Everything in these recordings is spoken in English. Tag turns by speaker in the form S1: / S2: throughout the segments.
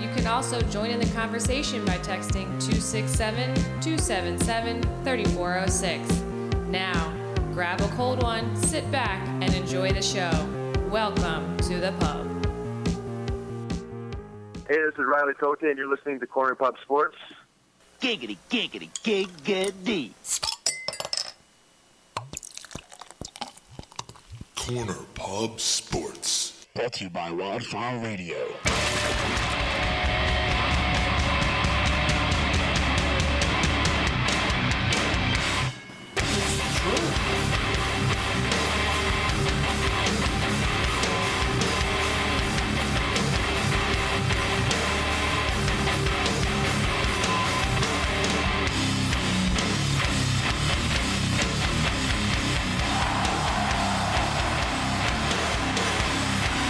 S1: You can also join in the conversation by texting 267 277 3406. Now, grab a cold one, sit back, and enjoy the show. Welcome to the pub.
S2: Hey, this is Riley Tote, and you're listening to Corner Pop Sports.
S3: Giggity, giggity, giggity.
S4: Corner Pub Sports. Brought to you by Wildfire Radio.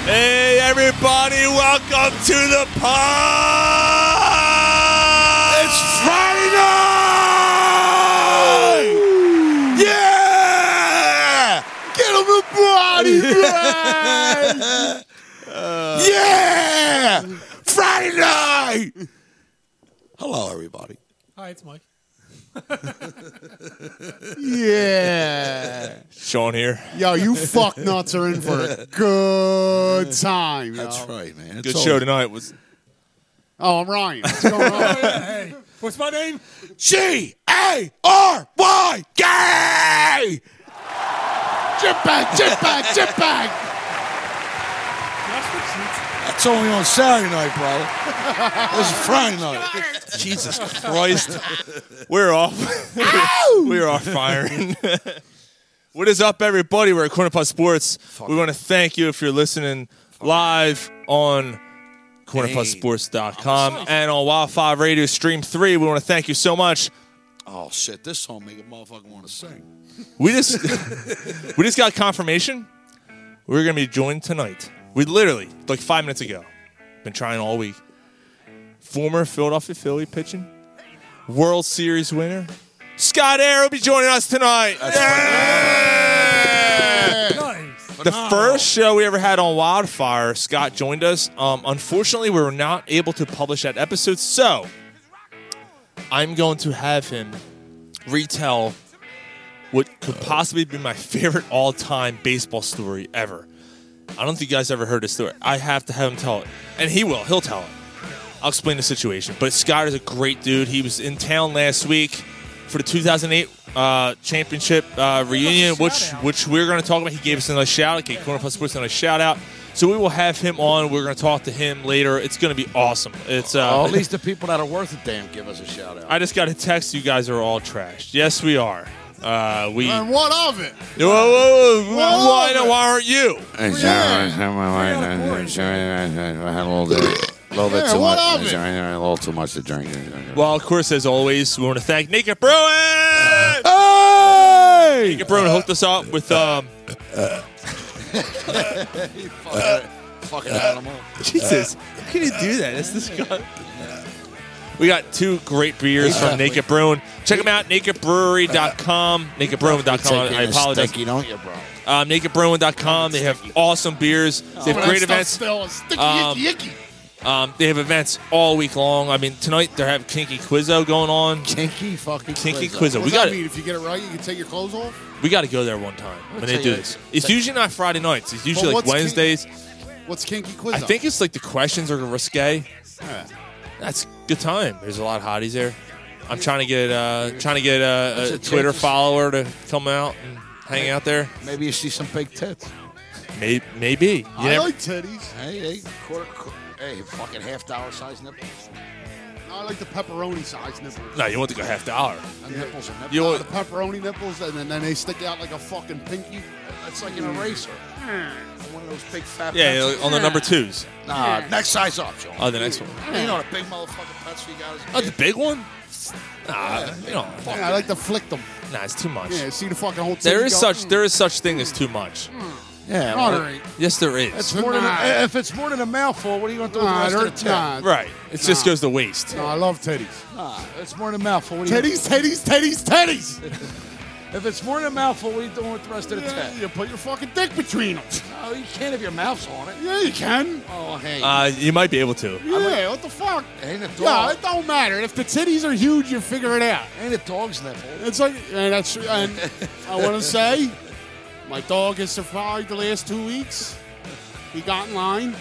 S5: Hey, everybody, welcome to the pod! It's Friday night! Yeah! Get on the body, man! Uh. yeah! Friday night! Hello, everybody.
S6: Hi, it's Mike.
S7: Yeah.
S5: Sean here.
S7: Yo, you fuck nuts are in for a good time. yo.
S8: That's right, man. It's
S5: Good
S8: all-
S5: show tonight was
S7: Oh, I'm Ryan. What's going on?
S6: hey, what's my name?
S5: G A R Y gay.
S7: chip back, chip back, chip back.
S8: That's only on Saturday night, bro. This is Friday night. Jesus Christ.
S5: We're off. we are firing. what is up, everybody? We're at Corner Puff Sports. we want to thank you if you're listening live on cornerpuffsports.com and on Wildfire Radio Stream 3. We want to thank you so much.
S8: Oh shit, this song make a motherfucker want to sing.
S5: We just we just got confirmation. We're gonna be joined tonight. We literally like five minutes ago. Been trying all week. Former Philadelphia Philly pitching, World Series winner. Scott Air will be joining us tonight. Yeah!
S6: Nice.
S5: The first show we ever had on Wildfire, Scott joined us. Um, unfortunately, we were not able to publish that episode, so I'm going to have him retell what could possibly be my favorite all time baseball story ever. I don't think you guys ever heard this story. I have to have him tell it. And he will. He'll tell it. I'll explain the situation. But Scott is a great dude. He was in town last week for the 2008 uh, championship uh, reunion, which
S6: shout-out.
S5: which we're going to talk about. He gave us another shout out. Gave Corner Plus Sports another shout out. So we will have him on. We're going to talk to him later. It's going to be awesome. It's uh,
S8: Oh, at least the people that are worth a damn give us a shout out.
S5: I just got a text. You guys are all trashed. Yes, we are. Uh, we.
S7: And what of it?
S5: Whoa, whoa, whoa,
S7: Whoa.
S5: Why, no, why aren't you?
S7: Yeah.
S8: had a little bit, little bit
S7: Yeah,
S8: too
S7: what
S8: much.
S7: of it?
S8: A little too much to drink.
S5: Well, of course, as always, we want to thank Naked Bruin. Hey! Naked Bruin hooked us up with um.
S8: Fucking animal.
S5: Jesus, how can you do that? It's this guy. We got two great beers from Naked Bruin. Check them out, nakedbrewery.com, nakedbruin.com. I apologize.
S8: Sticky, don't you, bro?
S5: Um, nakedbruin.com. They have awesome beers. They have
S7: When that
S5: great
S7: stuff
S5: events.
S7: Still is sticky,
S5: Um,
S7: icky, icky.
S5: Um, they have events all week long. I mean, tonight they have Kinky Quizzo going on.
S8: Kinky fucking
S5: Kinky
S8: quiz.
S5: Quizzo.
S7: What
S5: We
S7: does
S5: got
S7: that mean?
S5: to
S7: If you get it right, you can take your clothes off.
S5: we got to go there one time when they
S8: tell
S5: do
S8: you-
S5: this. It's usually not Friday nights. It's usually
S7: Well,
S5: like
S7: what's Kin-
S5: Wednesdays.
S7: What's kinky quiz?
S5: I
S7: up?
S5: think it's like the questions are risque.
S7: Yeah.
S5: That's good time. There's a lot of hotties there. I'm trying to get uh, trying to get a, a Twitter follower to come out and hang out there.
S8: Maybe you see some big tits.
S5: Maybe, maybe. You
S7: I
S5: never-
S7: like titties.
S8: Hey, hey, quarter, qu- hey, fucking half dollar size nipples.
S7: I like the pepperoni size nipples.
S5: no, you want to go half dollar.
S8: And nipples are nipples.
S5: You
S7: Uh,
S5: want,
S7: the pepperoni nipples, and then, then they stick out like a fucking pinky.
S5: Mm.
S8: It's like an eraser.
S9: I'm one of those big fat
S5: Yeah,
S9: pets.
S5: yeah, on the number twos.
S9: Nah, next size up, Joe.
S7: Uh,
S5: Oh, the next one.
S9: you know the big motherfucking pets we got. as a
S5: Oh,
S9: kid?
S5: the big one? Nah, you know,
S7: Yeah, I like to flick them.
S5: nah, it's too much.
S7: Yeah, see the fucking whole.
S5: There
S7: titty
S5: is
S7: go,
S5: such
S7: mm.
S5: there is such thing as too much.
S9: Yeah,
S7: All
S9: well,
S7: right.
S5: Yes, there is.
S9: it's more than
S7: Nah.
S9: a, if it's more than a mouthful, what are you going to do with
S7: Nah,
S9: the
S7: they're-
S9: rest of the tip?
S7: nah,
S5: Right. It just
S7: Nah.
S5: goes to waste.
S7: nah, I love titties.
S9: Nah, it's more than a mouthful. What are you
S7: Teddies, teddies, teddies, teddies.
S9: If it's more than a mouthful, what are you doing with the rest of the
S7: Yeah,
S9: tip?
S7: you put your fucking dick between them.
S9: No, you can't if your mouth's on it.
S7: Yeah, you can.
S9: Oh, hey.
S5: Uh, you might be able to.
S7: Yeah, what the fuck?
S9: ain't it
S7: Yeah,
S9: dog?
S7: it don't matter. If the titties are huge, you figure it out.
S9: ain't it dog's nipple?
S7: It's like, and that's, and I want to say, my dog has survived the last two weeks. He got in line,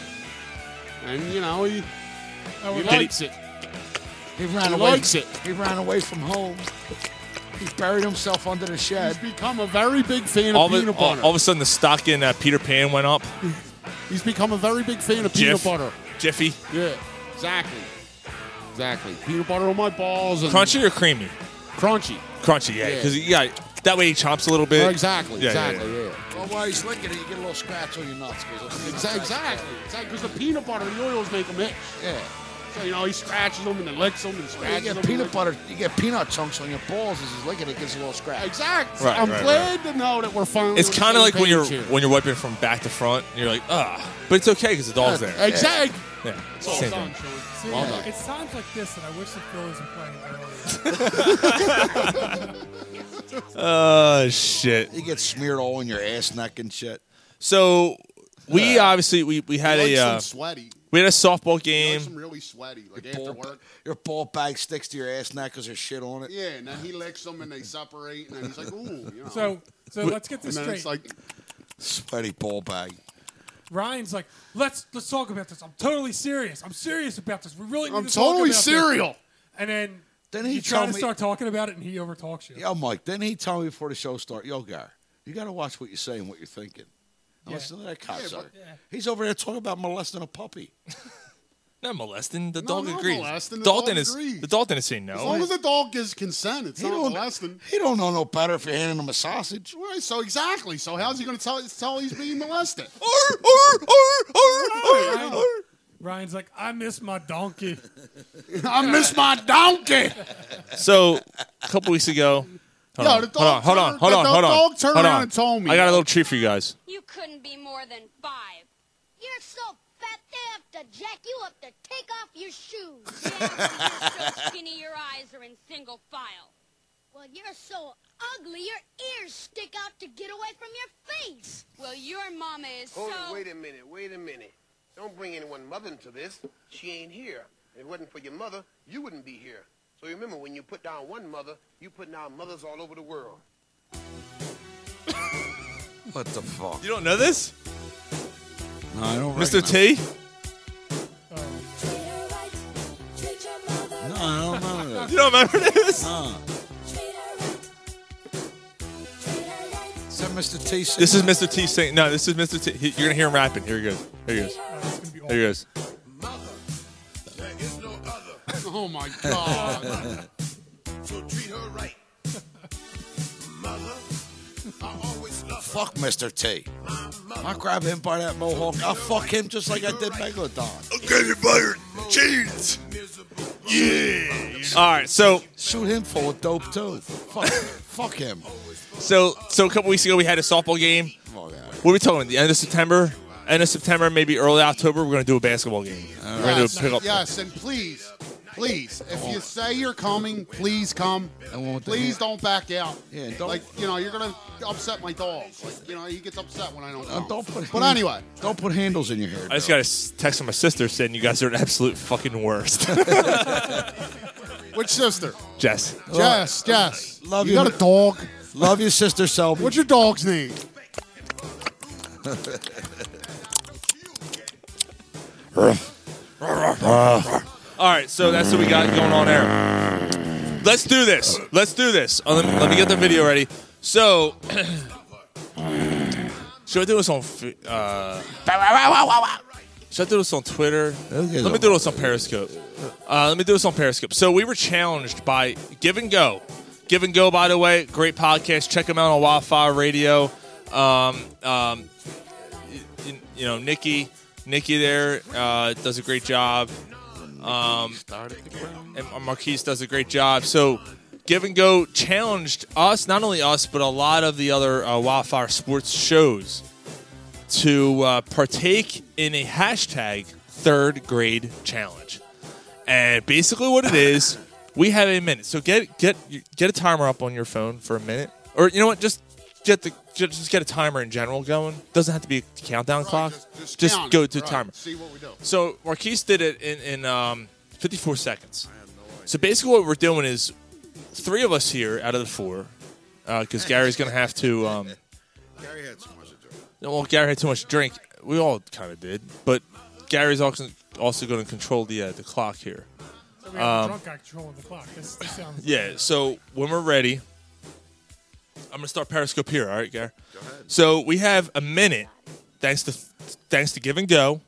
S7: and you know he, he likes it.
S9: He ran
S7: He
S9: away.
S7: likes it.
S9: He ran away from home. He buried himself under the
S7: He's
S9: shed.
S7: become a very big fan
S5: All
S7: of
S5: of, a,
S7: peanut butter.
S5: all, all of a sudden, the stock in uh, Peter Pan went up.
S7: He's become a very big fan of
S5: Jiff,
S7: peanut butter.
S5: Jiffy.
S7: Yeah, exactly, exactly. Peanut butter on my balls and
S5: Crunchy or creamy?
S7: crunchy.
S5: Crunchy, yeah.
S7: Yeah.
S5: Because yeah, that way he chops a little bit.
S7: Oh, exactly,
S5: Yeah, yeah,
S7: exactly, yeah.
S9: Well, while he's licking it, you get a little scratch on your nuts. 'cause it's-
S7: Exa- Exactly, exactly. Because the peanut butter and the oils make him itch.
S9: Yeah.
S7: So you know he scratches them and then licks them and
S9: Well, You
S7: scratches
S9: get
S7: them.
S9: peanut butter. You get peanut chunks on your balls as he's licking it. Gets a little scratch.
S7: Exactly.
S5: Right,
S7: I'm
S5: right,
S7: glad to know that we're finally.
S5: It's kind of like when you're
S7: Here.
S5: when you're wiping from back to front, and you're like, ah, but it's okay because the dog's there.
S7: Exactly.
S5: Yeah, it's the
S7: Well
S5: same
S7: done,
S5: thing.
S7: Sean.
S6: See,
S7: Well done.
S6: it sounds like this, and I wish the Phillies were playing earlier.
S5: Oh shit.
S9: You get smeared all in your ass, neck, and shit.
S5: So we obviously we, we had
S7: Like
S5: a
S7: some
S5: uh,
S7: sweaty.
S5: we had a softball
S7: Like some
S5: game.
S7: really sweaty. Like
S9: Your
S7: after
S9: ball,
S7: work.
S9: your ball bag sticks to your ass, neck, 'cause there's shit on it.
S7: Yeah, and then he licks them and they separate, and then he's like, ooh, you know.
S6: So, so let's get
S7: and
S6: this
S7: then
S6: straight.
S7: it's like,
S9: Sweaty ball bag.
S6: Ryan's like, let's let's talk about this. I'm totally serious. I'm serious about this. We really. Need
S7: I'm
S6: to talk
S7: totally
S6: about this."
S7: cereal.
S6: And then.
S9: Then he
S6: you try
S9: told
S6: to
S9: me-
S6: start talking about it, and he overtalks you.
S9: Yo, Mike, didn't he tell me before the show started, yo, Gar, you got to watch what you're saying, what you're thinking. I'm
S6: Yeah.
S9: listening to that cocksucker.
S6: but- Yeah.
S9: He's over there talking about molesting a puppy.
S5: Not molesting. The
S7: No,
S5: dog
S7: not
S5: agrees.
S7: molesting, the
S5: Dalton
S7: dog
S5: is
S7: agrees.
S5: the Dalton is saying
S7: As
S5: no.
S7: long as the dog gives consent, it's
S9: He
S7: not
S9: don't,
S7: molesting.
S9: he don't know no better if you're handing him a sausage.
S7: Right, so exactly. So how's he going to tell tell he's being molested?
S5: Arr, arr, arr, arr,
S6: Ryan-
S5: arr.
S6: Ryan's like, I miss my donkey.
S7: I miss my donkey.
S5: So a couple weeks ago. Hold on,
S7: Yo,
S5: hold
S7: the
S5: on,
S7: dog
S5: hold on,
S7: turned-
S5: hold
S7: the
S5: on,
S7: dog-
S5: hold on.
S7: dog turned
S5: hold
S7: around
S5: on.
S7: and told me.
S5: I got a little treat for you guys.
S1: You couldn't be more than five. You're so fat they have to jack you up to take off your shoes. Yeah, you're so skinny your eyes are in single file. Well, you're so ugly your ears stick out to get away from your face. Well, your mama is
S10: Hold
S1: so.
S10: it, wait a minute, wait a minute. Don't bring anyone mother into this. She ain't here. If it wasn't for your mother, you wouldn't be here. So remember, when you put down one mother, you put down mothers all over the world.
S9: What the fuck?
S5: You don't know this,
S9: No, I don't
S5: Mr. T?
S9: No, I don't remember that.
S5: You don't remember this?
S9: Is that Mr. T?
S5: This is Mr. T singing. No, this is Mr. T. He- You're gonna hear him rapping. Here he goes. Here he goes.
S6: Oh, this is gonna be
S5: Here he goes.
S11: Mother, there is no other,
S7: Oh my god!
S11: so treat her right. Mother, I always love
S9: Fuck Mr. T.
S11: my mother.
S9: I grab him by that mohawk. I fuck him just like I did Megalodon.
S11: I'll get it by her jeans. Yeah.
S5: All right. So,
S9: Shoot him full of dope too. Fuck, fuck him.
S5: so, so a couple weeks ago we had a softball game.
S7: Oh,
S9: Fuck that.
S5: What are we talking? The end of September, end of September, maybe early October. We're gonna do a basketball game. We're gonna do a pickup.
S7: Yes, and please, please, if you say you're coming, please come.
S9: And one with the
S7: Please
S9: hand-
S7: don't back out.
S9: Yeah, and don't-
S7: like you know you're gonna upset my dog. Like you know he gets upset when I don't.
S9: Uh,
S7: Come.
S9: don't put
S7: but
S9: hand-
S7: anyway,
S9: Don't put handles in your hair.
S5: I just
S9: Bill.
S5: got a s- text from my sister saying you guys are an absolute fucking worst.
S7: which sister?
S5: Jess.
S7: Jess, Jess.
S9: Love
S7: you.
S9: you.
S7: got a dog.
S9: Love you, sister Selby.
S7: What's your dog's name?
S5: All right. So that's what we got going on there. Let's do this. Let's do this. Oh, let, me, let me get the video ready. So. Should I do this on f- uh, Should I do this on Twitter?
S9: Okay,
S5: Let me do this on Periscope. Uh, let me do this on Periscope. So we were challenged by Give and Go. Give and Go, by the way, great podcast. Check them out on Wildfire Radio. Um, um, you know, Nikki, Nikki there uh, does a great job. Um, and Marquise does a great job. So, Give and Go challenged us, not only us, but a lot of the other uh, Wildfire Sports shows to uh, partake in a hashtag third grade challenge. And basically, what it is, we have a minute. So get get get a timer up on your phone for a minute, or you know what, just get the just, just get a timer in general going. Doesn't have to be a countdown clock. Just,
S7: count
S5: go
S7: it,
S5: to
S7: right.
S5: timer.
S7: See what we do.
S5: So Marquise did it in in um, 54 seconds. So basically, what we're doing is three of us here out of the four, because Gary's going to have to. Um,
S9: Gary had too much to do.
S5: no, Well, Gary had too much drink. We all kind of did, but Gary's also also going to control the uh, the clock here.
S6: So we have a
S5: Um,
S6: drunk guy controlling the clock. This, this sounds
S5: yeah. So when we're ready, I'm going to start Periscope here. All right, Gary. Go ahead. So we have a minute, thanks to thanks to Give and Go.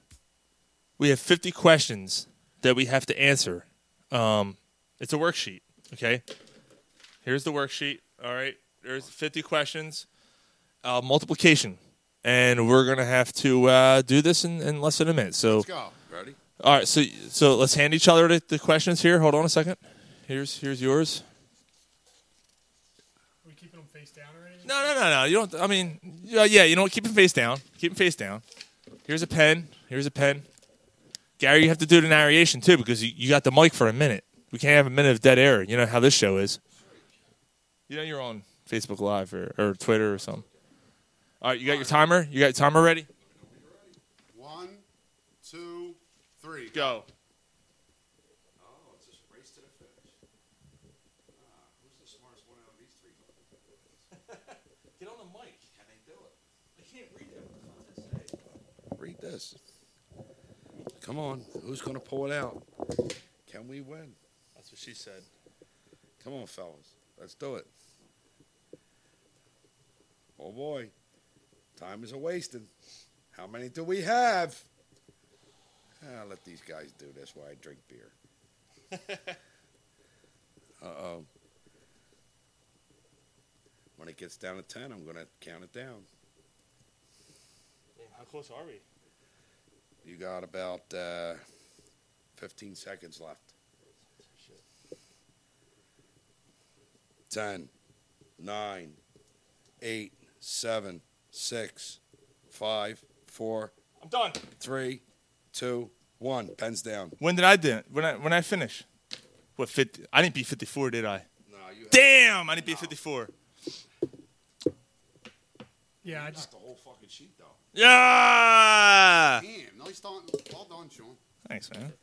S5: We have 50 questions that we have to answer. Um, it's a worksheet. Okay. Here's the worksheet. All right. There's 50 questions. Uh, multiplication. And we're gonna have to uh, do this in, in less than a minute. So
S9: Let's go. Ready?
S5: All right. So so let's hand each other the, the questions here. Hold on a second. Here's here's yours. No, no, no, no. You don't. I mean, yeah, yeah. You know what? Keep him face down. Keep him face down. Here's a pen. Here's a pen. Gary, you have to do the narration too because you, you got the mic for a minute. We can't have a minute of dead air. You know how this show is. You know you're on Facebook Live or, or Twitter or something. All right, you got your timer. You got your timer ready.
S7: One, two, three.
S5: Go. Get on the mic. Can they do it? I can't read it.
S9: Read this. Come on. Who's going to pull it out? Can we win?
S5: That's what she said.
S9: Come on, fellas. Let's do it. Oh, boy. Time is a wasting. How many do we have? Ah, let these guys do this while I drink beer. uh oh. When it gets down to 10, I'm going to count it down.
S5: How close are we?
S9: You got about uh, 15 seconds left. 10, 9, 8, 7, 6, 5, 4,
S5: I'm done.
S9: 3, 2, 1. Pens down.
S5: When did I do? When I when I finish? What fifty? I didn't beat fifty four, did I?
S9: No, you.
S5: Damn, I didn't beat fifty four.
S6: Yeah, I
S7: just the whole fucking sheet though.
S5: Yeah.
S7: Damn, no, he's done. Well done, Sean.
S5: Thanks, man.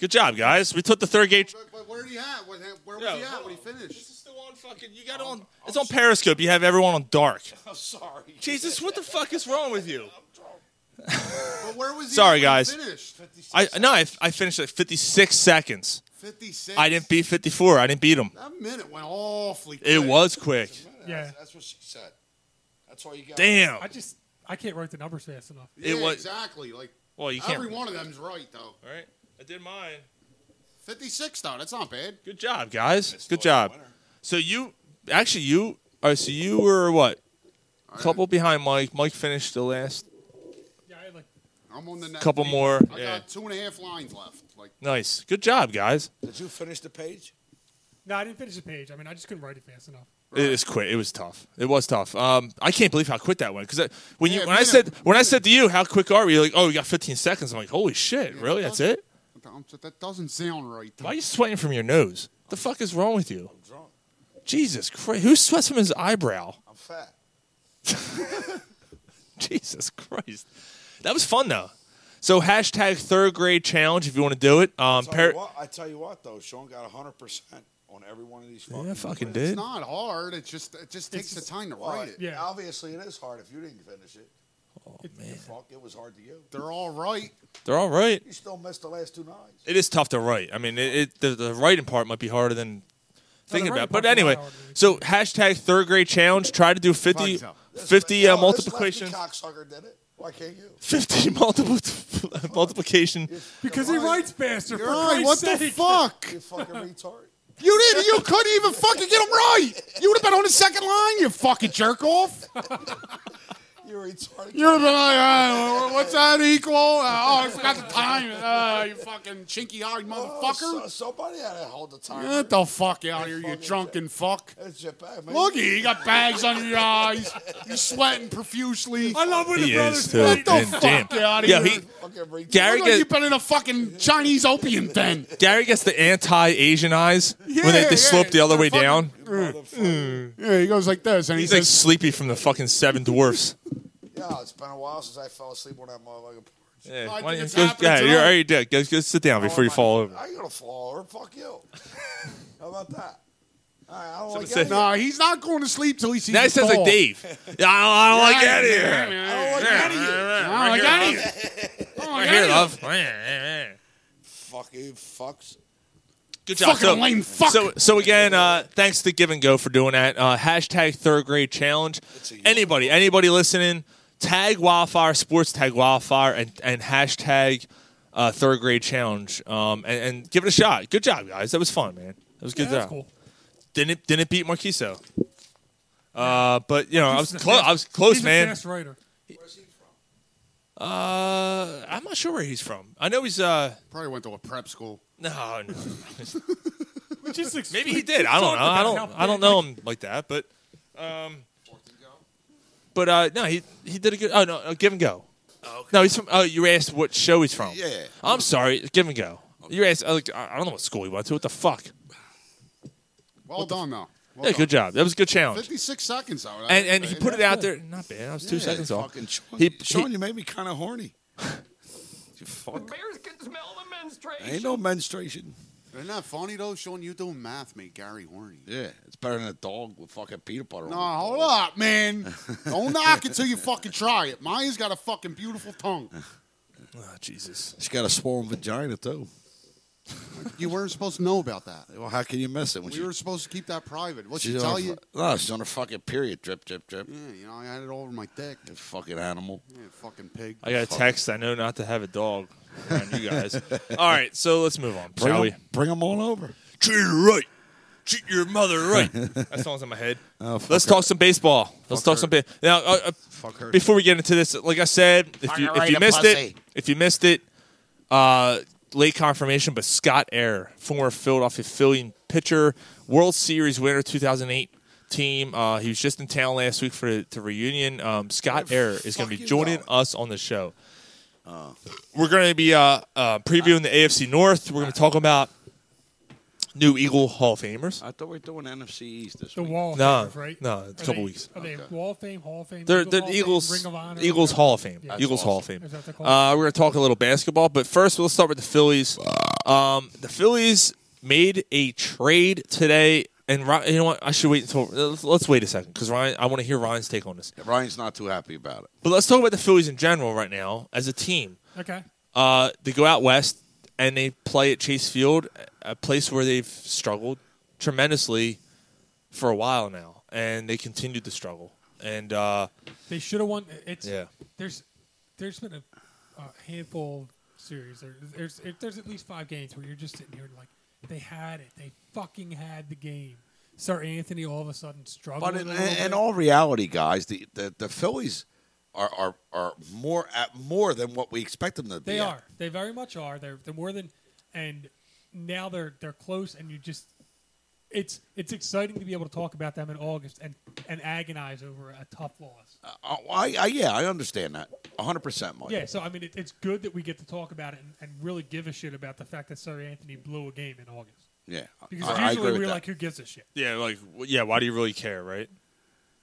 S5: Good job, guys. We took the third gate.
S7: But where are you at? Where, where was
S5: Yo,
S7: he at
S5: hold
S7: when he finished? This
S5: is still on fucking. You got on. It's on Periscope. You have everyone on dark.
S7: I'm sorry.
S5: Jesus, what the fuck is wrong with you?
S7: But where was he?
S5: Sorry,
S7: at when he
S5: guys.
S7: Finished.
S5: I no, I, I finished at fifty six seconds.
S7: 56.
S5: I didn't beat fifty four. I didn't beat him.
S7: That minute went awfully.
S5: It was quick.
S6: Yeah.
S9: That's, that's what she said. That's all you got.
S5: Damn.
S6: I just I can't write the numbers fast enough.
S5: It was-
S7: exactly like.
S5: Well, you can't-
S7: Every one of them's right though. All
S5: right, I did mine.
S7: Fifty-six though. That's not bad.
S5: Good job, guys. Good job. So you actually you all right, so you were what? A couple behind Mike. Mike finished the last.
S6: Yeah, I had like.
S7: I'm on the next.
S5: Couple
S7: page.
S5: more,
S7: I
S5: yeah.
S7: got two and a half lines left. Like
S5: Nice. Good job, guys.
S9: Did you finish the page?
S6: No, I didn't finish the page. I mean, I just couldn't write it fast enough.
S5: It is quick. It was tough. It was tough. Um, I can't believe how quick that went. Because when you
S7: Yeah,
S5: when I
S7: man.
S5: said when I said to you how quick are we? You're like, oh, we got 15 seconds. I'm like, holy shit, really? That's it?
S7: I'm so- that doesn't sound right.
S5: Why are you sweating from your nose? The fuck is wrong with you? Jesus Christ! Who sweats from his eyebrow?
S9: I'm fat.
S5: Jesus Christ. That was fun though. So hashtag third grade challenge if you want to do it. Um,
S9: tell
S5: par-
S9: you what, I tell you what, though, Sean got 100% on every one of these
S5: Yeah, I
S9: fucking
S5: fucking
S9: quizzes.
S5: did.
S7: It's not hard. It just it just takes the time to
S9: Well,
S7: write it.
S9: Yeah. Obviously, it is hard if you didn't finish it.
S5: Oh,
S9: man. Fuck, it was hard to you.
S7: They're all right.
S5: They're all right.
S9: You still missed the last two nines.
S5: It is tough to write. I mean, it, it the, the writing part might be harder than thinking
S9: writing
S5: about. But
S9: part's not
S5: anyway,
S9: hard.
S5: so hashtag third grade challenge. Try to do 50, 50 uh,
S9: Yo, this
S5: multiplication,
S9: lefty cocksucker did it. Why can't you?
S5: 50 multiple multiplication.
S6: Because he writes faster.
S9: You're
S6: for
S9: right,
S6: Christ's
S9: what the
S6: sake.
S7: Fuck.
S9: You fucking retard.
S7: You didn't. You couldn't even fucking get them right. You would have been on the second line. You fucking jerk off.
S8: You're retarded.
S7: You would have been like, uh, what's that equal? Uh, oh, I forgot the time. Uh, you fucking chinky-eyed motherfucker.
S8: Oh, so- somebody had to hold the time.
S7: Get the fuck out here, you drunken fuck.
S8: It's your bag, man.
S7: Look at you, you got bags under your eyes. You're sweating profusely. I love
S5: when the He brothers is, too,
S7: Get the
S5: and
S7: fuck
S5: damn.
S7: out of
S5: Yeah,
S7: here.
S5: he-
S7: He,
S5: Gary gets-
S7: you've been in a fucking Chinese opium den.
S5: Gary gets the anti-Asian eyes when they,
S7: Yeah,
S5: they
S7: yeah,
S5: slope the other way down.
S7: Yeah, he goes like this, and he
S5: He's like
S7: says,
S5: Sleepy from the fucking Seven Dwarfs.
S8: Yeah, it's been a while since I fell asleep on that motherfucking porch.
S5: Yeah,
S8: I
S5: why
S8: think
S5: don't you
S8: it's
S5: go-
S8: happening
S5: yeah, you're
S8: tonight.
S5: already dead. Go, go sit down before you fall over.
S8: I'm gonna fall over. Fuck you. How about that? All right, I don't
S5: Somebody
S8: like
S5: said-
S8: any-
S7: "No, he's not going to sleep till he sees."
S5: Now he
S7: the
S5: sounds like
S7: doll."
S5: Dave. Yeah, I don't, I don't like any of it.
S8: I don't like any of you.
S7: I don't
S5: Right here,
S7: like any of Oh, it. I don't like
S5: Right
S7: any
S5: here,
S7: of it.
S5: love. Good
S8: Fuck you, fucks.
S5: job.
S7: Fucking
S5: so,
S7: lame fuck.
S5: so, so again, uh, thanks to Give and Go for doing that. Uh, hashtag third grade challenge. Anybody, anybody listening, tag Wildfire Sports, tag Wildfire, and, and hashtag uh, third grade challenge. Um, and, and give it a shot. Good job, guys. That was fun, man. That was a good.
S6: Yeah, that's
S5: job.
S6: cool.
S5: Didn't it, didn't it beat Marquiso? Uh, but you know, I was
S6: He's the
S5: close.
S6: fast-
S5: I was close,
S6: he's
S5: man.
S6: A fast writer.
S5: Uh, I'm not sure where he's from. I know he's uh.
S7: Probably went to a prep school.
S5: No, no.
S6: We just
S5: maybe he
S6: explained-
S5: did. I don't
S6: talked
S5: know. I
S6: about
S5: don't.
S6: how
S5: I don't
S6: big,
S5: know
S6: like,
S5: him like that. But, um, but uh, no, he he did a good. Oh no, uh, give and go. No, he's from. Oh, you asked what show he's from.
S8: Yeah.
S5: I'm sorry. Give and go. You asked. I, like, I I don't know what school he went to. What the fuck?
S7: Well done, though. Well
S5: yeah, good job. That was a good
S7: done.
S5: challenge.
S7: Fifty-six seconds though.
S5: And and he put it out there. Not bad. That was two seconds off.
S8: Fucking Sean,
S5: He-
S8: Sean
S5: he-
S8: you made me kind of horny. you fuck.
S12: Bears can smell the menstruation.
S8: Ain't no menstruation.
S7: Isn't that funny though, Sean? You doing math made Gary horny.
S9: Yeah, it's better than a dog with fucking peanut butter.
S7: No,
S9: on
S7: hold up, man. Don't knock it till you fucking try it. Maya's got a fucking beautiful tongue.
S5: Oh, Jesus.
S8: She's got a swollen vagina too.
S7: You weren't supposed to know about that.
S8: Well, how can you miss it when
S7: We
S8: she-
S7: were supposed to keep that private. What
S8: she's
S7: she
S8: on
S7: tell
S8: her,
S7: you?
S8: fu- No, she's on her fucking period. Drip, drip, drip.
S7: Yeah, you know, I had it all over my dick.
S8: You Fucking animal.
S7: Yeah, fucking pig.
S5: I got a
S8: Fuck.
S5: text. I know not to have a dog around you guys. All right, so let's move on, shall we?
S8: Bring them on over.
S5: Treat her right. Treat your mother right. that song's in my head.
S8: Oh, fuck
S5: Let's
S8: her.
S5: talk some baseball. Let's talk some baseball. Now, uh, uh,
S8: Fuck her.
S5: before we get into this, like I said, if
S12: Fuck
S5: you
S12: her
S5: if
S12: right,
S5: you
S12: a
S5: missed
S12: pussy.
S5: it, if you missed it, uh, late confirmation. But Scott Air, former Philadelphia Philly pitcher, World Series winner, 2008 team. Uh, he was just in town last week for the, the reunion. Um, Scott Air is going to be
S8: you
S5: joining us on the show. We're going to be uh, uh, previewing the AFC North. We're going to talk about new Eagle Hall of Famers.
S9: I thought we were doing NFC East this
S6: The
S9: week.
S6: Wall of
S5: No,
S6: Famers, right?
S5: no, it's a
S6: Are
S5: couple
S6: they-
S5: weeks.
S6: Are they
S9: Okay.
S6: Wall of Fame, Hall of Fame?
S5: They're,
S6: Eagle
S5: they're
S6: Hall of Fame,
S5: Eagles.
S6: Ring of Honor.
S5: Eagles Hall of Fame.
S6: Yeah.
S5: Eagles Hall of Fame.
S6: Is that the call?
S5: Uh, we're going to talk a little basketball, but first, we'll start with the Phillies. Um, the Phillies made a trade today, and Ry- you know what? I should wait until let's, let's wait a second because Ryan. I want to hear Ryan's take on this.
S9: Ryan's not too happy about it.
S5: But let's talk about the Phillies in general right now as a team.
S6: Okay.
S5: Uh, they go out west and they play at Chase Field, a place where they've struggled tremendously for a while now, and they continued to struggle. And uh,
S6: They should have won. It's
S5: Yeah.
S6: There's there's been a, a handful of series. There, there's there- there's at least five games where you're just sitting here and like they had it. They fucking had the game. Sir Anthony all of a sudden struggled.
S9: But in,
S6: a little
S9: in
S6: bit.
S9: all reality, guys, the, the, the Phillies are, are are more at more than what we expect them to be.
S6: They
S9: at.
S6: are. They very much are. They're they're more than, and now they're they're close. And you just, it's it's exciting to be able to talk about them in August and and agonize over a tough loss.
S9: Uh, I, I, yeah, I understand that. 100%, Mike.
S6: yeah. So I mean, it, it's good that we get to talk about it and, and really give a shit about the fact that Sir Anthony blew a game in August
S9: Yeah.
S6: because
S9: I- I agree
S6: usually
S9: with
S6: we're
S9: that.
S6: like, who gives a shit?
S5: yeah, like yeah, why do you really care, right?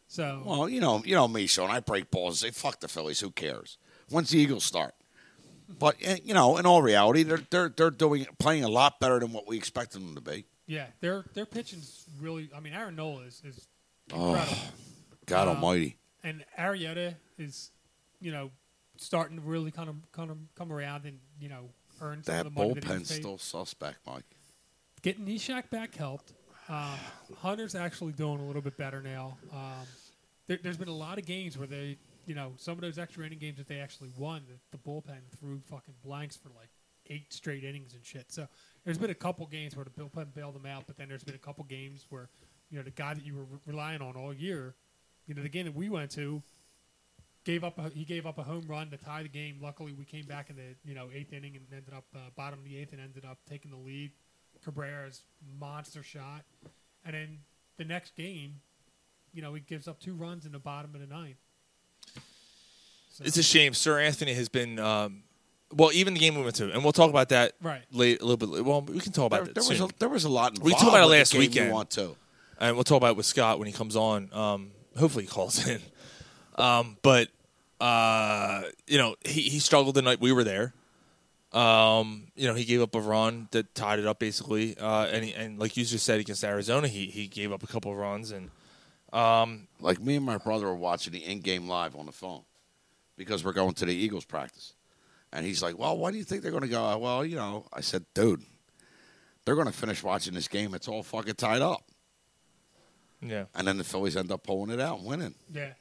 S6: So
S9: Well, you know, you know me, Sean. I break balls and say, "Fuck the Phillies. Who cares?" When's the Eagles start? But eh, you know, in all reality, they're they're they're doing playing a lot better than what we expected them to be.
S6: yeah, their their pitching's really. I mean, Aaron Nola is is
S9: Oh,
S6: incredible.
S9: God
S6: Um,
S9: Almighty!
S6: and Arietta is, you know, starting to really kind of kind of come around and you know earn some
S9: That
S6: of the money that
S9: bullpen's
S6: he's paid.
S9: still suspect, Mike.
S6: Getting Nishak back helped. Um, Hunter's actually doing a little bit better now. Um, there, there's been a lot of games where they, you know, some of those extra inning games that they actually won, the, the bullpen threw fucking blanks for like eight straight innings and shit. So there's been a couple games where the bullpen bailed them out, but then there's been a couple games where, you know, the guy that you were re- relying on all year, you know, the game that we went to, gave up a, he gave up a home run to tie the game. Luckily, we came back in the you know eighth inning and ended up uh, bottom of the eighth and ended up taking the lead. Cabrera's monster shot, and then the next game, you know, he gives up two runs in the bottom of the ninth.
S5: It's a shame. Sir Anthony has been. Um, well, even the game we went to, and we'll talk about that
S6: Right.
S5: late, a little bit. la- Well, we can talk about
S9: There-
S5: that.
S9: there was
S5: soon.
S9: a- there was a lot
S5: We talked
S9: involved
S5: about it
S9: with the
S5: last
S9: game you
S5: weekend.
S9: want to.
S5: and we'll talk about it with Scott when he comes on. Um, hopefully, he calls in. Um, but uh, you know, he he struggled the night we were there. Um, you know, he gave up a run that tied it up basically. Uh, and he, and like you just said against Arizona, he he gave up a couple of runs and um,
S9: like me and my brother were watching the end game live on the phone because we're going to the Eagles practice. And he's like, Well, why do you think they're going to go? out?" Well, you know, I said, Dude, they're going to finish watching this game. It's all fucking tied up.
S5: Yeah.
S9: And then the Phillies end up pulling it out and winning.
S6: Yeah.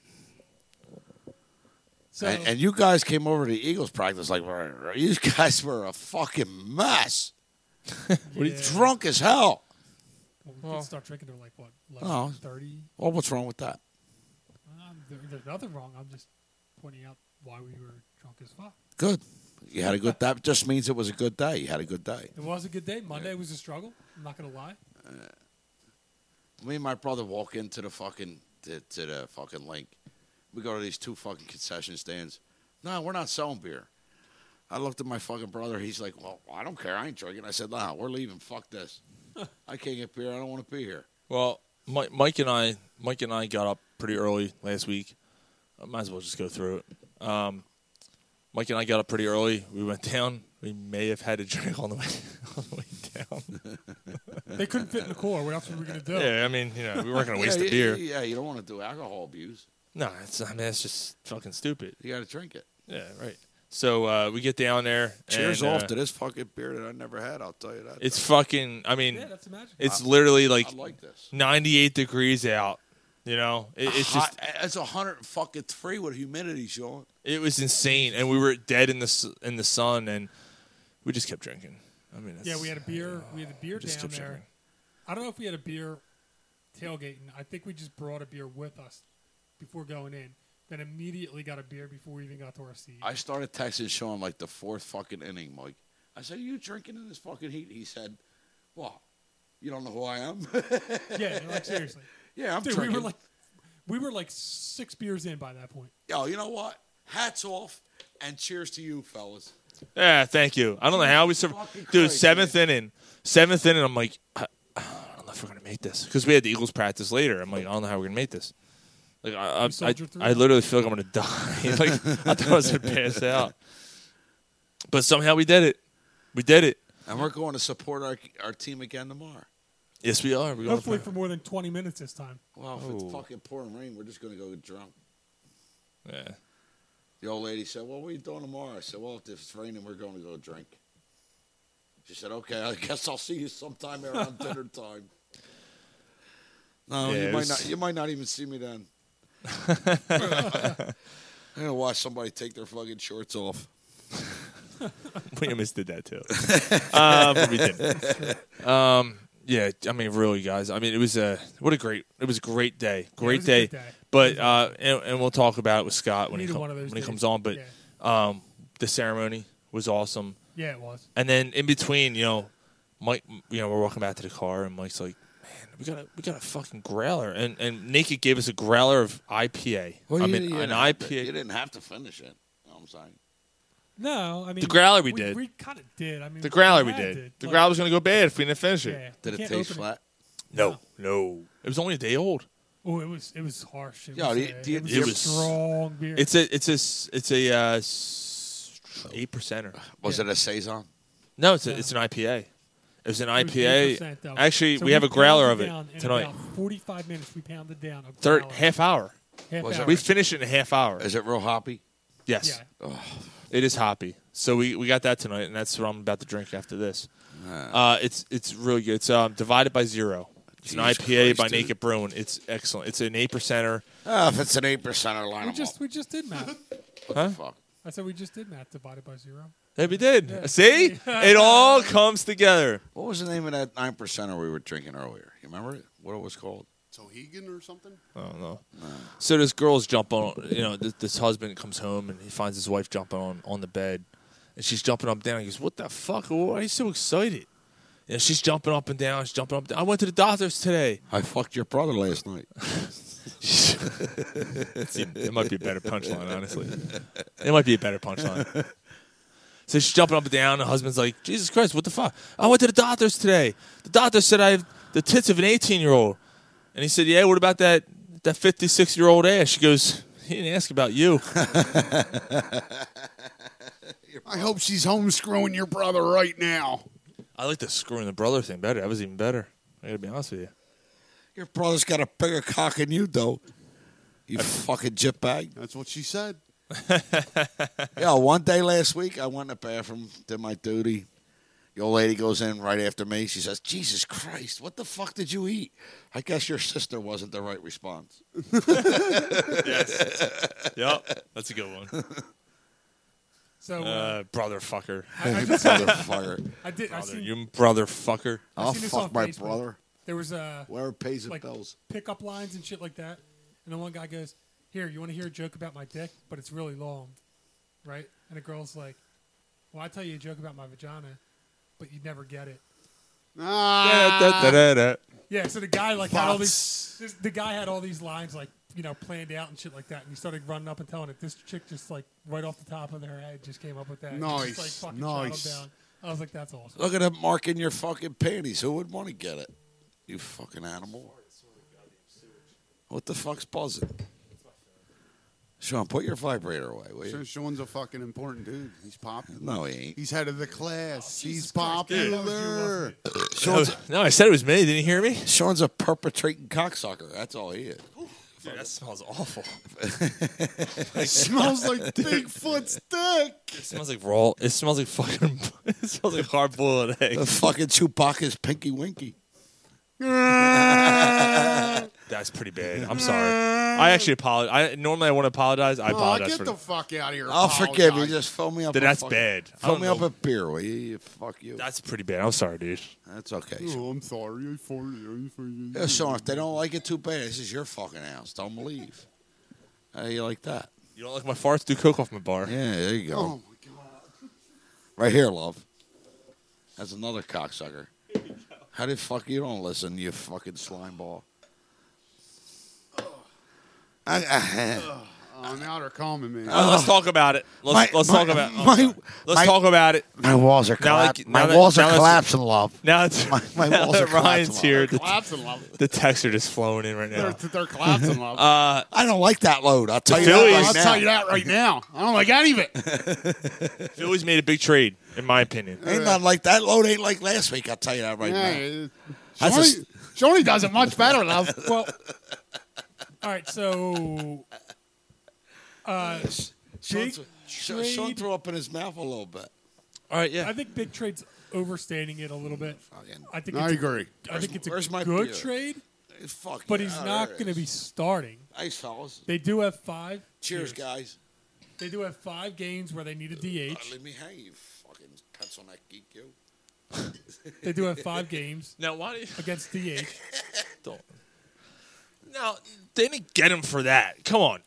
S9: and, and you guys came over to the Eagles practice like, "Rah, rah." You guys were a fucking mess. Drunk as hell.
S6: Well, we
S5: Well-
S6: did start drinking. They're like what,
S9: Oh.
S6: eleven thirty?
S9: Well, what's wrong with that?
S6: Um, there, there's nothing wrong. I'm just pointing out why we were drunk as fuck.
S9: Good. You had a good That just means it was a good day. You had a good day.
S6: It was a good day. Monday was a struggle. I'm not gonna lie.
S9: me and my brother walk into the fucking to, to the fucking link. We go to these two fucking concession stands. No, we're not selling beer. I looked at my fucking brother. He's like, "Well, I don't care. I ain't drinking." I said, "No, we're leaving. Fuck this. I can't get beer. I don't want to be here."
S5: Well, Mike, Mike and I, Mike and I got up pretty early last week. I might as well just go through it. Um, Mike and I got up pretty early. We went down. We may have had a drink on the way on the way down.
S6: They couldn't fit in the core. What else were we gonna do?
S5: Yeah, I mean, you know, we weren't gonna
S9: Yeah,
S5: waste
S9: you-
S5: the beer.
S9: Yeah, you don't want to do alcohol abuse.
S5: No, it's I mean, that's just fucking stupid.
S9: You got to drink it.
S5: Yeah, right. So uh, we get down there.
S9: Cheers
S5: and,
S9: off
S5: uh,
S9: to this fucking beer that I never had. I'll tell you that.
S5: It's fucking. I mean,
S9: Yeah, that's magic.
S5: it's
S9: I-
S5: literally like,
S9: I like this.
S5: 98 degrees out. You know, it, it's just
S9: Hot- it's a hundred fucking three with humidity, Sean.
S5: It was insane, and we were dead in the s- in the sun, and we just kept drinking. I mean, that's,
S6: Yeah, we had a beer. We had a beer
S5: Just
S6: down
S5: keep
S6: there.
S5: drinking.
S6: I don't know if we had a beer tailgating. I think we just brought a beer with us before going in. Then immediately got a beer before we even got to our seat.
S9: I started texting Sean like the fourth fucking inning, Mike. I said, Are you drinking in this fucking heat? He said, What? You don't know who I am?
S6: yeah, like seriously.
S9: Yeah, I'm
S6: Dude,
S9: drinking.
S6: We were like, we were like six beers in by that point.
S9: Yo, you know what? Hats off and cheers to you, fellas.
S5: Yeah, thank you. I don't know how we
S9: Fucking
S5: survived, dude.
S9: Christ,
S5: Seventh inning, seventh inning. I'm like, I, I don't know if we're gonna make this because we had the Eagles practice later. I'm like, I don't know how we're gonna make this. Like, I, I, I,
S6: soldiered through.
S5: I literally feel like I'm gonna die. like, I thought I was gonna pass out, but somehow we did it. We did it.
S9: And we're going to support our, our team again tomorrow.
S5: Yes, we are. We're going
S6: Hopefully for more than twenty minutes this time.
S9: Wow, if
S5: Oh.
S9: it's fucking pouring rain, we're just going to go get drunk.
S5: Yeah.
S9: The old lady said, Well, what are you doing tomorrow? I said, Well, if it's raining, we're going to go drink. She said, Okay, I guess I'll see you sometime around dinner time. No,
S5: Yeah,
S9: you
S5: it
S9: might
S5: was-
S9: not. You might not even see me then. I'm gonna watch somebody take their fucking shorts off.
S5: we almost did that too. uh, but we did. Um, yeah, I mean, really, guys. I mean, it was a what a great it was a great day,
S6: it
S5: great
S6: was a
S5: day.
S6: good day.
S5: But uh, and, and we'll talk about it with Scott when he
S6: Needed
S5: com-
S6: one of those
S5: when he
S6: days.
S5: comes on. But um, the ceremony was awesome.
S6: Yeah, it was.
S5: And then in between, you know, Mike, you know, we're walking back to the car, and Mike's like, "Man, we got a we got a fucking growler," and and Naked gave us a growler of IPA. I mean, an
S9: didn't have
S5: IPA.
S9: to- you didn't have to finish it. You know what I'm saying.
S6: No, I mean
S5: The growler we did.
S6: We kind of did. I mean
S5: The growler we did.
S6: had to.
S5: The
S6: Like,
S5: growler was going to go bad if we didn't finish it.
S6: Yeah, you Did it can't taste open it. flat?
S5: No, no. It was only a day old.
S6: Oh, it was it was harsh. It
S9: Yeah,
S6: was,
S9: do you-
S6: uh,
S9: do you-
S6: it was
S9: do you-
S6: a strong beer.
S5: It's a it's a s- it's a uh, s- eight percenter.
S9: Was it a saison?
S5: No, it's a, it's an IPA. It was an
S6: It was
S5: IPA.
S6: 8%, though.
S5: Actually,
S6: So
S5: we have a growler of it
S6: pounded down in
S5: tonight.
S6: about Forty-five minutes. We pounded down a
S5: Third
S6: growler.
S5: half hour.
S6: Half
S9: Was it- hour.
S5: We finished it in a half hour.
S9: Is it real hoppy?
S5: Yes. It is hoppy. So we, we got that tonight, and that's what I'm about to drink after this. Uh, it's it's really good. It's um, divided by zero. It's an
S9: Jesus
S5: IPA
S9: Christ,
S5: by
S9: dude.
S5: Naked Brewing. It's excellent. It's an eight percenter.
S9: Ah, if it's an eight percenter, line
S6: We
S9: them
S6: just we just did math.
S5: up. Huh?
S6: I said we just did math divided by zero.
S5: Yeah, we did.
S6: Yeah.
S5: See, it all comes together.
S9: What was the name of that nine percenter we were drinking earlier? You remember it? What it was called?
S7: Tohegan or something?
S5: I don't know. So this girl's jumping on, you know, this, this husband comes home and he finds his wife jumping on, on the bed. And she's jumping up and down. He goes, What the fuck? Why are you so excited? And she's jumping up and down. She's jumping up and down. I went to the doctor's today.
S9: I fucked your brother last night.
S5: it might be a better punchline, honestly. It might be a better punchline. So she's jumping up and down. The husband's like, Jesus Christ, what the fuck? "Oh, I went to the doctor's today. The doctor said I have the tits of an 18 year old. And he said, Yeah, what about that that 56 year old ass? She goes, He didn't ask about you.
S7: I hope she's home screwing your brother right now.
S5: I like the screwing the brother thing better. That was even better. I gotta be honest with you.
S9: Your brother's got a bigger cock than you, though. You fucking jitbag.
S7: That's what she said.
S9: yeah, one day last week, I went in the bathroom, did my duty. The old lady goes in right after me. She says, Jesus Christ, what the fuck did you eat? I guess your sister wasn't the right response.
S5: yes. Yep. That's a good one.
S6: So,
S5: uh, brotherfucker.
S9: I- I- Brotherfucker.
S6: I did- I
S5: Brother,
S6: seen-
S5: you brotherfucker.
S6: I
S9: I'll
S6: seen this
S9: fuck
S6: on
S9: my
S6: Facebook.
S9: brother.
S6: There was a
S9: Whoever pays the
S6: like,
S9: bills.
S6: Pickup lines and shit like that. And then one guy goes, "Here, you want to hear a joke about my dick, but it's really long, right?" And the girl's like, "Well, I tell you a joke about my vagina, but you never get it."
S7: Ah.
S6: Yeah, so the guy like had all
S7: Bots.
S6: these. This, the guy had all these lines like you know planned out and shit like that, and he started running up and telling it. This chick just like right off the top of her head just came up with that. and just,
S9: Nice.
S6: like, fucking shot him
S9: Nice.
S6: down. I was like, that's awesome.
S9: Look at him marking your fucking panties. Who would want to get it? You fucking animal. What the fuck's buzzing? Sean, put your vibrator away, will you?
S7: Sure, Sean's a fucking important dude. He's popular.
S9: No, he ain't.
S7: He's head of the class. He's
S9: Dude.
S7: popular.
S9: Sean's,
S5: no, I said it was me. Didn't you hear me?
S9: Sean's a perpetrating cocksucker. That's all he is.
S5: Dude, that smells awful.
S7: It smells like Bigfoot's dick.
S5: It smells like raw. It smells like fucking. It smells like hard boiled
S9: The
S5: eggs.
S9: fucking Chewbacca's Pinky Winky.
S5: That's pretty bad.
S9: Mm.
S5: I'm sorry. I actually apologize. I normally I want to apologize. I
S7: Oh,
S5: apologize
S7: get
S5: for
S7: the fuck out of here.
S9: I'll forgive you.
S7: Apologize.
S9: Just fill me up.
S5: Oh, Dude,
S9: a
S5: that's
S9: fucking-
S5: bad. I
S9: Fill
S5: don't
S9: me up
S5: know.
S9: a beer, will you? You- Fuck you.
S5: That's pretty bad. I'm sorry, dude.
S9: That's okay.
S7: Oh, I'm sorry. I'm sorry. I'm
S9: Yeah,
S7: sorry.
S9: Sean, if they don't like it too bad, this is your fucking house. Don't leave. How do you like that?
S5: You don't like my farts? Do coke off my bar.
S9: Yeah, there you go.
S7: Oh,
S9: Right here, love. That's another cocksucker. How the fuck you don't listen, you fucking slime ball? I, I,
S7: Oh, now they're calming me.
S5: Uh, let's talk about it. Let's,
S9: My-
S5: let's
S9: my-
S5: talk about. oh,
S9: my-
S5: sorry. let's
S9: my-
S5: talk about it.
S9: my walls are
S5: Now that-
S9: collapsing.
S5: now
S9: My
S5: that-
S9: walls
S5: now
S9: are
S5: that's-
S9: collapsing, love.
S5: Now it's
S9: My, my
S5: now
S9: walls are
S5: that Ryan's
S9: collapsing.
S5: here.
S9: love.
S5: The,
S7: collapsing love.
S5: the texts are just flowing in right
S7: They're,
S5: now.
S7: they're collapsing love.
S5: Uh,
S9: I don't like that load. I'll tell you that
S5: Phillies-
S9: right
S7: I'll
S9: now.
S7: tell you that right now. I don't like any of it.
S5: Philly's made a big trade, in my opinion.
S9: Ain't nothing like that load. Ain't like last week. I'll tell you that right now.
S7: Hey,
S9: That's a
S7: Shawnee, Shawnee does it much better, love.
S6: Well, all right, so uh,
S9: Sean,
S6: big
S9: threw- Sean- Sean
S6: trade-
S9: threw up in his mouth a little bit.
S5: All right, yeah.
S6: I think big trade's overstating it a little bit. I think
S7: I
S6: it's a-
S7: agree.
S6: I think it's a
S9: Where's my
S6: good
S9: beer?
S6: trade,
S9: Eh, Fuck
S6: but
S9: yeah,
S6: he's
S9: there
S6: not
S9: it
S6: going to
S9: is.
S6: be starting.
S9: Ice fellas.
S6: They do have five.
S9: Cheers, guys.
S6: They do have five games where they need a
S9: Uh,
S6: DH.
S9: leave me hang, you fucking pencil neck geek, you.
S6: They do have five games
S5: Now, why do you
S6: against DH.
S5: don't? Now they didn't get him for that. Come on,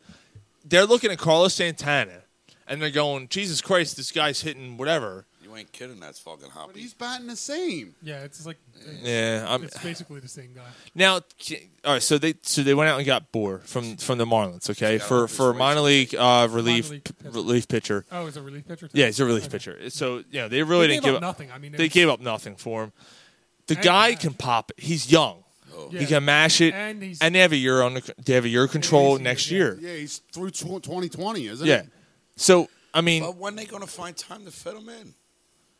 S5: they're looking at Carlos Santana, and they're going, Jesus Christ, this guy's hitting whatever.
S9: You ain't kidding. That's fucking
S7: But
S9: hoppy.
S7: he's batting the same.
S6: Yeah, it's like
S5: Yeah, I'm
S6: it's basically the same guy.
S5: now. All right, so they so they went out and got Boer from from the Marlins, okay, for for minor league uh, relief
S6: league pitcher.
S5: relief pitcher.
S6: Oh, is a relief pitcher? too?
S5: Yeah, he's a relief
S6: Okay.
S5: pitcher. So you know they really
S6: They
S5: didn't
S6: gave
S5: give
S6: up nothing. I mean, it
S5: they
S6: was-
S5: gave up nothing for him. The
S6: And
S5: guy
S6: mash.
S5: can pop it. He's young. He
S6: Yeah.
S5: can mash it,
S6: And he's-
S5: they have a year on. The, they have a year control
S6: he's-
S5: next
S6: yeah.
S5: year.
S7: Yeah, he's through tw- 2020, isn't
S5: Yeah.
S7: it?
S5: So I mean,
S9: But when they gonna find time to fit him in?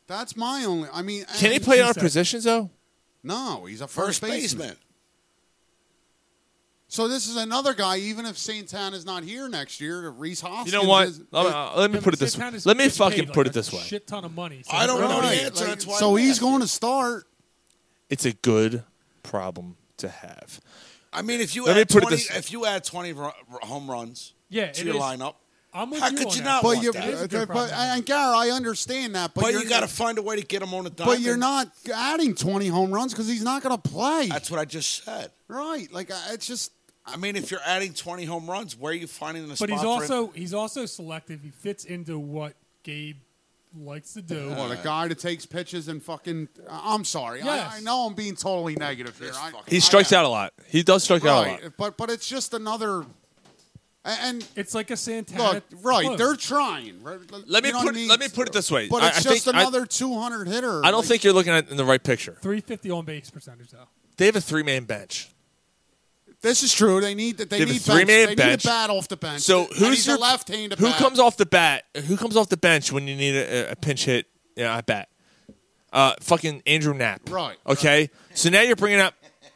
S7: That's my only. I mean,
S5: can he
S7: and-
S5: play
S6: he
S5: other
S6: said-
S5: positions though?
S7: No, he's a
S9: First
S7: first,
S9: baseman.
S7: So this is another guy. Even if Santana's not here next year, Reese Hoskins.
S5: You know what?
S7: Is,
S5: Let me, uh, let me
S6: Yeah,
S5: put
S6: but
S5: it this.
S6: Santana's
S5: Let me
S6: getting paid,
S5: fucking
S6: like,
S5: put
S6: a
S5: it this way.
S6: Shit ton of money. so
S9: I don't know the
S7: Right,
S9: answer.
S7: like,
S9: that's why.
S7: so
S9: I'm
S7: he's
S9: asking.
S7: going to start.
S5: It's a good problem to have.
S9: I mean, if you
S5: Let me
S9: add
S5: put it
S9: 20,
S5: this-
S9: if you add twenty ru- ru- home runs
S6: Yeah,
S9: to
S6: it
S9: your
S6: is.
S9: lineup,
S6: I'm with
S9: How
S6: you
S9: could
S6: on
S9: you
S6: that.
S9: not
S7: But
S9: want
S7: you,
S9: that? That is a
S7: but,
S9: good
S7: but
S9: problem.
S7: and Gar, I understand that, but,
S9: But, you
S7: you're-
S9: got to find a way to get him on the doctor.
S7: But you're not adding 20 home runs because he's not going to play.
S9: That's what I just said.
S7: Right. Like, it's just.
S9: I mean, if you're adding 20 home runs, where are you finding the spot?
S6: But he's
S9: for
S6: also
S9: him?
S6: he's also selective. He fits into what Gabe likes to do.
S7: What,
S5: Uh,
S7: a guy that takes pitches and fucking. I'm sorry.
S6: Yes.
S7: I, I know I'm being totally negative here. I,
S5: He strikes out a lot. He does strike out a lot.
S7: Right, But but it's just another. And, and
S6: it's like a Santana.
S7: Look, right,
S5: clone.
S7: they're trying. right?
S5: Let me
S7: You know
S5: put
S7: what I mean?
S5: let me put it this way.
S7: But
S5: I-
S7: it's
S5: I think-
S7: just
S5: I-
S7: another 200 hitter.
S5: I don't
S7: Like,
S5: think you're looking at it in the right picture.
S6: 350 on base percentage though.
S5: They have a three man bench.
S7: this is true. They need that. They,
S5: have a
S7: need
S5: three
S7: bench. They
S5: man
S7: need
S5: bench.
S7: a bat off the bench.
S5: So
S7: And
S5: who's
S7: he's
S5: your
S7: a left handed
S5: Who
S7: bat.
S5: comes off the bat? Who comes off the bench when you need a, a pinch hit? Yeah, at bat. Uh, fucking Andrew Knapp.
S7: Right,
S5: Okay. So now you're bringing up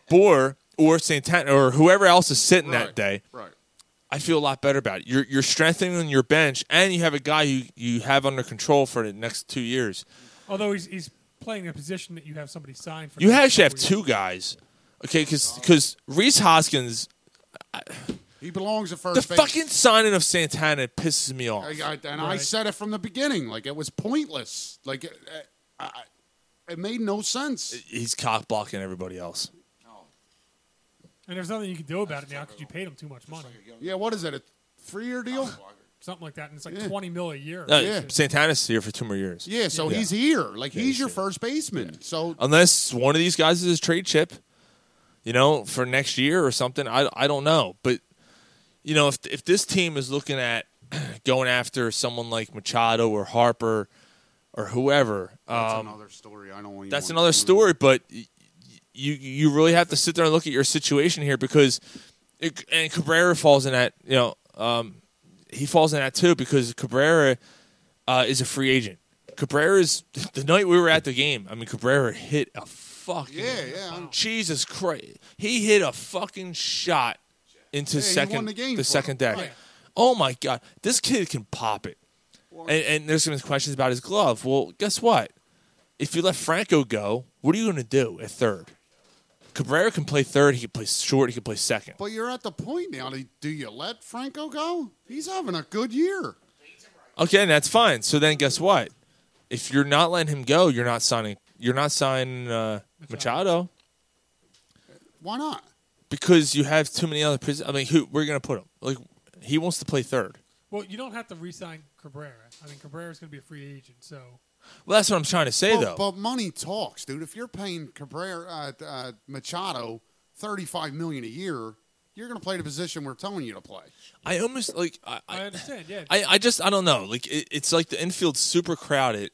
S5: Boer or Santana or whoever else is sitting that day.
S7: Right.
S5: I feel a lot better about it. You're, you're strengthening your bench, and you have a guy you, you have under control for the next two years.
S6: Although he's he's playing in a position that you have somebody signed for.
S5: You
S6: the next
S5: actually have
S6: couple
S5: two guys, okay? Because Reese Hoskins,
S7: He belongs at first
S5: the
S7: base.
S5: fucking signing of Santana pisses me off.
S7: I, I, and I
S5: Right.
S7: said it from the beginning. Like it was pointless. Like it, I, I- it made no sense.
S5: He's cock blocking everybody else.
S6: years. And there's nothing you can do about it now because you paid him too much money.
S7: Yeah. What is it? A three year deal?
S6: Something like that, and it's like 20 mil a year.
S5: No, Uh, Santana's here for two more years.
S7: Yeah. So he's here. Like he's your first baseman. So
S5: Um, unless one of these guys is a trade chip, you know, for next year or something. I, I don't know, but you know, if if this team is looking at going after someone like Machado or Harper or whoever,
S7: that's
S5: um,
S7: another story. I don't. Even
S5: that's
S7: want-
S5: another story. But y- you you really have to sit there and look at your situation here because, it, and Cabrera falls in that you know um, he falls in that too because Cabrera uh, is a free agent. Cabrera's the night we were at the game. I mean, Cabrera hit a fucking
S7: Yeah. Yeah. I'm-
S5: Jesus Christ. He hit a fucking shot into
S7: Yeah, he won
S5: second
S7: the
S5: the,
S7: game for
S5: second
S7: them.
S5: deck.
S7: Right.
S5: Oh my god, this kid can pop it. And, and there's some questions about his glove. Well, guess what? If you let Franco go, what are you going to do at third? Cabrera can play third. He can play short. He can play second.
S7: But you're at the point now. Do do you let Franco go? He's having a good year.
S5: Okay, and that's fine. So then, guess what? If you're not letting him go, you're not signing. You're not signing uh, Machado
S7: Why not?
S5: because you have too many other. Pos- I mean, who we're going to put him? Like he wants to play third.
S6: Well, you don't have to re-sign Cabrera. I mean, Cabrera's going to be a free agent, so
S5: Well, that's what I'm trying to say,
S7: but,
S5: though.
S7: but money talks, dude. If you're paying Cabrera uh, uh, Machado thirty-five million a year, you're going to play the position we're telling you to play.
S5: I almost like I,
S6: I
S5: I,
S6: understand. Yeah,
S5: I, I just I don't know. Like it, it's like the infield's super crowded.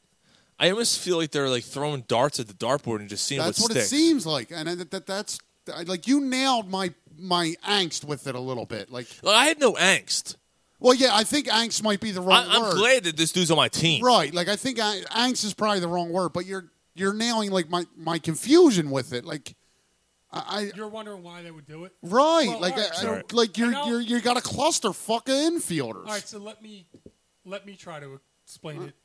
S5: I almost feel like they're like throwing darts at the dartboard and just seeing
S7: that's
S5: what,
S7: what
S5: sticks.
S7: it seems like, and uh, that, that that's I- like you nailed my my angst with it a little bit. Like,
S5: Like I had no angst.
S7: well, yeah, I think angst might be the
S5: I,
S7: wrong word.
S5: I'm glad that this dude's on my team.
S7: right? Like, I think I, angst is probably the wrong word, but you're you're nailing like my my confusion with it. Like, I, I
S6: you're wondering why they would do it,
S7: right?
S6: Well,
S7: like,
S6: all right,
S7: I- I-
S6: so-
S7: like you're
S6: and I'll-
S7: you're you got a cluster fuck of infielders.
S6: All right, so let me let me try to explain it.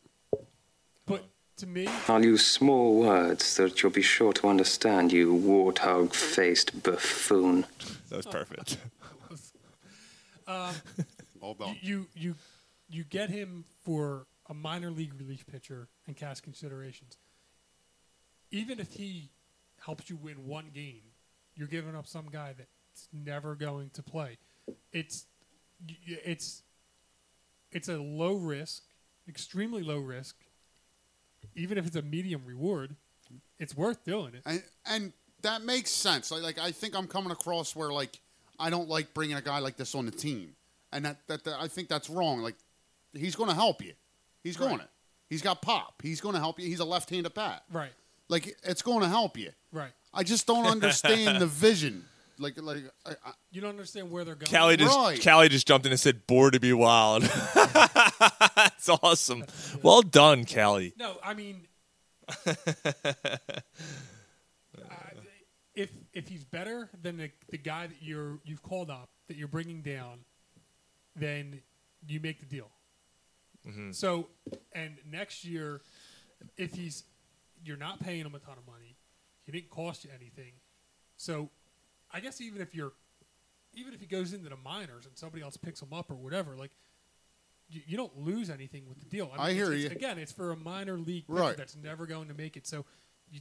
S6: But to me,
S13: I'll use small words that you'll be sure to understand, you warthog faced buffoon.
S5: That was perfect.
S6: um, you, you you you get him for a minor league relief pitcher and cast considerations. Even if he helps you win one game, you're giving up some guy that's never going to play. It's y- y- it's it's a low risk, extremely low risk. Even if it's a medium reward, it's worth doing it.
S7: and and that makes sense. Like, like I think I'm coming across where like I don't like bringing a guy like this on the team, and that that, that I think that's wrong. Like he's going to help you. He's going to. He's got pop. He's going to help you. He's a left-handed bat.
S6: Right,
S7: Like it's going to help you.
S6: right.
S7: I just don't understand the vision. Like like I, I,
S6: You don't understand where they're going.
S5: Callie just
S7: Right.
S5: Callie just jumped in and said, "Bored to be wild." That's awesome. Well done, Callie.
S6: No, I mean, if if he's better than the, the guy that you're you've called up that you're bringing down, then you make the deal. So, and next year, if he's you're not paying him a ton of money, he didn't cost you anything. So, I guess even if you're even if he goes into the minors and somebody else picks him up or whatever, like you, you don't lose anything with the deal.
S7: I
S6: it's-
S7: hear
S6: it's-
S7: you.
S6: Again, it's for a minor league pitcher
S7: Right.
S6: that's never going to make it. So, you,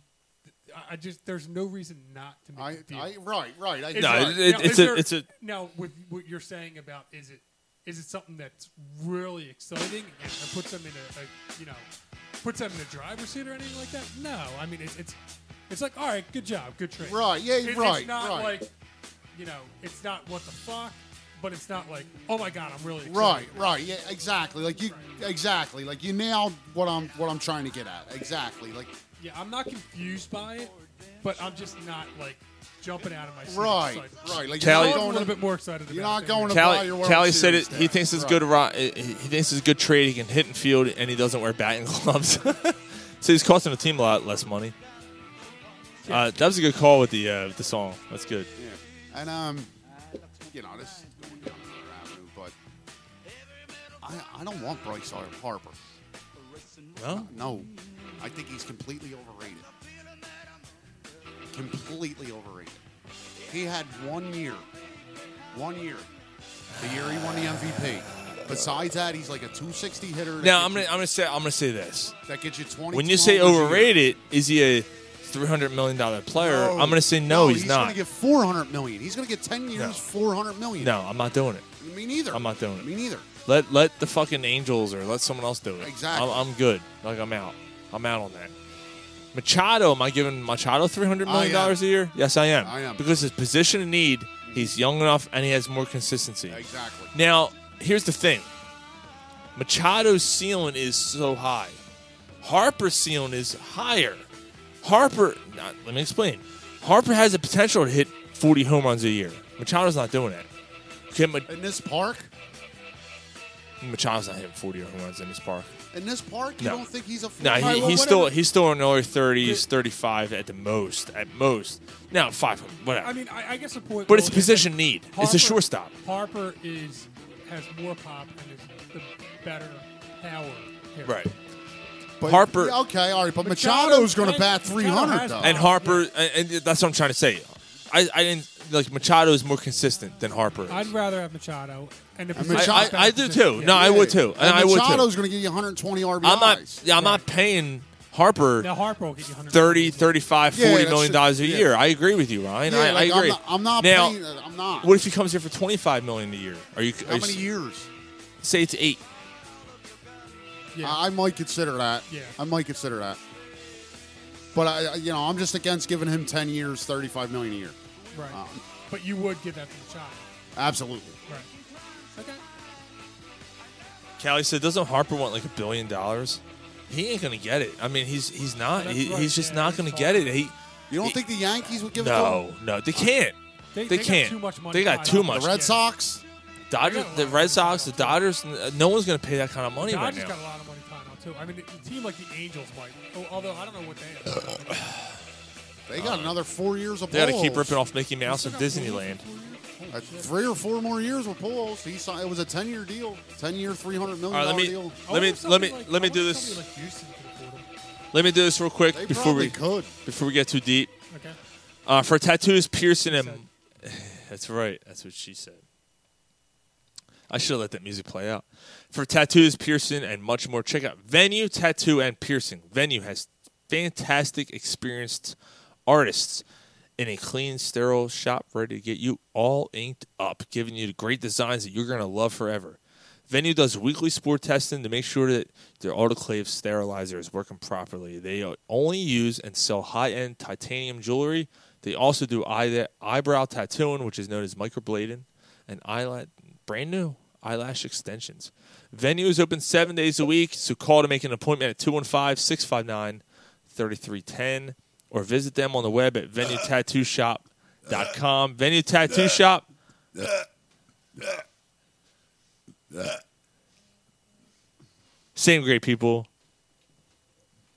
S6: I I just there's no reason not to make
S7: I-
S6: the deal.
S7: I- right, right, I-
S6: Is
S5: No,
S6: there-
S5: it- it-
S6: now,
S5: it's
S6: is
S5: a-
S6: there-
S5: it's a-
S6: now with what you're saying about is it is it something that's really exciting and and puts them in a, a you know puts them in the driver's seat or anything like that? No, I mean it's it's it's like all right, good job, good trade.
S7: Right, yeah,
S6: It-
S7: right,
S6: It's not
S7: right.
S6: like you know, it's not what the fuck, but it's not like oh my god, I'm really excited.
S7: Right, right, yeah, exactly. Like you, exactly. Like you nailed what I'm, what I'm trying to get at. Exactly. Like
S6: Yeah, I'm not confused by it, but I'm just not like jumping out of my seat.
S7: Right,
S6: It's
S7: right, like,
S5: Callie-
S6: I'm a little bit more excited.
S7: You're
S6: about
S7: not
S6: it
S7: going to
S6: than you
S7: buy
S6: are.
S7: your
S5: Callie said it, he thinks it's good. Ro- he he thinks it's a good trade. He can hit and field, and he doesn't wear batting gloves, so he's costing the team a lot less money. Uh, that was a good call with the uh, with the song. That's good.
S7: Yeah. And um, you know, this is going down another avenue, but I, I don't want Bryce Har- Harper.
S5: No,
S7: no, I think he's completely overrated. Completely overrated. He had one year, one year, the year he won the MVP. Besides that, he's like a 260 hitter. that
S5: Now I'm gonna
S7: gets
S5: I'm gonna say I'm gonna say this.
S7: you- that gets you 20.
S5: When you say overrated, is he a three hundred million dollar player? I'm gonna say no, he's,
S7: Oh, he's
S5: not.
S7: Gonna get 400 million. He's going to get 10 years, 400 million.
S5: no, I'm not doing it.
S7: me neither.
S5: I'm not doing it.
S7: Me neither.
S5: Let let the fucking Angels or let someone else do it.
S7: Exactly.
S5: I'm, I'm good. Like I'm out. I'm out on that. Machado, am I giving Machado three hundred million
S7: I am.
S5: dollars a year? Yes, I am.
S7: Oh, I am.
S5: because his position of need, he's young enough and he has more consistency.
S7: Exactly.
S5: Now, here's the thing. Machado's ceiling is so high. Harper's ceiling is higher. Harper, not, let me explain. Harper has the potential to hit 40 home runs a year. Machado's not doing that. Okay, Ma-
S7: In this park,
S5: Machado's not hitting 40 home runs in this park.
S7: in this park, you
S5: No.
S7: don't think he's a
S5: No,
S7: All right,
S5: he,
S7: well,
S5: he's
S7: whatever.
S5: still he's still in the early 30s, 35 at the most, at most. Now five, whatever.
S6: I mean, I, I guess the point.
S5: But it's
S6: Will,
S5: a
S6: is that
S5: position need. It's a shortstop.
S6: Harper is has more pop and is the better power. hitter.
S7: uh,
S5: Right.
S7: But-
S5: Harper.
S7: Yeah, okay, all right, but
S6: Machado-
S7: Machado's going to
S6: Machado
S7: bat
S6: has
S7: 300 though.
S5: And Harper, and, and that's what I'm trying to say. I, I didn't like Machado is more consistent than Harper.
S6: I'd rather have Machado and the
S5: I-
S6: position-
S5: I- I do too. No, I would too. And
S7: And
S5: I would too.
S7: Machado's going to give you 120 RBIs.
S5: I'm not. Yeah, I'm not paying Harper.
S6: Now Harper will get you 100
S5: 30, 35,
S7: Yeah,
S5: 40
S7: that's
S5: million
S7: it.
S5: dollars a
S7: Yeah.
S5: year. I agree with you, Ryan.
S7: Yeah,
S5: I,
S7: like,
S5: I
S7: I'm
S5: agree.
S7: not- I'm not
S5: now,
S7: paying- I'm not.
S5: What if he comes here for 25 million a year? Are you?
S7: How many years?
S5: Say it's eight.
S7: I, I might consider that.
S5: Yeah.
S7: I might consider that. But I, I- you know, I'm just against giving him 10 years, 35 million a year.
S6: Right. but you would give that to Machado.
S7: Absolutely.
S6: Right. Okay.
S5: Callie said, "Doesn't Harper want like a billion dollars? He ain't gonna get it. I mean, he's he's not.
S7: That's
S5: He,
S7: right,
S5: he's just
S7: yeah,
S5: not
S7: he's
S5: gonna get it. He.
S7: You don't think the Yankees would give it to
S5: No,
S7: him?
S5: no, they can't.
S7: They-
S5: They,
S7: they got
S5: can't.
S7: too much money
S5: they got
S7: tied
S5: too
S7: up. The
S5: much.
S7: Red Sox,
S5: Dodgers, the Red Sox, the Dodgers. n- No one's gonna pay that kind of money
S6: Dodgers
S5: right now.
S6: got a lot of money tied out too. I mean, a team like the Angels might. Oh, although I don't know what they.
S5: Uh,
S6: Have.
S7: They got another four years of
S5: They gotta keep
S7: Pujols.
S5: ripping off Mickey Mouse and Disneyland.
S7: Uh, three or four more years with Pujols. He signed, it was a 10 year deal, 10 year, 300 million
S5: All right, let me-
S7: deal.
S5: let I me- wonder if let me- somebody like- let me I do wonder if this. somebody Let me do this real quick
S7: They
S5: before we
S7: probably
S5: before we get too deep.
S6: Okay.
S5: Uh, for tattoos, piercing, and that's right. That's what she said. I should have let that music play out. For tattoos, piercing, and much more, check out Venue Tattoo and Piercing. Venue has fantastic, experienced artists in a clean, sterile shop ready to get you all inked up, giving you the great designs that you're going to love forever. Venue does weekly spore testing to make sure that their autoclave sterilizer is working properly. They only use and sell high end titanium jewelry. They also do eye, eyebrow tattooing, which is known as microblading, and eyelash, brand new eyelash extensions. Venue is open seven days a week, so call to make an appointment at 215 659 3310 or visit them on the web at venuetattooshop.com. Venue Tattoo Shop. Same great people.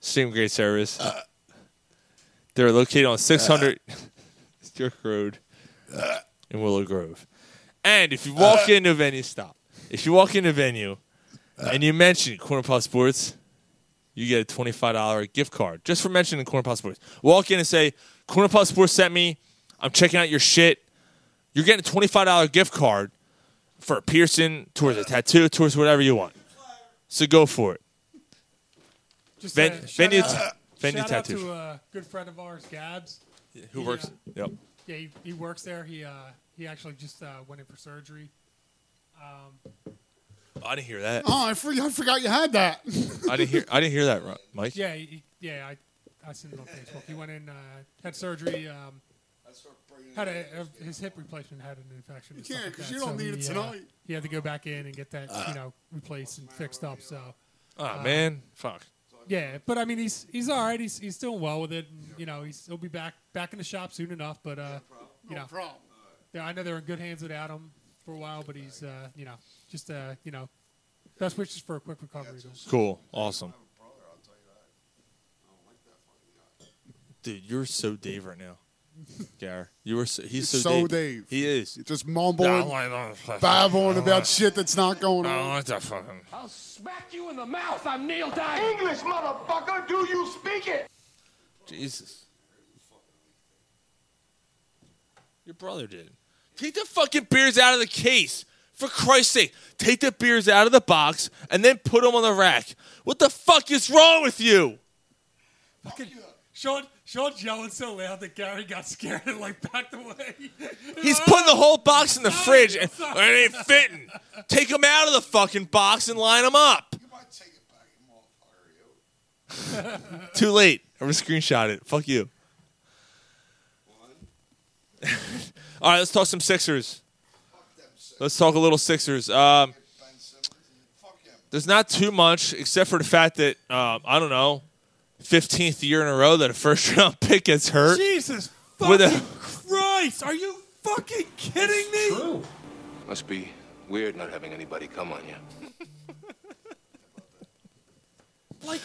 S5: Same great service. They're located on 600 York Road in Willow Grove. And if you walk into a venue, stop. If you walk into a venue and you mention Corner Pop Sports, you get a $25 gift card just for mentioning Corner Pop Sports. Walk in and say, Corner Pop Sports sent me. I'm checking out your shit. You're getting a $25 gift card for a piercing, towards a tattoo, towards whatever you want. So go for it.
S6: Just
S5: Ven-
S6: uh, shout
S5: venue
S6: out-
S5: t- venue
S6: shout
S5: tattoo.
S6: Out to a good friend of ours, Gabs.
S5: who
S6: He,
S5: works-
S6: uh,
S5: yep.
S6: Yeah, he, he works there. He uh, he actually just uh, went in for surgery. Um,
S5: I didn't hear that.
S7: Oh, I, for- I forgot you had that.
S5: I didn't hear. I didn't hear that, Ro- Mike.
S6: yeah, he, yeah, I I seen it on Facebook. He went in, uh, had surgery. Um, had a, a- his hip replacement had an infection. and
S7: You
S6: stuff
S7: can't,
S6: like
S7: 'cause
S6: that,
S7: you don't
S6: so
S7: need it
S6: he, uh,
S7: tonight.
S6: he had to go back in and get that
S5: Ah.
S6: you know replaced and fixed up. So.
S5: Ah
S6: uh,
S5: man, fuck.
S6: Yeah, but I mean, he's he's all right. He's he's doing well with it. And, you know, he's he'll be back back in the shop soon enough. But uh, you
S7: No
S6: know,
S7: problem.
S6: yeah, I know they're in good hands without him for a while. But he's uh, you know, just uh, you know, best wishes for a quick recovery. though.
S5: Cool. Awesome. Dude, you're so Dave right now. Gar, you were so, he's so,
S7: so
S5: Dave.
S7: Dave.
S5: He is
S7: just mumbling,
S5: I don't like that.
S7: babbling
S5: I don't
S7: about
S5: like-
S7: shit that's not going
S5: I don't
S7: on.
S5: like that Oh, fucking.
S12: I'll smack you in the mouth. I'm Neil Diamond. English, motherfucker. Do you speak it?
S5: Jesus. Your brother did. Take the fucking beers out of the case. For Christ's sake, take the beers out of the box and then put them on the rack. What the fuck is wrong with you?
S6: Sean Sean's yelling so loud that Gary got scared and like backed away. Oh,
S5: He's putting the whole box in the fridge and it ain't fitting. Take them out of the fucking box and line them up. Too late. I'm gonna screenshot it. Fuck you. All right, let's talk some Sixers. Let's talk a little Sixers. Um, there's not too much except for the fact that um, I don't know, 15th year in a row that a first round pick gets hurt.
S6: Jesus
S5: With a-
S6: Christ, are you fucking kidding me?
S14: Must be weird not having anybody come on you.
S6: Like,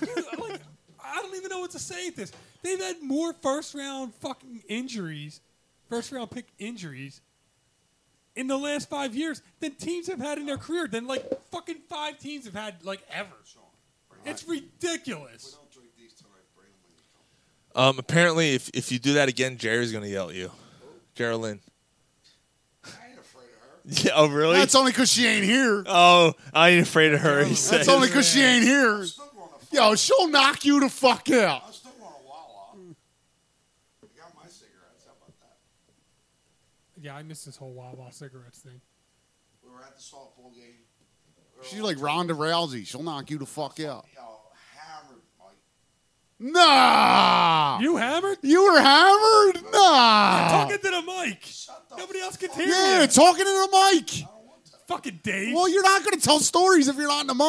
S6: you, like I don't even know what to say at this. They've had more first round fucking injuries, first round pick injuries in the last five years than teams have had in their career, than like fucking five teams have had like ever. It's ridiculous.
S5: Um, apparently, if, if you do that again, Jerry's going to yell at you. Geraldine. I ain't afraid of her. Yeah, oh, really?
S7: That's only because she ain't here.
S5: Oh, I ain't afraid of her. He says.
S7: That's only because she ain't here. Yo, she'll knock you the fuck out.
S6: Yeah, I missed this whole Wawa cigarettes thing.
S9: We were at the softball game.
S7: She's like Ronda Rousey. She'll knock you the fuck out.
S9: Hammered, Mike.
S7: Nah.
S6: You hammered?
S7: You were hammered? Nah.
S6: Talking to the mic. Nobody else can hear
S7: yeah,
S6: you.
S7: talking to the mic.
S6: Fucking Dave.
S7: Well, you're not going to tell stories if you're not in the mic. I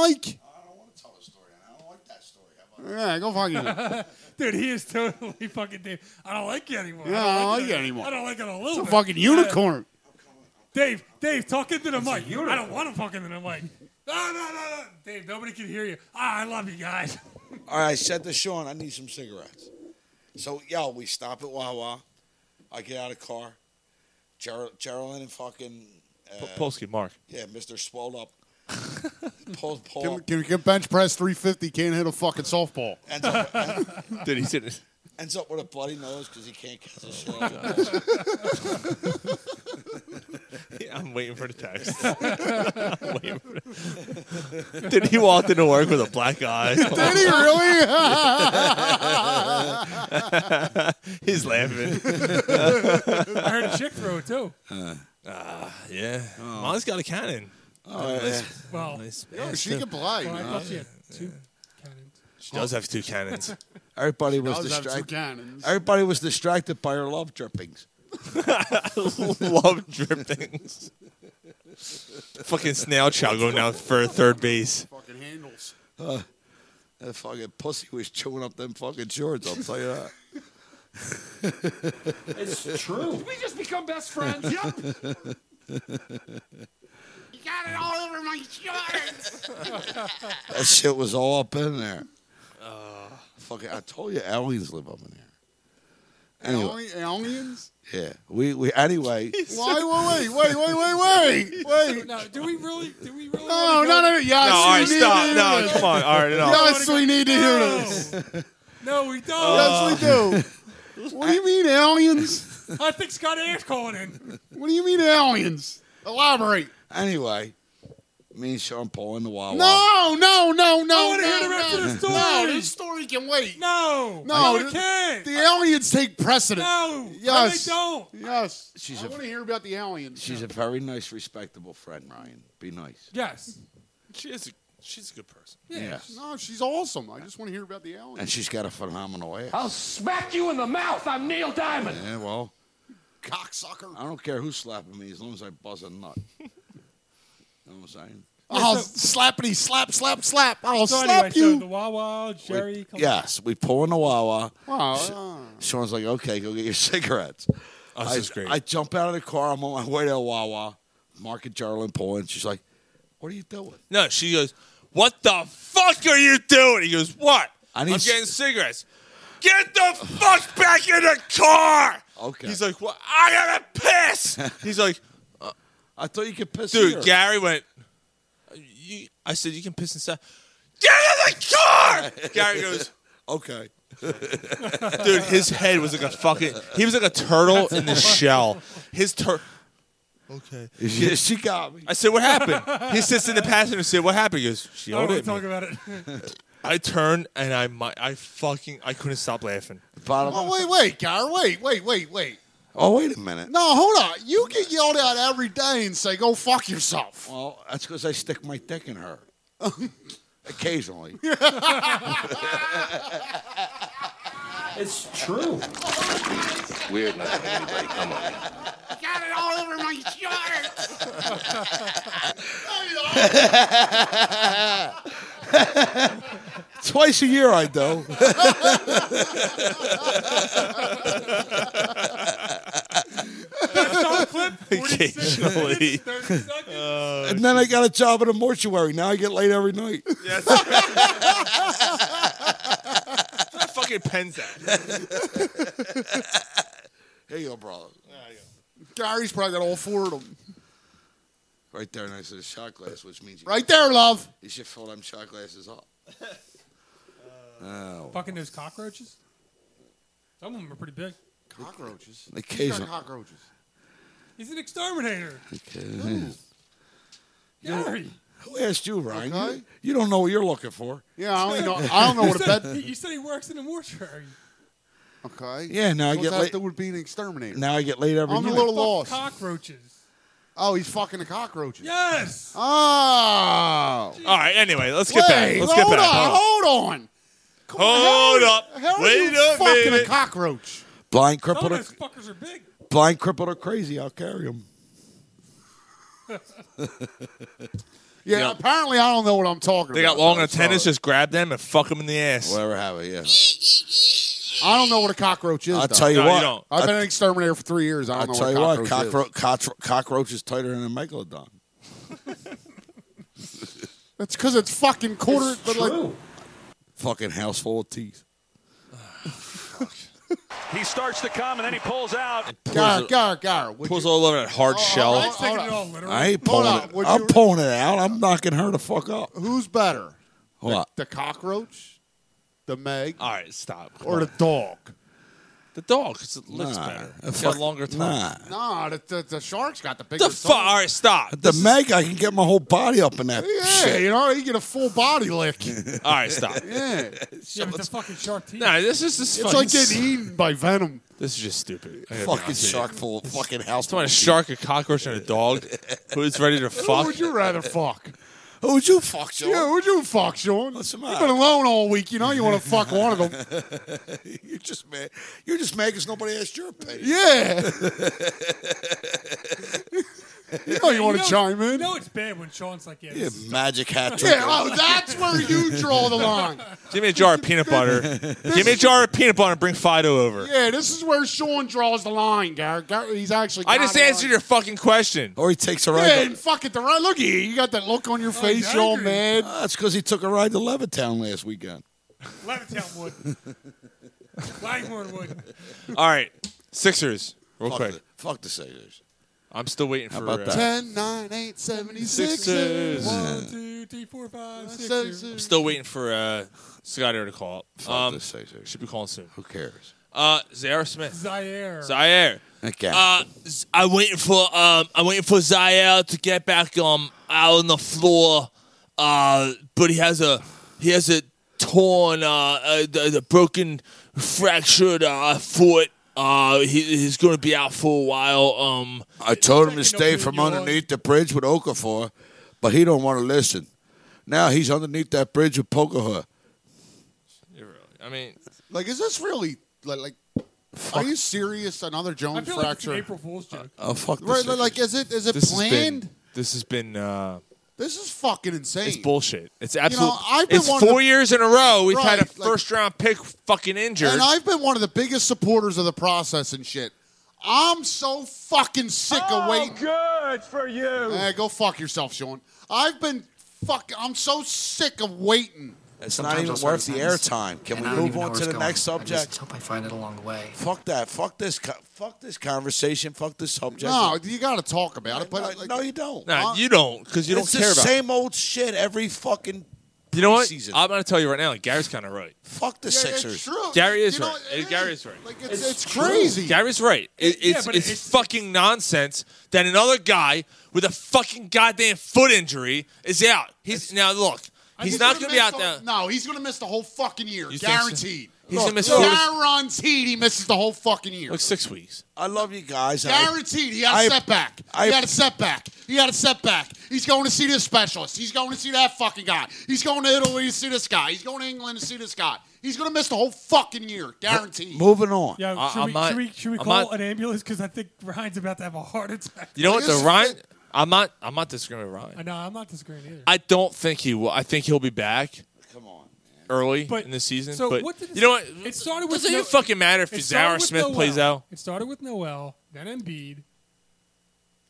S7: don't want to tell a story. I don't like that story. Yeah, go fucking.
S6: Dude, he is totally fucking Dave. I don't like you anymore.
S7: Yeah, I don't like
S6: it
S7: you
S6: a-
S7: anymore.
S6: I don't like it a little
S7: It's a
S6: bit.
S7: fucking unicorn.
S6: Dave, Dave, talk into the mic. I don't want to talk into the mic. No, no, no, no. Dave, nobody can hear you. Ah, I love you guys.
S9: All right, I said to Sean, I need some cigarettes. So, yo, we stop at Wawa. I get out of the car. Ger- Geraldine and fucking. Uh,
S5: Polsky, Mark.
S9: Yeah, Mr. Swelled Up. pull, pull
S7: Can,
S9: up.
S7: can, can bench press 350? Can't hit a fucking softball.
S9: Ends up, en-
S5: Dude, he said it.
S9: ends up with a bloody nose because he can't catch his shit. out.
S5: Yeah, I'm waiting for the text. I'm waiting for the- Dude, he walked into work with a black eye.
S7: Did he
S9: really?
S5: He's laughing.
S6: I heard a chick throw it too.
S5: Ah, yeah. Mom's got a cannon.
S6: Oh,
S5: Nice-
S6: yeah. Well-
S7: Yo, she can play.
S6: Well, I
S7: man.
S6: thought she had two cannons.
S5: She does have two cannons.
S9: Everybody was
S7: Those have two
S9: distracted.
S7: cannons.
S9: Everybody was distracted by her love drippings.
S5: Love drippings. Fucking snail chow going down for third base.
S7: Fucking handles.
S9: Uh, that fucking pussy was chewing up them fucking shorts. I'll tell you that.
S12: It's true. Did we just become best friends?
S3: You got it all over my shorts.
S9: That shit was all up in there.
S7: Uh.
S9: Fucking, I told you, aliens live up in there. Anyway,
S7: Alien- Aliens?
S9: yeah, we we anyway.
S7: Why? Wait, wait, wait, wait, wait, wait, wait.
S6: No, do we really? Do we really?
S7: No, no, no, no. Yes,
S5: No, all
S7: we
S5: right,
S7: need
S5: stop.
S7: to hear
S5: No,
S7: this.
S5: come on. All right, no.
S7: Yes, we need to hear this.
S6: No, we don't.
S7: Yes, we do. What do you mean, aliens?
S6: I think Scott Ayers calling in.
S7: What do you mean, aliens? Elaborate.
S9: Anyway, Me and Sean Paul in the Wawa.
S7: No, no, no, no.
S9: wanna
S7: no,
S9: hear the rest
S7: no.
S9: of the story.
S7: No, this story can wait.
S6: No,
S7: no,
S9: I
S7: the, can't. The aliens take precedent.
S6: No,
S7: yes,
S9: they
S6: don't.
S7: Yes,
S9: She's
S7: I
S9: a-
S7: want to hear about the aliens.
S9: She's a very nice, respectable friend, Ryan. Be nice.
S6: Yes.
S5: She is a, she's a good person.
S9: Yeah.
S7: No, she's awesome. I just want to hear about the aliens.
S9: And she's got a phenomenal ass.
S12: I'll smack you in the mouth. I'm Neil Diamond.
S9: Yeah, well,
S7: Cocksucker.
S9: I don't care who's slapping me as long as I buzz a nut. you know what I'm saying?
S7: Oh, slappity slap, slap, slap. I'll
S6: so
S7: slap
S6: anyway, So
S7: you.
S6: the Wawa, Jerry. comes-
S9: Yes, we pull in the Wawa.
S7: Wow.
S9: Sh- Sean's like, okay, go get your cigarettes.
S5: Oh, this
S9: I,
S5: is great.
S9: I jump out of the car. I'm on my way to the Wawa. Mark and Geraldine pull in. She's like, what are you doing?
S5: No, she goes, What the fuck are you doing? He goes, What?
S9: I need
S5: I'm
S9: s-
S5: getting cigarettes. Get the fuck back in the car.
S9: Okay.
S5: He's like, What? I gotta piss. He's like,
S9: I thought you could piss
S5: Dude,
S9: here.
S5: Gary went, you, I said, You can piss inside. Get in the car. Gary goes,
S9: okay.
S5: Dude, his head was like a fucking. He was like a turtle in the shell. His tur. Okay.
S9: She, she got me.
S5: I said, "What happened?" He sits in the passenger seat. What happened? He goes, "She
S6: I don't
S5: yelled
S6: want
S5: at
S6: to talk
S5: me."
S6: about it.
S5: I turned and I, mi- I fucking, I couldn't stop laughing.
S9: Bottom.
S7: Oh, wait, wait, Gar. Wait, wait, wait, wait.
S9: Oh, wait a minute.
S7: No, hold on. You get yelled at every day and say, go fuck yourself.
S9: Well, Oh, that's because I stick my dick in her. Occasionally.
S12: It's true.
S14: Weird not having anybody come on me.
S3: Got it all over my shirt.
S9: Twice a year I do.
S6: Shot clip, 46
S5: Occasionally.
S6: minutes, 30 seconds.
S7: Oh,
S9: and then I got a job at a mortuary. Now I get laid every night.
S5: Yes. That fucking pens that.
S9: Here you go, brother.
S7: Gary's probably got all four of them.
S9: Right there next to the shot glass, which means you
S7: Right there, love.
S9: You should fill them shot glasses up. Oh.
S6: Fucking those cockroaches. Some of them are pretty big.
S7: Cockroaches.
S9: The case- He's got
S7: cockroaches.
S6: He's an exterminator.
S9: Okay.
S6: Gary.
S9: Who asked you, Ryan? You, you don't know what you're looking for.
S7: Yeah, I don't know. I don't know what
S6: You
S7: a
S6: said-
S7: bed.
S6: You said he works in a mortuary.
S7: Okay.
S9: Yeah, now I
S7: So
S9: get
S7: that
S9: laid.
S7: dude would be an exterminator.
S9: Now I get laid every
S7: I'm a
S9: night.
S7: little
S6: Fuck
S7: lost.
S6: cockroaches.
S7: Oh, he's fucking the cockroaches.
S6: Yes.
S7: Oh.
S5: All right. Anyway, let's get back.
S7: Wait,
S5: Let's get
S7: hold
S5: back.
S7: on, hold on. Come on,
S5: Hold
S7: how are-
S5: up.
S7: How are
S5: Wait
S7: you
S5: a
S7: fucking
S5: minute.
S7: a cockroach?
S9: blind
S6: Some of
S9: crippled, or,
S6: those fuckers are big.
S9: blind crippled or crazy. I'll carry him.
S7: Yeah, apparently I don't know what I'm talking
S5: They
S7: about.
S5: got long antennas. Just grab them and fuck them in the ass.
S9: Whatever have it. Yeah.
S7: I don't know what a cockroach is.
S9: I'll
S7: though.
S9: tell you
S5: No, you
S9: what.
S5: don't.
S7: I've
S9: I'll-
S7: been an exterminator for three years. I
S9: I'll
S7: don't
S9: tell you
S7: know what a
S9: what,
S7: cockroach
S9: cockro-
S7: is.
S9: cockro- cockroach is tighter than a megalodon.
S7: That's because it's fucking quarter. but like,
S9: Fucking house full of teeth.
S15: He starts to come and then he pulls out.
S7: gar, gar, gar. Would
S5: Pulls
S7: you,
S5: all over that hard shell.
S6: I'm taking it all literally.
S9: I ain't
S7: Hold
S9: pulling
S7: on,
S9: it.
S7: would
S9: I'm
S7: you-
S9: pulling it out. I'm knocking her the fuck up.
S7: who's better,
S9: What?
S7: the cockroach, the Meg,
S5: All right, stop.
S7: or the dog?
S5: The dog, 'cause it lives
S9: Nah,
S5: better.
S9: a
S5: It's
S9: fuck-
S5: got a longer tongue.
S9: Nah.
S7: Nah, the, the, the shark's got the
S5: The
S7: bigger.
S5: fuck? All right, stop.
S9: The Meg, I can get my whole body up in that
S7: tongue. Yeah,
S9: shit.
S7: you know, you get a full body lick.
S5: All right, stop.
S7: yeah,
S6: Yeah, but the fucking shark teeth.
S5: nah, this is this.
S7: it's like getting eaten by venom.
S5: This is just stupid. I gotta be
S9: Fucking
S5: honest with you.
S9: shark full of fucking house.
S5: It's not a shark, a cockroach, and a dog who's ready to
S7: Who
S5: fuck.
S7: would you rather fuck?
S9: Who would you fuck,
S7: Yeah,
S9: Joe?
S7: who would you fuck, Sean? You've
S9: What's the
S7: been
S9: matter?
S7: alone all week. You know you want to fuck one of them.
S9: You're just mad. You're just mad because nobody asked your opinion.
S7: Yeah. you know you want to
S6: know-
S7: chime
S6: You
S7: in.
S6: know it's bad when Sean's like, yeah.
S9: Yeah,
S6: this-
S9: magic hat trick.
S7: Yeah, oh, that's where you draw the line.
S5: Give me a jar of peanut butter. Give me a jar of peanut butter and bring Fido over.
S7: Yeah, this is where Sean draws the line, Garrett. Garrett he's actually.
S5: I just
S7: got it
S5: answered your fucking
S7: Oh.
S5: question.
S9: Or he takes a
S7: on.
S9: ride.
S7: Yeah,
S9: to-
S7: and fuck it, the right. Look at you. You got that look on your face,
S6: he's
S7: you all
S6: angry.
S7: mad.
S9: Ah, that's because he took a ride to Levittown last weekend.
S6: Levittown would. Langhorn would.
S5: All right, Sixers, real
S9: fuck,
S5: quick.
S9: The, fuck the Sixers.
S5: I'm still waiting for
S9: about
S5: uh,
S9: that?
S7: 10, 9, 8, 76.
S5: Sixers.
S6: One, two, three, four, five, six.
S7: Sixers.
S5: I'm still waiting for uh, Scotty to call.
S9: Fuck
S5: Um,
S9: the Sixers.
S5: should be calling soon.
S9: Who cares?
S5: Uh, Zaire Smith.
S6: Zaire.
S5: Zaire.
S9: Okay.
S5: Uh, Z- I'm waiting for um, I'm waiting for Zaire to get back um out on the floor. Uh, but he has a he has a torn uh, uh the, the broken fractured uh foot. Uh, he, he's going to be out for a while. Um,
S9: I told him to stay from underneath the bridge with Okafor, but he don't want to listen. Now he's underneath that bridge with Pokahua.
S5: I mean,
S7: like, is this really like? like are you serious? Another
S6: I
S7: Jones
S6: feel like it's
S7: fracture?
S6: an April Fool's joke.
S5: Uh,
S9: Oh fuck!
S7: Right, like, like, is it is it
S5: This has been-
S7: planned?
S5: this has been uh,
S7: this is fucking insane.
S5: it's bullshit. It's
S7: know,
S5: absolute.
S7: I've been
S5: it's
S7: one of
S5: four
S7: the-
S5: years in a row we've had a
S7: Right, like-
S5: first round pick fucking injured.
S7: And I've been one of the biggest supporters of the process and shit. I'm so fucking sick of waiting. Oh, good for you. Eh, go fuck yourself, Sean. I've been fuck. I'm so sick of waiting.
S9: It's not even worth the airtime. Can we move on to the next subject?
S7: hope I find it along the way.
S9: Fuck that. Fuck this. co- Fuck this conversation. Fuck this subject.
S7: No, you got to talk about it. But
S9: no, no, you don't.
S5: Nah,
S9: Uh,
S5: you don't because you
S9: it's
S5: don't care
S9: the
S5: about.
S9: same old shit every fucking.
S5: you know what?
S9: preseason.
S5: I'm gonna tell you right now. Gary's kind of right.
S9: Fuck the Sixers.
S5: Gary is right. Gary is right.
S7: Like it's, it's crazy.
S5: Gary's right. It,
S7: Yeah,
S5: it's,
S7: but
S5: it's
S7: it's-
S5: fucking nonsense that another guy with a fucking goddamn foot injury is out. He's now look.
S7: And
S5: He's not gonna be
S7: miss
S5: out
S7: the-
S5: there.
S7: No, he's gonna miss the whole fucking year,
S5: You think so?
S7: guaranteed.
S5: He's gonna miss
S7: Look,
S5: four-
S7: guaranteed. He misses the whole fucking year.
S5: Look, six weeks.
S9: I love you guys. I-
S7: Guaranteed. He had a
S9: I-
S7: setback.
S9: I-
S7: he had a setback. He had a setback. He's going to see this specialist. He's going to see that fucking guy. He's going to Italy to see this guy. He's going to England to see this guy. He's going to miss the whole fucking year. Guaranteed.
S9: Moving on.
S6: Yeah,
S5: I-
S6: should,
S5: I'm
S6: we,
S5: not-
S6: should we should we
S5: I'm
S6: call
S5: not-
S6: an ambulance? Because I think Ryan's about to have a heart attack.
S5: You know what? The Ryan. I'm not. I'm not disagreeing with Ryan.
S6: I know. I'm not disagreeing either.
S5: I don't think he will. I think he'll be back. Come on. Early in the season,
S6: so
S5: but
S6: what did it
S5: you know what?
S6: It started with
S5: Doesn't
S6: no,
S5: even fucking matter if
S6: it
S5: Zaire
S6: started with
S5: Smith
S6: Noel.
S5: plays out.
S6: It started with Noel, then Embiid,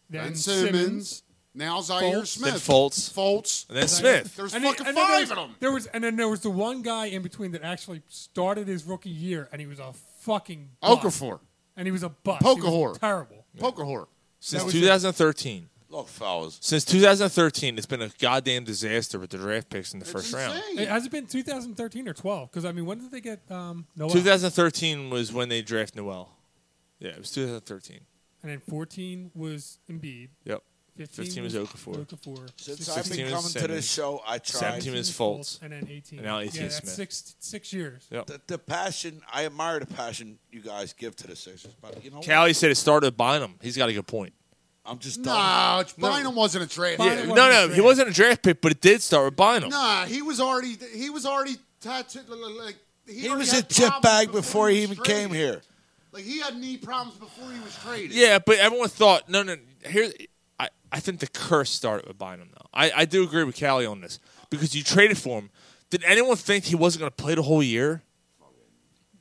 S6: then
S7: Ben
S6: Simmons,
S7: Simmons. Now Zaire
S6: Fultz.
S7: Smith.
S5: Then Fultz.
S7: Fultz.
S5: And then Smith.
S7: There's
S6: And then-
S7: fucking
S6: and then there
S7: five
S6: was-
S7: of them.
S6: There was, and then there was the one guy in between that actually started his rookie year, and he was a fucking bust.
S7: Okafor.
S6: and he was a bust. He was
S7: Pokahor.
S6: terrible.
S7: Pokahor.
S5: Since
S6: That was it.
S5: 2013.
S9: Look, fellas.
S5: Since 2013, it's been a goddamn disaster with the draft picks in the first round.
S6: It, has it been 2013 or 12? Because I mean, when did they get um, Noel?
S5: 2013 was when they draft Noel. Yeah, it was 2013.
S6: And then 14 was Embiid.
S5: Yep. 15 was Okafor.
S6: Okafor.
S9: Since
S6: 16
S9: I've been
S5: was
S9: coming to
S5: Simmons.
S9: this show, I tried.
S5: 17 was Fultz.
S6: And then 18.
S5: And now 18
S6: yeah,
S5: is
S6: that's
S5: Smith.
S6: six six years.
S5: Yep.
S9: The, the passion, I admire the passion you guys give to the Sixers, but you know, what?
S5: Callie said it started with Bynum. He's got a good point.
S9: I'm just
S7: Nah,
S9: done.
S7: Bynum wasn't a trade.
S5: Yeah, no, no, he wasn't a draft pick, but it did start with Bynum.
S7: Nah, he was already. He was already tattooed. Like he,
S9: He
S7: already
S9: was a
S7: had
S9: chip
S7: problems
S9: bag before he even
S7: was
S9: came
S7: traded.
S9: here.
S7: Like he had knee problems before he was traded.
S5: Yeah, but everyone thought no, no. Here, I, I think the curse started with Bynum though. I, I do agree with Callie on this because you traded for him. Did anyone think he wasn't going to play the whole year?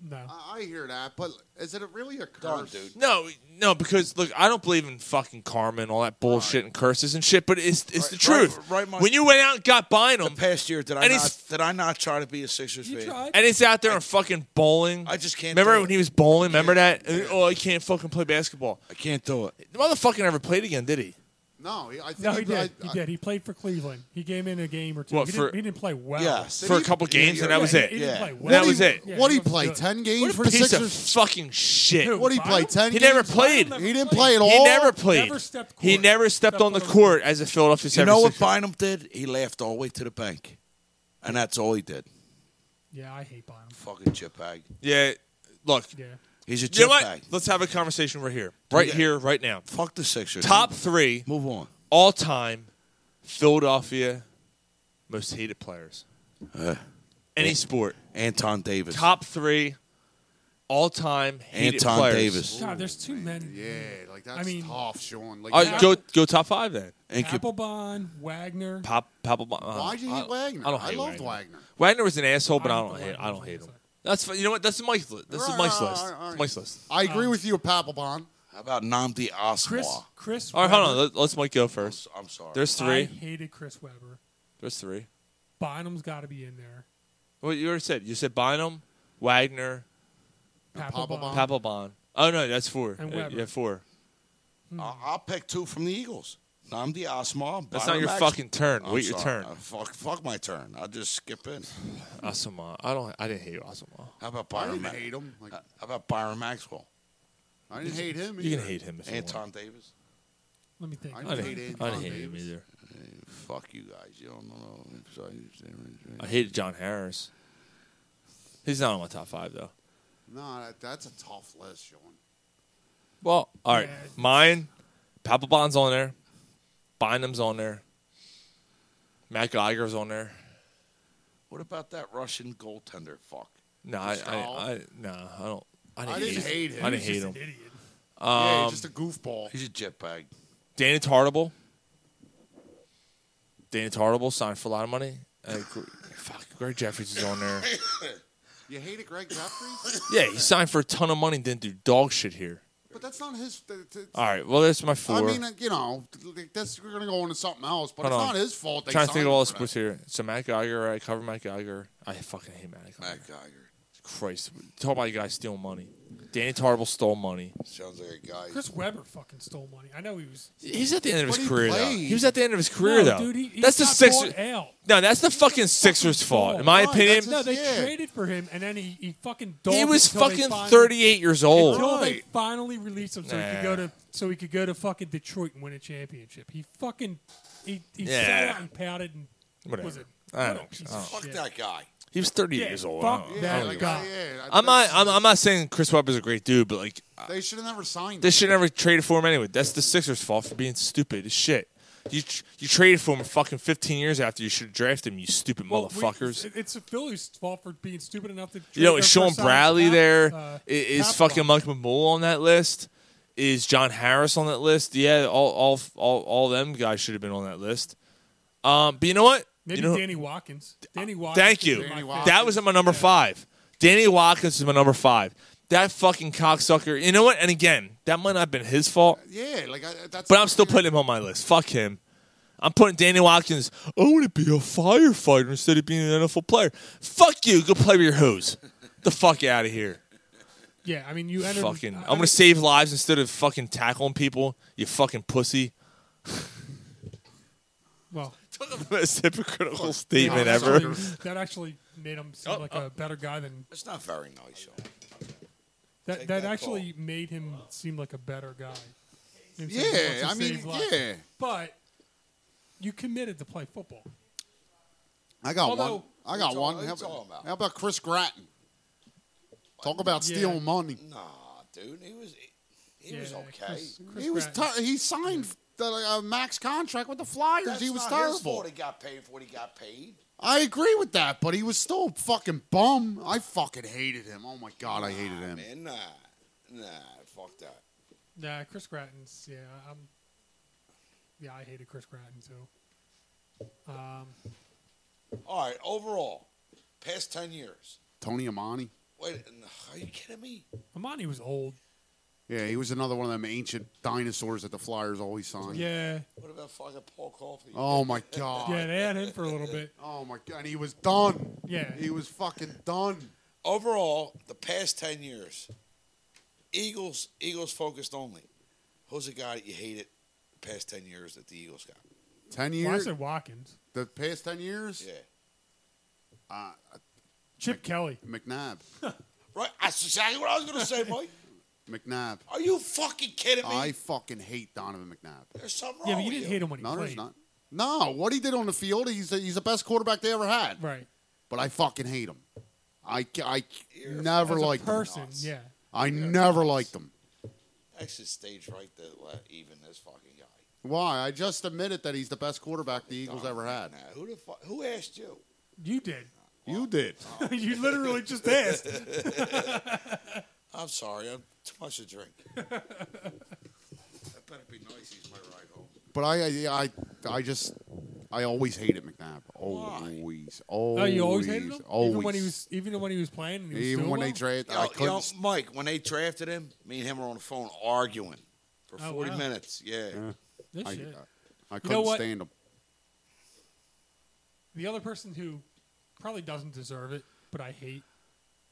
S6: No.
S9: Ah,
S7: I, I hear that, but is it really a curse, dude?
S5: No, no, because look, I don't believe in fucking karma and all that bullshit and curses and shit. But it's it's the truth.
S9: right, right, Mike.
S5: when you went out and got Bynum,
S9: Past year, did I
S5: And
S9: not?
S5: he's-
S9: Did I not try to be a Sixers fan?
S5: and he's out there and fucking bowling.
S9: I just can't.
S5: remember
S9: do
S5: when
S9: it.
S5: he was bowling? Remember that? And, oh, I can't fucking play basketball.
S9: I can't do it.
S5: The motherfucker never played again, did he?
S7: No, he- uh, I think
S6: No, he
S7: I-
S6: did. He
S7: I-
S6: did. He played for Cleveland. He came in a game or two.
S5: What,
S6: he,
S5: for-
S6: didn't, he didn't play
S5: Oh,
S6: well.
S9: Yes.
S5: For a couple games, and that was
S6: Yeah,
S5: it.
S6: he- he didn't play well.
S5: That
S7: What
S5: was
S7: he-
S5: it.
S6: Yeah,
S7: What
S6: he
S7: he
S6: wasn't
S7: play?
S6: good.
S7: Ten
S5: What
S7: games
S5: a
S7: for the
S5: piece of
S7: Sixers?
S5: fucking shit.
S6: Who,
S7: What he play?
S6: Bynum?
S7: Ten.
S5: He
S7: games?
S5: never played.
S7: He didn't play at all.
S5: He never played.
S6: Never stepped
S5: he
S6: court.
S5: never stepped,
S6: Stepped
S5: on the
S6: on the
S5: court as a Philadelphia 76er.
S9: You know what Bynum did? He laughed all the way to the bank, and that's all he did.
S6: Yeah, I hate Bynum.
S9: Fucking chip bag.
S5: Yeah, look.
S6: Yeah.
S9: He's a chip
S5: You know what?
S9: bag.
S5: Let's have a conversation right here. Right here, right now.
S9: Fuck the Sixers.
S5: Top three
S9: Move on.
S5: all time Philadelphia most hated players.
S9: Uh,
S5: Any sport.
S9: Anton Davis.
S5: Top three all time hated
S9: Anton
S5: players.
S9: Davis.
S6: God, there's
S9: Oh,
S6: too many.
S7: Yeah, like that's
S6: I mean-
S7: tough, Sean. Like,
S5: All right,
S7: that-
S5: Uh, go go top five then.
S9: And could-
S6: Applebaum, Wagner.
S5: Pop pop. Uh, Why
S7: why'd you hate Wagner?
S5: I don't hate
S7: loved
S5: Wagner.
S7: Wagner.
S5: Wagner was an asshole, but I
S6: I
S5: don't
S6: don't
S5: hate.
S6: like
S5: I don't
S6: Wagner.
S5: hate him. That's fi- you know what. That's Mike's list. This is
S7: Alright,
S5: Mike's
S7: alright,
S5: list.
S7: alright,
S5: It's
S7: alright.
S5: Mike's list.
S7: I
S6: Um,
S7: agree with you, Papelbon.
S9: How about Namdi Oswa?
S6: Chris. Chris.
S5: All right, hold on.
S6: Webber.
S5: Let, let's Mike go first.
S9: I'm sorry.
S5: There's
S6: I
S5: three.
S6: hated Chris Webber.
S5: There's three.
S6: Bynum's got to be in there.
S5: Well, you already said. You said Bynum, Wagner,
S6: Papelbon.
S5: Papelbon. Oh no, that's four.
S6: And
S5: Uh,
S6: Weber.
S5: yeah, four.
S9: I'll, I'll pick two from the Eagles. I'm the Osma.
S5: That's
S9: Byron
S5: not your
S9: Max-
S5: fucking turn.
S9: I'm
S5: Wait your turn.
S9: sorry. Uh, fuck, fuck my turn. I'll just skip in.
S5: Asuma. I don't. I didn't hate Asuma.
S9: How about
S5: I
S9: Byron?
S5: didn't
S9: Ma-
S5: hate
S7: him.
S9: Uh, how about Byron Maxwell?
S7: I didn't hate him
S5: You
S7: either.
S5: can hate him. If
S9: Anton Davis.
S6: Let me think.
S5: You want. I didn't hate, I didn't hate him either.
S9: Hey, fuck you guys. You don't know. I'm sorry.
S5: I hated John Harris. He's not on my top five though.
S7: No, that, that's a tough list, Sean.
S5: Well, all right. Mine, Papelbon's on there. Bynum's on there. Matt Geiger's on there.
S9: What about that Russian goaltender? Fuck.
S5: No, I, I,
S9: Pascal?
S5: I, no, I don't. I didn't,
S9: I didn't hate him.
S5: I didn't
S9: He's
S5: hate
S9: just
S5: him.
S9: an idiot.
S5: Um,
S9: Yeah, he's just a
S7: goofball.
S9: He's a jetbag.
S5: Danny Tartable. Danny Tartable signed for a lot of money. Uh, Gr- fuck, Greg Jeffries is on there.
S7: you hated Greg Jeffries?
S5: Yeah, he signed for a ton of money, didn't do dog shit here.
S7: But that's not his. th- th-
S5: All right, well, that's my four.
S7: I mean, uh, you know, like, that's we're gonna go into something else, but
S5: Hold
S7: it's
S5: on.
S7: not his fault. They
S5: Trying to think
S7: signed
S5: of all
S7: him
S5: the
S7: for
S5: sports here. So Matt Geiger, I cover Matt Geiger. I fucking hate Matt Geiger.
S9: Matt Geiger.
S5: Christ, talk about a guy stealing money. Danny Tartable stole money.
S9: Sounds like a guy.
S6: Chris Webber fucking stole money. I know he was.
S5: He's at the end of
S6: But
S5: his
S6: he
S5: career though.
S6: played.
S5: He was at the end of his career
S6: No,
S5: though.
S6: dude, he- he
S5: that's the
S6: got
S5: Sixers.
S6: bought out.
S5: No, that's the fucking Sixers' fault. In my
S6: Right,
S5: opinion,
S6: no, they traded for him, and then he, he fucking.
S5: He
S6: dogged
S5: was
S6: until they
S5: fucking
S6: finally-
S5: 38 years old.
S6: Until they
S5: Right.
S6: finally released him, so he
S5: Nah.
S6: could go to so he could go to fucking Detroit and win a championship. He fucking he he
S5: Yeah.
S6: sat out and pouted and
S5: Whatever.
S6: was it?
S5: I
S6: what a
S5: don't-
S6: piece
S5: I
S6: of
S5: don't-
S9: Fuck
S6: shit.
S9: that guy.
S5: he was 38
S6: Yeah, uh,
S5: years old.
S6: fuck
S5: I don't- I
S6: that
S5: don't give a
S6: guy.
S5: fuck.
S6: Yeah, I-
S5: I'm not. I'm, I'm not saying Chris Webber's a great dude, but like
S7: him. They should have never signed.
S5: They
S7: him.
S5: should never traded for him anyway. That's the Sixers' fault for being stupid as shit. You tr- you traded for him fucking 15 years after you should have drafted him. You stupid
S6: We-
S5: motherfuckers.
S6: it- it's the Phillies' fault for being stupid enough to.
S5: you know,
S6: trade
S5: is
S6: their
S5: Sean
S6: first round
S5: Bradley
S6: cap-
S5: there? Is
S6: uh, cap
S5: fucking
S6: bump.
S5: Mike Mamula on that list? Is John Harris on that list? Yeah, all all all, all them guys should have been on that list. Um, but you know what?
S6: Maybe
S5: you know,
S6: Danny Watkins. Danny Watkins.
S5: Thank you.
S6: is my
S5: That was at my number five. Danny Watkins is my number five. That fucking cocksucker. You know what? And again, that might not have been his fault.
S7: Yeah, like I, that's.
S5: But I'm still putting him on my list. Fuck him. I'm putting Danny Watkins. I want to be a firefighter instead of being an NFL player. Fuck you. Go play with your hose. the fuck out of here.
S6: Yeah, I mean, you entered.
S5: fucking.
S6: I
S5: I'm gonna save lives instead of fucking tackling people. You fucking pussy.
S6: Well,
S5: Most hypocritical statement
S6: No, that
S5: ever. Oh,
S6: actually was- That actually made him seem like a better guy than.
S9: It's not very nice. Sean.
S6: That
S9: Take
S6: that
S9: that
S6: actually made him seem like a better guy. You know what I'm
S7: Yeah,
S6: saying? He wants to
S7: I mean,
S6: save lives.
S7: yeah.
S6: But you committed to play football.
S7: I got
S6: Although-
S7: one. I got
S6: Who's all-
S7: one.
S6: who's
S7: How,
S6: all
S7: about,
S6: about?
S7: how about Chris Gratton? Talk about
S9: Yeah.
S7: stealing money.
S9: Nah, dude. He was. He was okay.
S7: he was. Ter- he signed the, uh, max contract with the Flyers.
S9: That's
S7: he was
S9: not His fault
S7: terrible.
S9: he got paid for what he got paid.
S7: I agree with that, but he was still a fucking bum. I fucking hated him. Oh my god, I hated
S9: Nah,
S7: him.
S9: Man, nah, nah, fuck that.
S6: Nah, Chris Gratton's. Yeah, I'm. Yeah, I hated Chris Gratton too. Um,
S9: All right, overall, past ten years.
S7: Tony Amani.
S9: Wait, n- are you kidding me?
S6: Amani was old.
S7: Yeah, he was another one of them ancient dinosaurs that the Flyers always signed.
S6: Yeah.
S9: What about fucking Paul Coffey?
S7: Oh my god.
S6: Yeah, they had him for a little bit.
S7: Oh my god, and he was done.
S6: Yeah.
S7: He was fucking done.
S9: Overall, the past ten years, Eagles, Eagles focused only. Who's the guy that you hated? The past ten years that the Eagles got.
S7: Ten
S6: Well, I
S7: years.
S6: said Watkins.
S7: The past ten years.
S9: Yeah.
S7: Uh,
S6: Chip Kelly.
S7: McNabb.
S9: Right, that's exactly what I was gonna say, Mike.
S7: McNabb.
S9: Are you fucking kidding me?
S7: I fucking hate Donovan McNabb.
S9: There's something wrong
S6: Oh, Yeah, but you
S9: with
S6: didn't
S9: you.
S6: hate him when he
S7: No, there's
S6: played.
S7: not. No, what he did on the field, he's the, he's the best quarterback they ever had.
S6: Right.
S7: But I fucking hate him. I, ca- I ca- never
S9: As a
S7: liked him.
S6: Person. Yeah.
S7: I never liked him.
S9: That's his stage right there, like, even this fucking guy.
S7: Why? I just admitted that he's the best quarterback the Eagles ever had.
S9: Now, who the fuck? Who asked you?
S6: You did.
S7: You did.
S6: you literally just asked.
S9: I'm sorry, I'm too much to drink. that better be nice. He's my ride home.
S7: But I, I, I, I just, I always hated McNabb. Always, always.
S6: oh, you always hated him,
S7: Always.
S6: even when he was even when he was playing. And he was
S7: Even
S6: doing
S7: when they
S6: well?
S7: drafted-
S9: You
S7: I
S9: know, you know,
S7: couldn't.
S9: Mike, when they drafted him, me and him were on the phone arguing for
S6: Oh,
S9: 40
S6: wow.
S9: minutes. Yeah.
S6: This
S7: I, I, I
S6: shit. You know
S7: couldn't
S6: what?
S7: stand him.
S6: The other person who probably doesn't deserve it, but I hate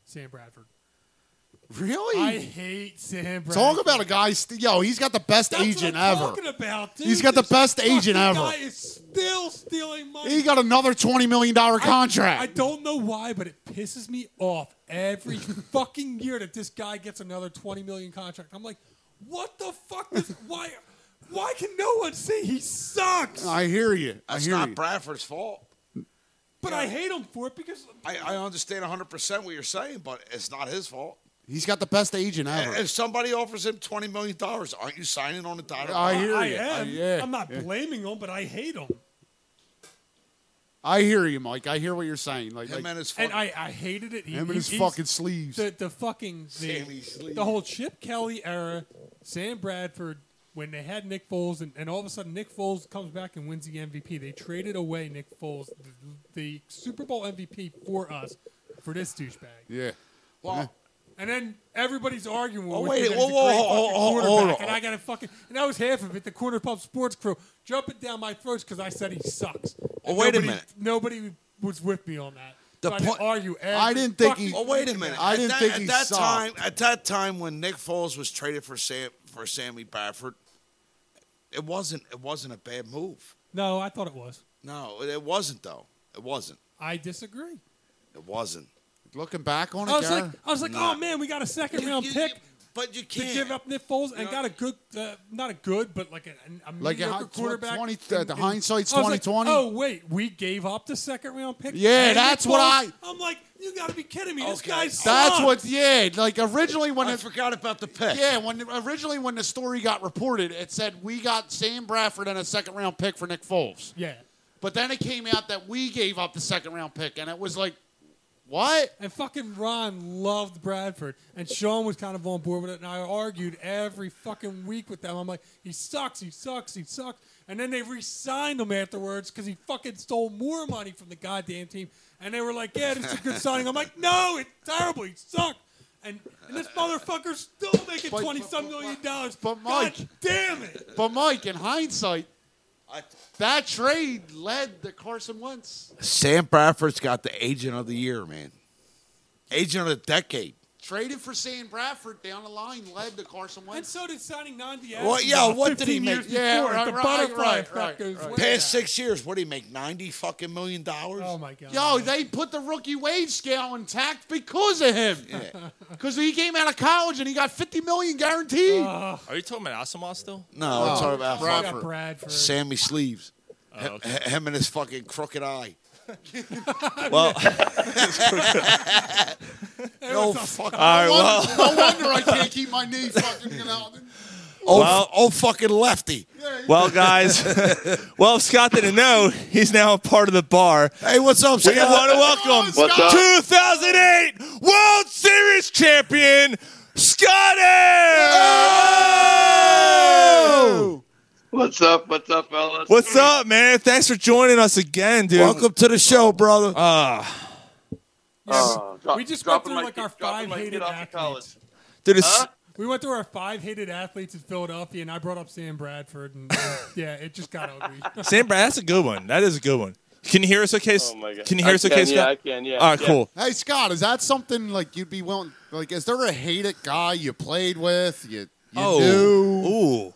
S6: Sam Bradford.
S7: Really?
S6: I hate Sam Bradford.
S7: Talk about a guy. St- yo, he's got the best agent
S6: I'm
S7: ever.
S6: talking about, dude.
S7: He's got the
S6: This
S7: best agent
S6: fucking
S7: ever.
S6: Guy is still stealing money.
S7: He got another twenty million dollar
S6: I-
S7: contract.
S6: I, don't know why, but it pisses me off every fucking year that this guy gets another twenty million contract. I'm like, what the fuck? Is, why? Why can no one see he sucks?
S7: I, hear you. I
S9: That's
S7: hear
S9: not
S7: you.
S9: Bradford's fault.
S6: But I hate him for it because
S9: I, I understand 100 percent what you're saying, but it's not his fault.
S7: He's got the best agent ever.
S9: If somebody offers him 20 million dollars, aren't you signing on the dotted
S7: I
S9: line?
S7: hear
S6: I
S7: you.
S6: am.
S7: I- yeah,
S6: I'm not
S7: yeah.
S6: blaming him, but I hate him.
S7: I hear you, Mike. I hear what you're saying. Like, like
S6: And I, I hated it. He-
S7: Him and
S6: he-
S7: his
S6: he's-
S7: fucking sleeves.
S6: The, the fucking
S7: Sammy
S6: the,
S7: sleeves.
S6: the whole Chip Kelly era, Sam Bradford, when they had Nick Foles, and, and all of a sudden Nick Foles comes back and wins the MVP. They traded away Nick Foles, the, the Super Bowl MVP for us, for this douchebag.
S7: yeah.
S6: Well, and then everybody's arguing.
S9: Oh,
S6: with
S9: wait,
S6: me that
S9: whoa,
S6: he's a
S9: whoa,
S6: great
S9: ho-
S6: fucking
S9: ho- ho- hold
S6: quarterback,
S9: on.
S6: And I got to fucking. And that was half of it. The Corner Pub Sports crew jumping down my throats because I said he sucks.
S9: Oh,
S6: And
S9: wait a
S6: nobody-
S9: minute.
S6: Nobody was with me on that.
S9: The
S6: so I didn't
S9: point-
S6: argue. Every fucking
S9: Oh, wait a minute.
S6: I
S9: At
S6: didn't
S9: that,
S6: think
S9: at
S6: he
S9: that
S6: sucked.
S9: time. At that time, when Nick Foles was traded for Sam for Sammy Bradford, it wasn't. It wasn't a bad move.
S6: No, I thought it was.
S9: No, it- it wasn't though. It wasn't.
S6: I disagree.
S9: It wasn't.
S7: Looking back on it,
S6: I was like,
S7: Garrett?
S6: I was like,
S9: Nah.
S6: oh man, we got a second
S9: You-
S6: round
S9: you-
S6: pick.
S9: but you
S6: to
S9: can't.
S6: give up Nick Foles and got a good, uh, not a good, but like a, a
S7: Like a
S6: mediocre
S7: hi- tw-
S6: quarterback.
S7: 20
S6: in-
S7: uh, the
S6: in-
S7: hindsight's
S6: I was like,
S7: 2020.
S6: oh wait, we gave up the second round pick.
S7: Yeah,
S6: and Nick
S7: that's what
S6: Foles?
S7: I-
S6: I'm like, you got to be kidding me. This guy's
S7: That's what, yeah. Like originally when
S9: I
S7: it-
S9: forgot about the pick.
S7: Yeah, when originally when the story got reported, it said we got Sam Bradford and a second round pick for Nick Foles.
S6: Yeah.
S7: But then it came out that we gave up the second round pick, and it was like, what?
S6: And fucking Ron loved Bradford, and Sean was kind of on board with it, and I argued every fucking week with them. I'm like, he sucks, he sucks, he sucks. And then they re-signed him afterwards because he fucking stole more money from the goddamn team. And they were like, yeah, this is a good signing. I'm like, no, it's terrible, he sucked. And, and this motherfucker's still making twenty some million dollars. But
S7: Mike-
S6: God damn it!
S7: But Mike, in hindsight, that trade led to Carson Wentz
S9: Sam Bradford's got the agent of the year, man. Agent of the decade.
S7: traded for Sam Bradford down the line led to Carson Wentz. And
S6: so did signing Nandi
S9: Well, yeah, what did he make?
S7: Yeah, right, right, right, right, right.
S9: Past six years, what did he make? Ninety fucking million dollars.
S6: Oh my god!
S7: Yo, they put the rookie wage scale intact because of him. Because he came out of college and he got 50 million guaranteed.
S5: Are you talking about Asamoah still?
S9: No, it's all about
S7: Bradford.
S9: fucking
S6: Bradford.
S9: Sammy Sleeves. H- h- Him and his fucking crooked eye.
S5: Well,
S9: no
S7: All
S9: fucking.
S5: right, well-
S7: No wonder I can't keep my knee fucking out.
S9: Oh,
S5: Well-
S9: oh, fucking lefty.
S5: well, guys. well, if Scott didn't know, he's now a part of the bar.
S9: Hey, what's up,
S5: We
S9: Scott?
S5: want to welcome
S9: What's up?
S5: 2008 World Series champion Scotty.
S16: What's up? What's up, fellas?
S5: What's up, man? Thanks for joining us again, dude.
S9: Welcome to the show, brother.
S5: Uh,
S16: Uh, dro-
S6: we just went
S16: dropping
S6: through
S16: my
S6: like
S16: kid-
S6: our
S16: dropping
S6: five
S16: my
S6: hated
S16: kid off to
S6: athletes.
S5: Dude, it's- Huh?
S6: We went through our five hated athletes in Philadelphia, and I brought up Sam Bradford, and uh, yeah, it just got ugly.
S5: Sam Brad, that's a good one. That is a good one. Can you hear us okay? Oh
S16: my God.
S5: Can you hear
S16: I
S5: us okay,
S16: can, yeah,
S5: Scott?
S16: I can, yeah,
S5: All right,
S16: yeah.
S5: cool.
S7: Hey, Scott, is that something like you'd be willing? Like, is there a hated guy you played with? You, you
S5: Oh.
S7: knew?
S5: Ooh.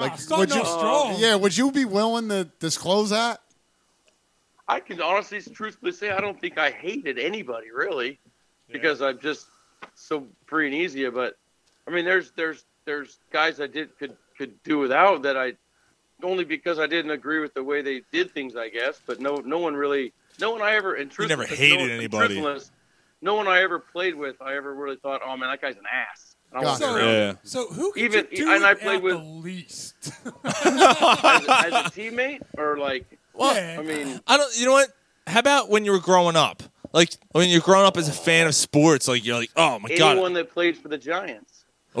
S7: Like,
S16: starting off strong.
S7: Yeah, would you be willing to disclose that?
S16: I can honestly, truthfully say, I don't think I hated anybody really, because I'm just so free and easy. But I mean, there's there's there's guys I did could could do without that I only because I didn't agree with the way they did things, I guess. But no, no one really, no one I ever. And
S5: You never
S16: truthfully- no
S5: hated
S16: one- and
S5: anybody.
S16: truthfulness, No one I ever played with, I ever really thought, oh man, that guy's an ass. I don't want
S6: so,
S16: to be around him."
S6: so who could
S16: even
S6: you do
S16: and I
S6: without
S16: played with
S6: the least?
S16: as, a- as a teammate or like I mean
S5: I don't. You know what? How about when you were growing up? Like when you're growing up as a fan of sports, like you're like, oh my god.
S16: anyone that plays for the Giants.
S5: Ooh,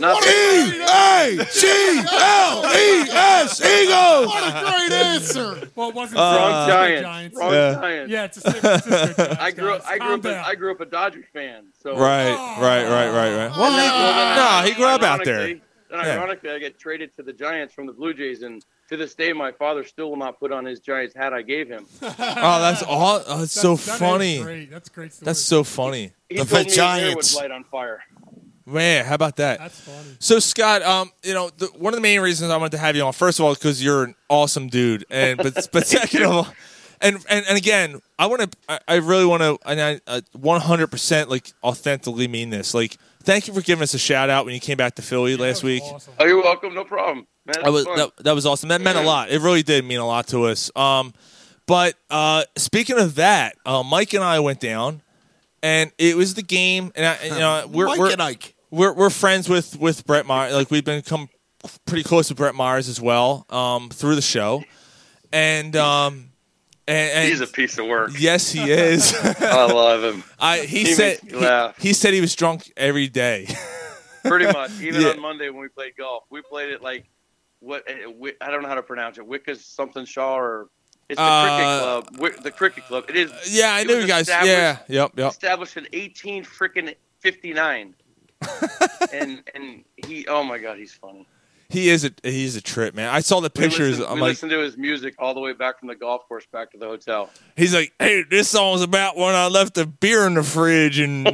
S16: Not
S9: E E-A-G-L-E-S, Eagles!
S7: What a great answer.
S6: Well, it wasn't
S16: Wrong
S6: San Francisco
S16: Giants.
S6: Giants.
S5: Uh,
S16: Wrong
S5: Yeah.
S16: Giants.
S6: Yeah, it's a San Francisco Giants.
S16: I grew up. I grew up.
S6: Calm
S16: A, I grew up a Dodger fan. So
S5: Right, right, right, right, right. Well, he, no, he grew up out there.
S16: And
S5: Yeah.
S16: ironically, I got traded to the Giants from the Blue Jays, and
S6: to this day, my father still will not put on his Giants hat I gave him.
S5: Oh, that's all. Oh, that's so
S6: That- that is
S5: funny.
S6: great. That's great story.
S5: That's so funny.
S6: He told me his hair would light on fire.
S5: Man, how about that? That's funny. So Scott, um, you know, the, one of the main reasons I wanted to have you on, first of all, because you're an awesome dude, and but but second of all, and and, and again, I want to, I, I really want to, and I uh, one hundred percent like authentically mean this. Like, thank you for giving us a shout out when you came back to Philly last week.
S6: Oh, you're welcome. No problem, man.
S5: I was
S6: fun.
S5: that, that was awesome. That meant a lot. It really did mean a lot to us. Um, but uh, speaking of that, uh, Mike and I went down, and it was the game. And I, you know, we're
S9: Mike
S5: we're,
S9: and Ike.
S5: we're we're friends with with Brett Myers. Like we've become pretty close with Brett Myers as well um, through the show, and um, and, and
S6: He's a piece of work.
S5: Yes, he is.
S6: I love him.
S5: I he,
S6: He
S5: said
S6: makes me
S5: he,
S6: laugh.
S5: he said he was drunk every day.
S6: Pretty much. Even
S5: Yeah.
S6: on Monday when we played golf, we played it like what eh, Wi- I don't know how to pronounce it. Wicca's something Shaw or it's the
S5: Uh,
S6: cricket club. Wi- The cricket club. It is.
S5: yeah, I
S6: it
S5: knew
S6: was
S5: you guys.
S6: established-
S5: Yeah, yep, yep.
S6: Established in eighteen freaking fifty nine. and and he oh my god he's funny.
S5: He is a he's a trip, man. I saw the
S6: we
S5: pictures.
S6: listened,
S5: I'm
S6: we
S5: like,
S6: listened to his music all the way back from the golf course back to the hotel.
S5: He's like, hey, this song's about when I left the beer in the fridge and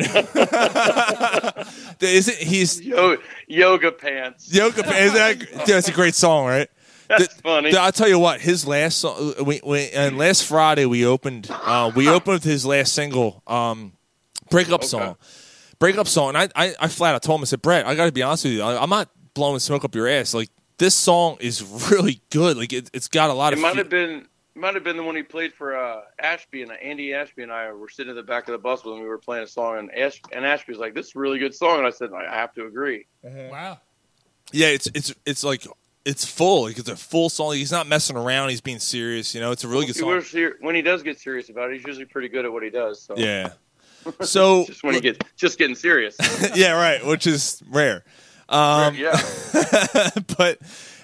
S5: is it he's
S6: Yo, yoga pants.
S5: yoga is that dude, that's a great song, right?
S6: That's funny.
S5: Dude, I'll tell you what, his last song uh, we, we and last Friday we opened uh, we opened with his last single, um, breakup song. Breakup song. And I, I, I flat out told him, I said, Brett, I gotta be honest with you, I, I'm not blowing smoke up your ass. Like this song is really good. Like it, it's got a lot
S6: It
S5: of
S6: might
S5: fe-
S6: have been might have been the one he played for uh, Ashby and Andy Ashby and I were sitting at the back of the bus when we were playing a song and Ash and Ashby was like, "This is a really good song," and I said, "I I have to agree."
S17: Wow.
S5: Yeah, it's it's it's like it's full. Like it's a full song. He's not messing around. He's being serious. You know, it's a really good
S6: He
S5: song.
S6: was ser- when he does get serious about it, he's usually pretty good at what he does. So
S5: Yeah. So
S6: just when he gets just getting serious.
S5: yeah, right, which is rare. Um,
S6: yeah.
S5: but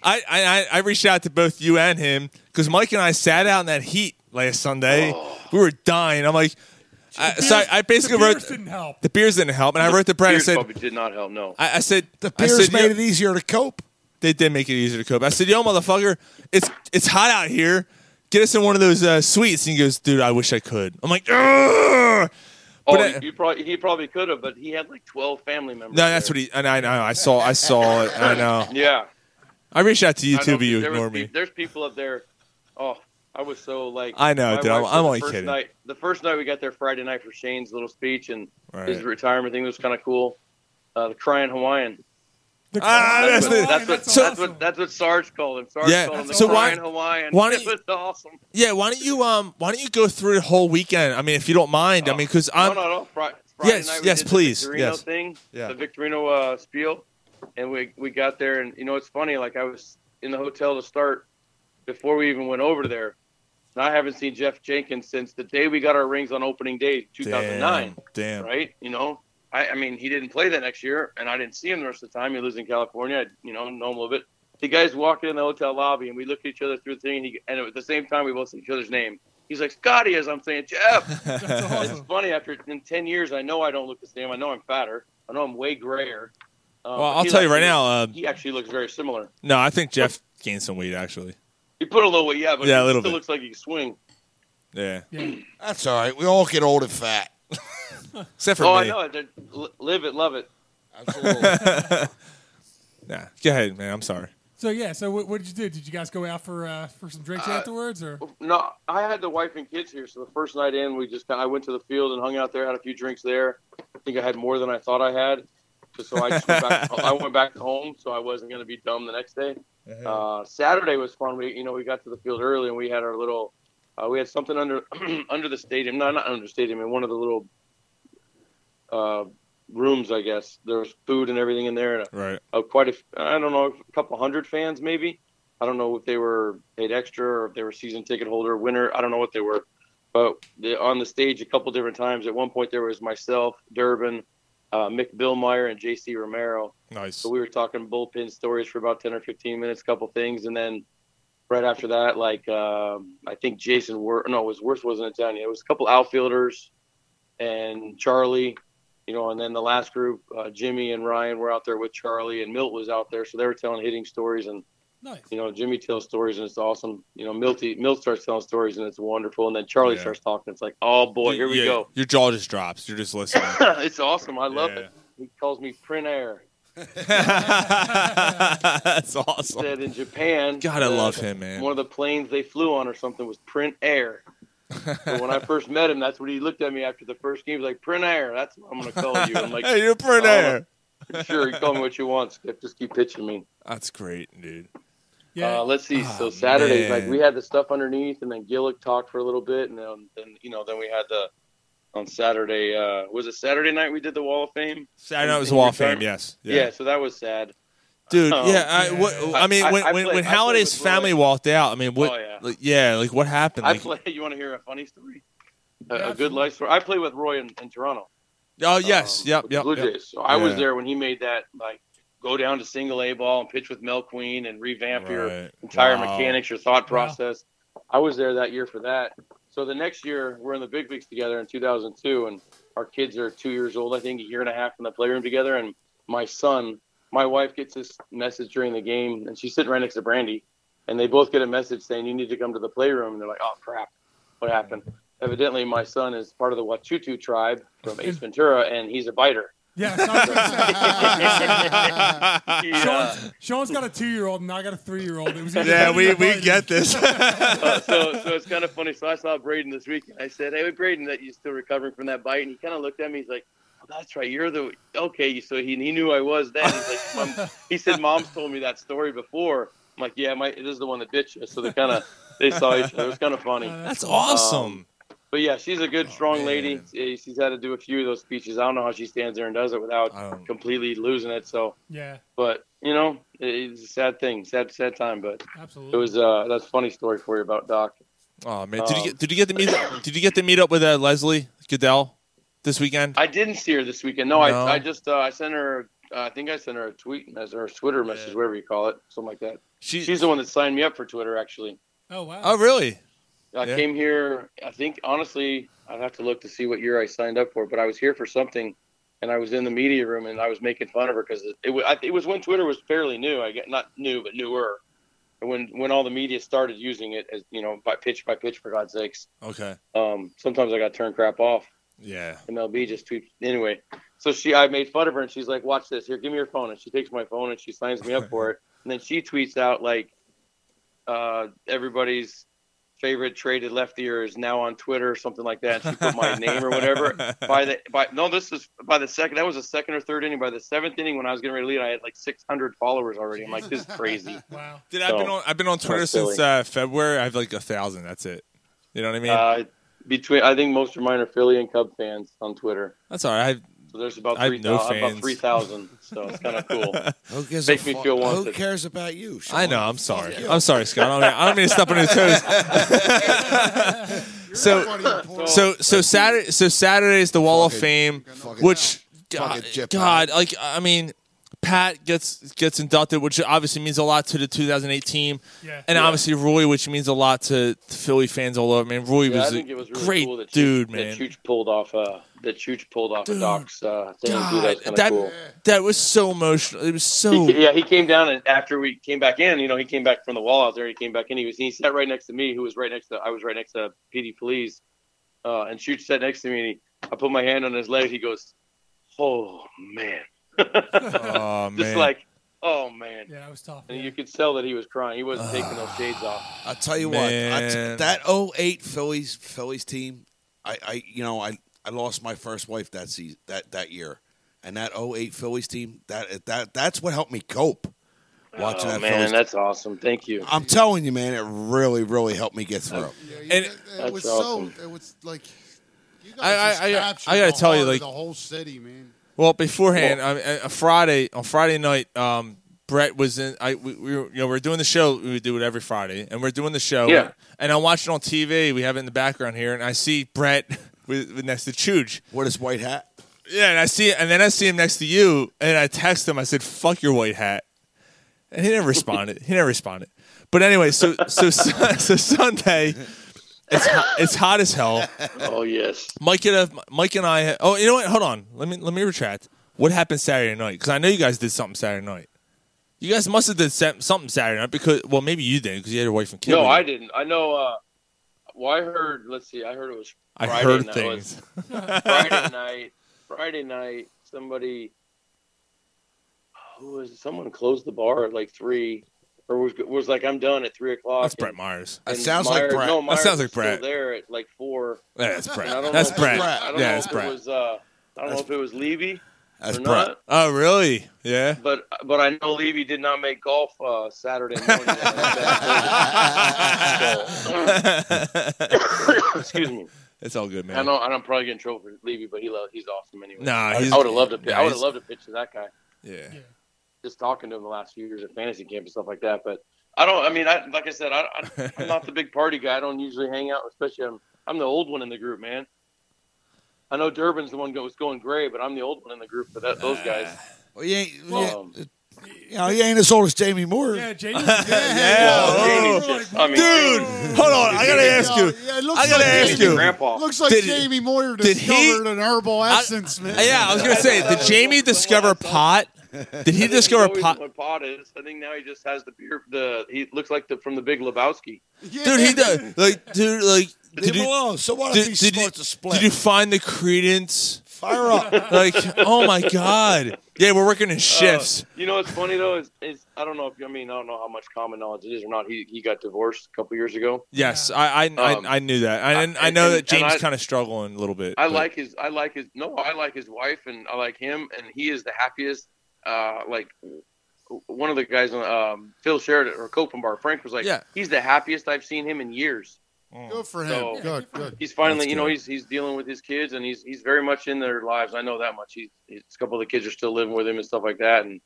S5: I, I I- I reached out to both you and him because Mike and I sat out in that heat last Sunday.
S6: Oh.
S5: We were dying. I'm like, I, so I, I basically
S17: the
S5: wrote
S17: beers didn't help.
S5: the beers didn't help, and I wrote the Brett. I
S6: Beers
S5: said,
S6: probably did not help. No,
S5: I, I said the
S6: beers made
S5: it easier to cope. They did make it easier to cope. I said, "Yo, motherfucker, it's it's hot out here. Get us in one of those uh, suites." And he goes, "Dude, I wish I could." I'm like, "Ugh."
S6: oh,
S5: But I-
S6: you probably he probably could have, but he had like twelve family members.
S5: no, that's what he. And I know. I saw. I saw it. I know.
S6: Yeah.
S5: I reached out to you
S6: I
S5: too,
S6: don't
S5: but you
S6: think- there was
S5: ignored
S6: pe-
S5: me.
S6: There's people up there. Oh, I was so like.
S5: I know,
S6: my
S5: dude, I'm-
S6: wife said
S5: I'm
S6: the
S5: only
S6: first
S5: kidding.
S6: Night, the first night we got there Friday night for Shane's little speech and his
S5: Right.
S6: retirement thing was kind of cool. Uh, the crying Hawaiian.
S5: Ah,
S6: that's,
S5: that's
S6: what,
S5: the-
S6: that's, what,
S5: so-
S6: that's what that's what Sarge called him. Sarge
S5: Yeah,
S6: called him the
S5: so why-
S6: crying Hawaiian.
S5: why don't
S6: it
S5: you-
S6: was awesome.
S5: Yeah. Why don't you um Why don't you go through the whole weekend? I mean, if you don't mind. I mean, because I'm.
S6: Oh. no, no, no. Fri- Friday
S5: Yes,
S6: night we
S5: yes,
S6: did
S5: please,
S6: The Victorino
S5: yes.
S6: thing,
S5: Yeah.
S6: the Victorino uh, spiel, and we we got there, and you know it's funny. Like I was in the hotel to start before we even went over there, and I haven't seen Jeff Jenkins since the day we got our rings on opening day, two thousand nine.
S5: Damn.
S6: Right? You know, I, I mean, he didn't play that next year, and I didn't see him the rest of the time. He lives in California. I, you know, know him a little bit. The guys walking in the hotel lobby, and we look at each other through the thing, and, he, and at the same time, we both see each other's name. He's like Scotty, as I'm saying, Jeff. It's funny. After in ten years, I know I don't look the same. I know I'm fatter. I know I'm way grayer. Um,
S5: Well,
S6: but
S5: I'll
S6: he
S5: tell you
S6: actually-
S5: right now, uh,
S6: he actually looks very similar.
S5: No, I think Jeff gained some weight actually.
S6: He put a little weight, yeah, but
S5: Yeah, a
S6: he
S5: little
S6: still
S5: bit.
S6: looks like he can swing.
S5: Yeah.
S9: That's all right. We all get old and fat.
S5: Except for
S6: oh,
S5: me.
S6: I know. it. They're- li- Live it, love it.
S5: Nah, go ahead, man. I'm sorry.
S17: So yeah. So what, what did you do? Did you guys go out for uh, for some drinks
S6: Uh,
S17: afterwards, or
S6: No, Uh, I had the wife and kids here, so the first night in, we just kind of, I went to the field and hung out there, had a few drinks there. I think I had more than I thought I had, so, so I just went back. I went back home, so I wasn't going to be dumb the next day. Uh, Saturday was fun. We, you know, we got to the field early and we had our little, uh, we had something under under the stadium. No, not under the stadium. In one of the little uh, rooms, I guess there was food and everything in there, and a,
S5: Right.
S6: a quite a, f- I don't know, a couple hundred fans maybe. I don't know if they were paid extra or if they were season ticket holder winner. I don't know what they were, but the, on the stage a couple different times. At one point, there was myself, Durbin, uh, Mick Billmeyer, and J.C. Romero.
S5: Nice.
S6: So we were talking bullpen stories for about ten or fifteen minutes, a couple things, and then right after that, like um, I think Jason Worth, no, it was Worth wasn't in town yet. It was a couple outfielders and Charlie, you know, and then the last group, uh, Jimmy and Ryan were out there with Charlie, and Milt was out there, so they were telling hitting stories and Nice.
S10: You know, Jimmy tells stories and it's awesome. You know, Milty Milt starts telling stories and it's wonderful, and then Charlie
S5: Yeah.
S10: starts talking. It's like, oh boy, here we
S5: Yeah,
S10: go.
S5: Your jaw just drops. You're just listening.
S10: it's awesome. I love it. He calls me Print Air.
S5: That's awesome.
S10: Said in Japan.
S5: God, I
S10: uh,
S5: love him, man.
S10: One of the planes they flew on or something was Print Air. so when I first met him, that's what he looked at me after the first game. He was like, Print Air. That's what I'm going to call you. I'm like,
S5: Hey, you're Print
S10: "Oh,
S5: Air."
S10: sure, you call me what you want. Skip. Just keep pitching me.
S5: That's great, dude.
S10: Uh, let's see. so Saturdays, like
S5: Oh, man.
S10: we had the stuff underneath, and then Gillick talked for a little bit, and then, then you know, then we had the on Saturday. Uh, was it Saturday night we did the Wall of Fame?
S5: Saturday night was
S10: In
S5: the Wall of
S10: retirement?
S5: Fame, yes.
S10: Yeah.
S5: Yeah.
S10: So that was sad.
S5: Dude,
S10: Um,
S5: yeah. I, what, I mean, when,
S10: I
S5: when, when
S10: played- I played
S5: Halliday's
S10: with Roy.
S5: family walked out, I mean, what?
S10: Oh, yeah.
S5: like, yeah, like what happened?
S10: I
S5: Like,
S10: play. You want to hear a funny story? A, a good life story. I play with Roy in, in Toronto.
S5: oh yes, yep,
S10: with the
S5: yep.
S10: Um, Blue
S5: yep.
S10: Jays. So I was
S5: Yeah.
S10: there when he made that like go down to single A ball and pitch with Mel Queen and revamp your
S5: Right.
S10: entire
S5: Wow.
S10: mechanics, your thought process. I was there that year for that. So the next year we're in the big leagues together in 2002, and our kids are two years old, I think, a year and a half in the playroom together. And my son, my wife gets this message during the game, and she's sitting right next to Brandy, and they both get a message saying you need to come to the playroom, and they're like, oh crap, what happened? Evidently, my son is part of the Wachutu tribe from Ace Ventura, and he's a biter. Yeah.
S6: Sean's, Sean's got a two-year-old, and I got a three-year-old. It was
S5: Yeah, we, we get this.
S10: Uh, so, so it's kind of funny. So I saw Braden this week, and I said, "Hey, Braden, that you still recovering from that bite?" And he kind of looked at me. He's like, oh, "That's right. You're the okay." So he, he knew I was then. He's like, Mom, he said, "Mom's told me that story before." I'm like, "Yeah, my this is the one that bitched you." So they kind of they saw each other. It was kind of funny.
S6: Uh,
S5: That's
S10: Um,
S5: awesome.
S10: but yeah, she's a good, strong lady. She- She's had to do a few of those speeches. I don't know how she stands there and does it without Uh, completely losing it. So
S6: Oh. Yeah.
S10: but you know, it's a sad thing, sad, sad time. But
S6: Absolutely.
S10: it was uh, that's a funny story for you about Doc.
S5: Oh man, did you
S10: Um,
S5: get did you get the meet did you get to meet up with uh, Leslie Goodell this weekend?
S10: I didn't see her this weekend. No,
S5: No.
S10: I, I just uh, I sent her. Uh, I think I sent her a tweet message or a Twitter message, whatever you call it, something like that. She's the one that signed me up for Twitter, actually.
S6: Oh wow.
S5: Oh really?
S10: I
S5: Yeah.
S10: came here. I think honestly, I'd have to look to see what year I signed up for, but I was here for something, and I was in the media room and I was making fun of her because it, it, wa- I- it was when Twitter was fairly new. I get not new, but newer. And When when all the media started using it as you know by pitch by pitch for God's sakes.
S5: Okay.
S10: Um, sometimes I got turned crap off.
S5: Yeah.
S10: MLB just tweets anyway. So she, I made fun of her, and she's like, "Watch this. Here, give me your phone." And she takes my phone and she signs me up for it. And then she tweets out like, uh, "Everybody's favorite traded lefty is now on Twitter or something like that." And she put my name or whatever. By the by, no, this is by the second. That was the second or third inning. By the seventh inning, when I was getting ready to lead, I had like 600 followers already. I'm like, "This is crazy."
S6: Wow.
S5: Dude, I've been on I've been on Twitter since uh, February. I have like a thousand. That's it. You know what I mean?
S10: Uh, between, I think most of mine are Philly and Cub fans on Twitter.
S5: That's all right.
S10: So there's about
S5: I have
S10: three
S5: no
S10: thousand.
S5: fans.
S10: about three thousand. So it's kind of cool.
S9: Who gives a
S10: Makes me
S9: fuck?
S10: feel
S9: Who
S10: wanted.
S9: cares about you? Sean?
S5: I know. I'm sorry.
S9: you.
S5: I'm sorry, Scott. I don't, mean, I don't mean to step on your toes. so, so, so Saturday. So Saturday is the Wall of Fame, which God, God, like I mean, Pat gets gets inducted, which obviously means a lot to the 2008 team,
S10: Yeah.
S5: and
S10: Yeah.
S5: obviously Roy, which means a lot to Philly fans all over. I mean, Roy
S10: Yeah, I
S5: was a
S10: think it was really
S5: great
S10: cool that
S5: dude,
S10: Chooch,
S5: man.
S10: That Chooch pulled off. Uh, that Chooch pulled off a
S5: Dude.
S10: Doc's uh, thing. too.
S5: God,
S10: That's kind of
S5: that
S10: cool.
S5: that was so emotional. It was so
S10: He- yeah, he came down and after we came back in, you know, he came back from the wall out there. He came back in. He was he sat right next to me, who was right next to I was right next to PD Police, uh, and Chooch sat next to me. And he, I put my hand on his leg. He goes, "Oh man,"
S5: Oh,
S10: just
S5: man.
S10: like, "Oh man."
S6: Yeah, that was tough.
S10: And you could tell that he was crying. He wasn't taking those shades off.
S9: I'll tell you what, I t-
S5: Man.
S9: that 08 Phillies Phillies team, I, I you know, I, I lost my first wife that season, that that year. And that 08 Phillies team, that that that's what helped me cope watching
S10: oh,
S9: that
S10: man,
S9: Phillies team.
S10: that's awesome. Thank you. Uh,
S9: I'm telling you, man, it really, really helped me get through.
S5: And-
S7: It was so. It was like. You guys
S5: I- I-
S7: just
S5: I-
S7: captured
S5: I gotta
S7: the
S5: tell you,
S7: heart of
S5: like-
S7: the whole city, man.
S5: Well, beforehand, I mean, a Friday on Friday night, um, Brett was in. I we, we were, you know we're doing the show. We do it every Friday, and we're doing the show.
S10: Yeah.
S5: And I watch it on TV. We have it in the background here, and I see Brett with, with next to Chooch.
S9: What is white hat?
S5: Yeah, and I see, and then I see him next to you, and I text him. I said, "Fuck your white hat," and he never responded. he never responded. But anyway, so so so Sunday, it's hot, it's hot as hell.
S10: Oh yes.
S5: Mike and I, Mike and I. Oh, you know what? Hold on. Let me let me retract. What happened Saturday night? Because I know you guys did something Saturday night. You guys must have did sa- something Saturday night because, well, maybe you did because you had your wife and kid.
S10: No,
S5: with
S10: I
S5: you.
S10: didn't. I know. Uh, well, I heard. Let's see. I heard it was.
S5: I
S10: Friday
S5: heard
S10: night.
S5: things.
S10: Friday night. Friday night. Somebody. Who was it? someone closed the bar at like three, or was was like I'm done at three o'clock.
S5: That's
S10: and-
S5: Brett Myers.
S10: and
S5: That sounds like
S10: Myers-
S5: Brett.
S10: No,
S5: That
S10: Myers
S5: sounds
S10: was
S5: like Brett.
S10: Still there at like four.
S5: Yeah, that's Brett.
S10: And I don't
S5: That's
S10: know if it was-
S5: Brett.
S10: I don't
S5: Yeah,
S10: know
S5: that's
S10: if
S5: Brett.
S10: It was, uh, I don't know if it was Levy.
S5: That's
S10: or
S5: Brett.
S10: not.
S5: Oh, really? Yeah.
S10: But but I know Levy did not make golf uh, Saturday morning. So- Excuse me.
S5: It's all good, man.
S10: I know I know I'm probably getting in trouble for Levy, but he lo- he's awesome anyway.
S5: Nah,
S10: I,
S5: he's-
S10: I would have loved to. Pitch,
S5: nah,
S10: I would have
S5: he's-
S10: loved to pitch to that guy.
S5: Yeah.
S10: Just talking to him the last few years at fantasy camp and stuff like that. But I don't. I mean, I, like I said, I, I, I'm not the big party guy. I don't usually hang out, especially I'm I'm the old one in the group, man. I know Durbin's the one that was going gray, but I'm the old one in the group for that, those guys.
S9: Well, you ain't, you
S10: Well,
S9: ain't- you know, you ain't as old as Jamie Moore.
S6: Yeah,
S9: Jamie.
S5: Yeah. Oh.
S10: Jamie's just- I mean,
S5: Dude, hold on. I gotta ask you.
S7: Yeah, it looks
S5: I gotta
S7: like
S5: ask
S7: Jamie-
S5: you.
S7: Looks like
S5: Did-
S7: Jamie Moyer
S5: did he-
S7: discovered an herbal essence, man.
S5: Yeah, I was gonna say, did Jamie discover pot? Did he discover
S10: always
S5: pot?
S10: What pot is? I think now he just has the beer. The he looks like the from the Big Lebowski.
S5: Dude, he does. Like, dude, like. Did
S9: him
S5: you,
S9: alone. So what if he starts a split?
S5: Did you find the credence?
S9: Fire up.
S5: like, oh my god. Yeah, we're
S10: Uh,
S5: working in shifts.
S10: You know what's funny though is, is I don't know if I mean I don't know how much common knowledge it is or not. He he got divorced a couple years ago.
S5: yes, I I,
S10: Um,
S5: I I knew that. I and, I know
S10: and-
S5: that
S10: and
S5: James
S10: I-
S5: kind of struggling a little bit.
S10: I
S5: but-
S10: like his I like his no I like his wife and I like him and he is the happiest. Uh, like w- one of the guys on um, Phil Sheridan or Copenbar Frank was like
S7: Yeah.
S10: he's the happiest I've seen him in years.
S7: Good for him.
S10: So-
S7: good, good.
S10: He's finally,
S7: That's
S10: you know,
S7: good.
S10: he's he's dealing with his kids, and he's he's very much in their lives. I know that much. He's, he's a couple of the kids are still living with him and stuff like that, and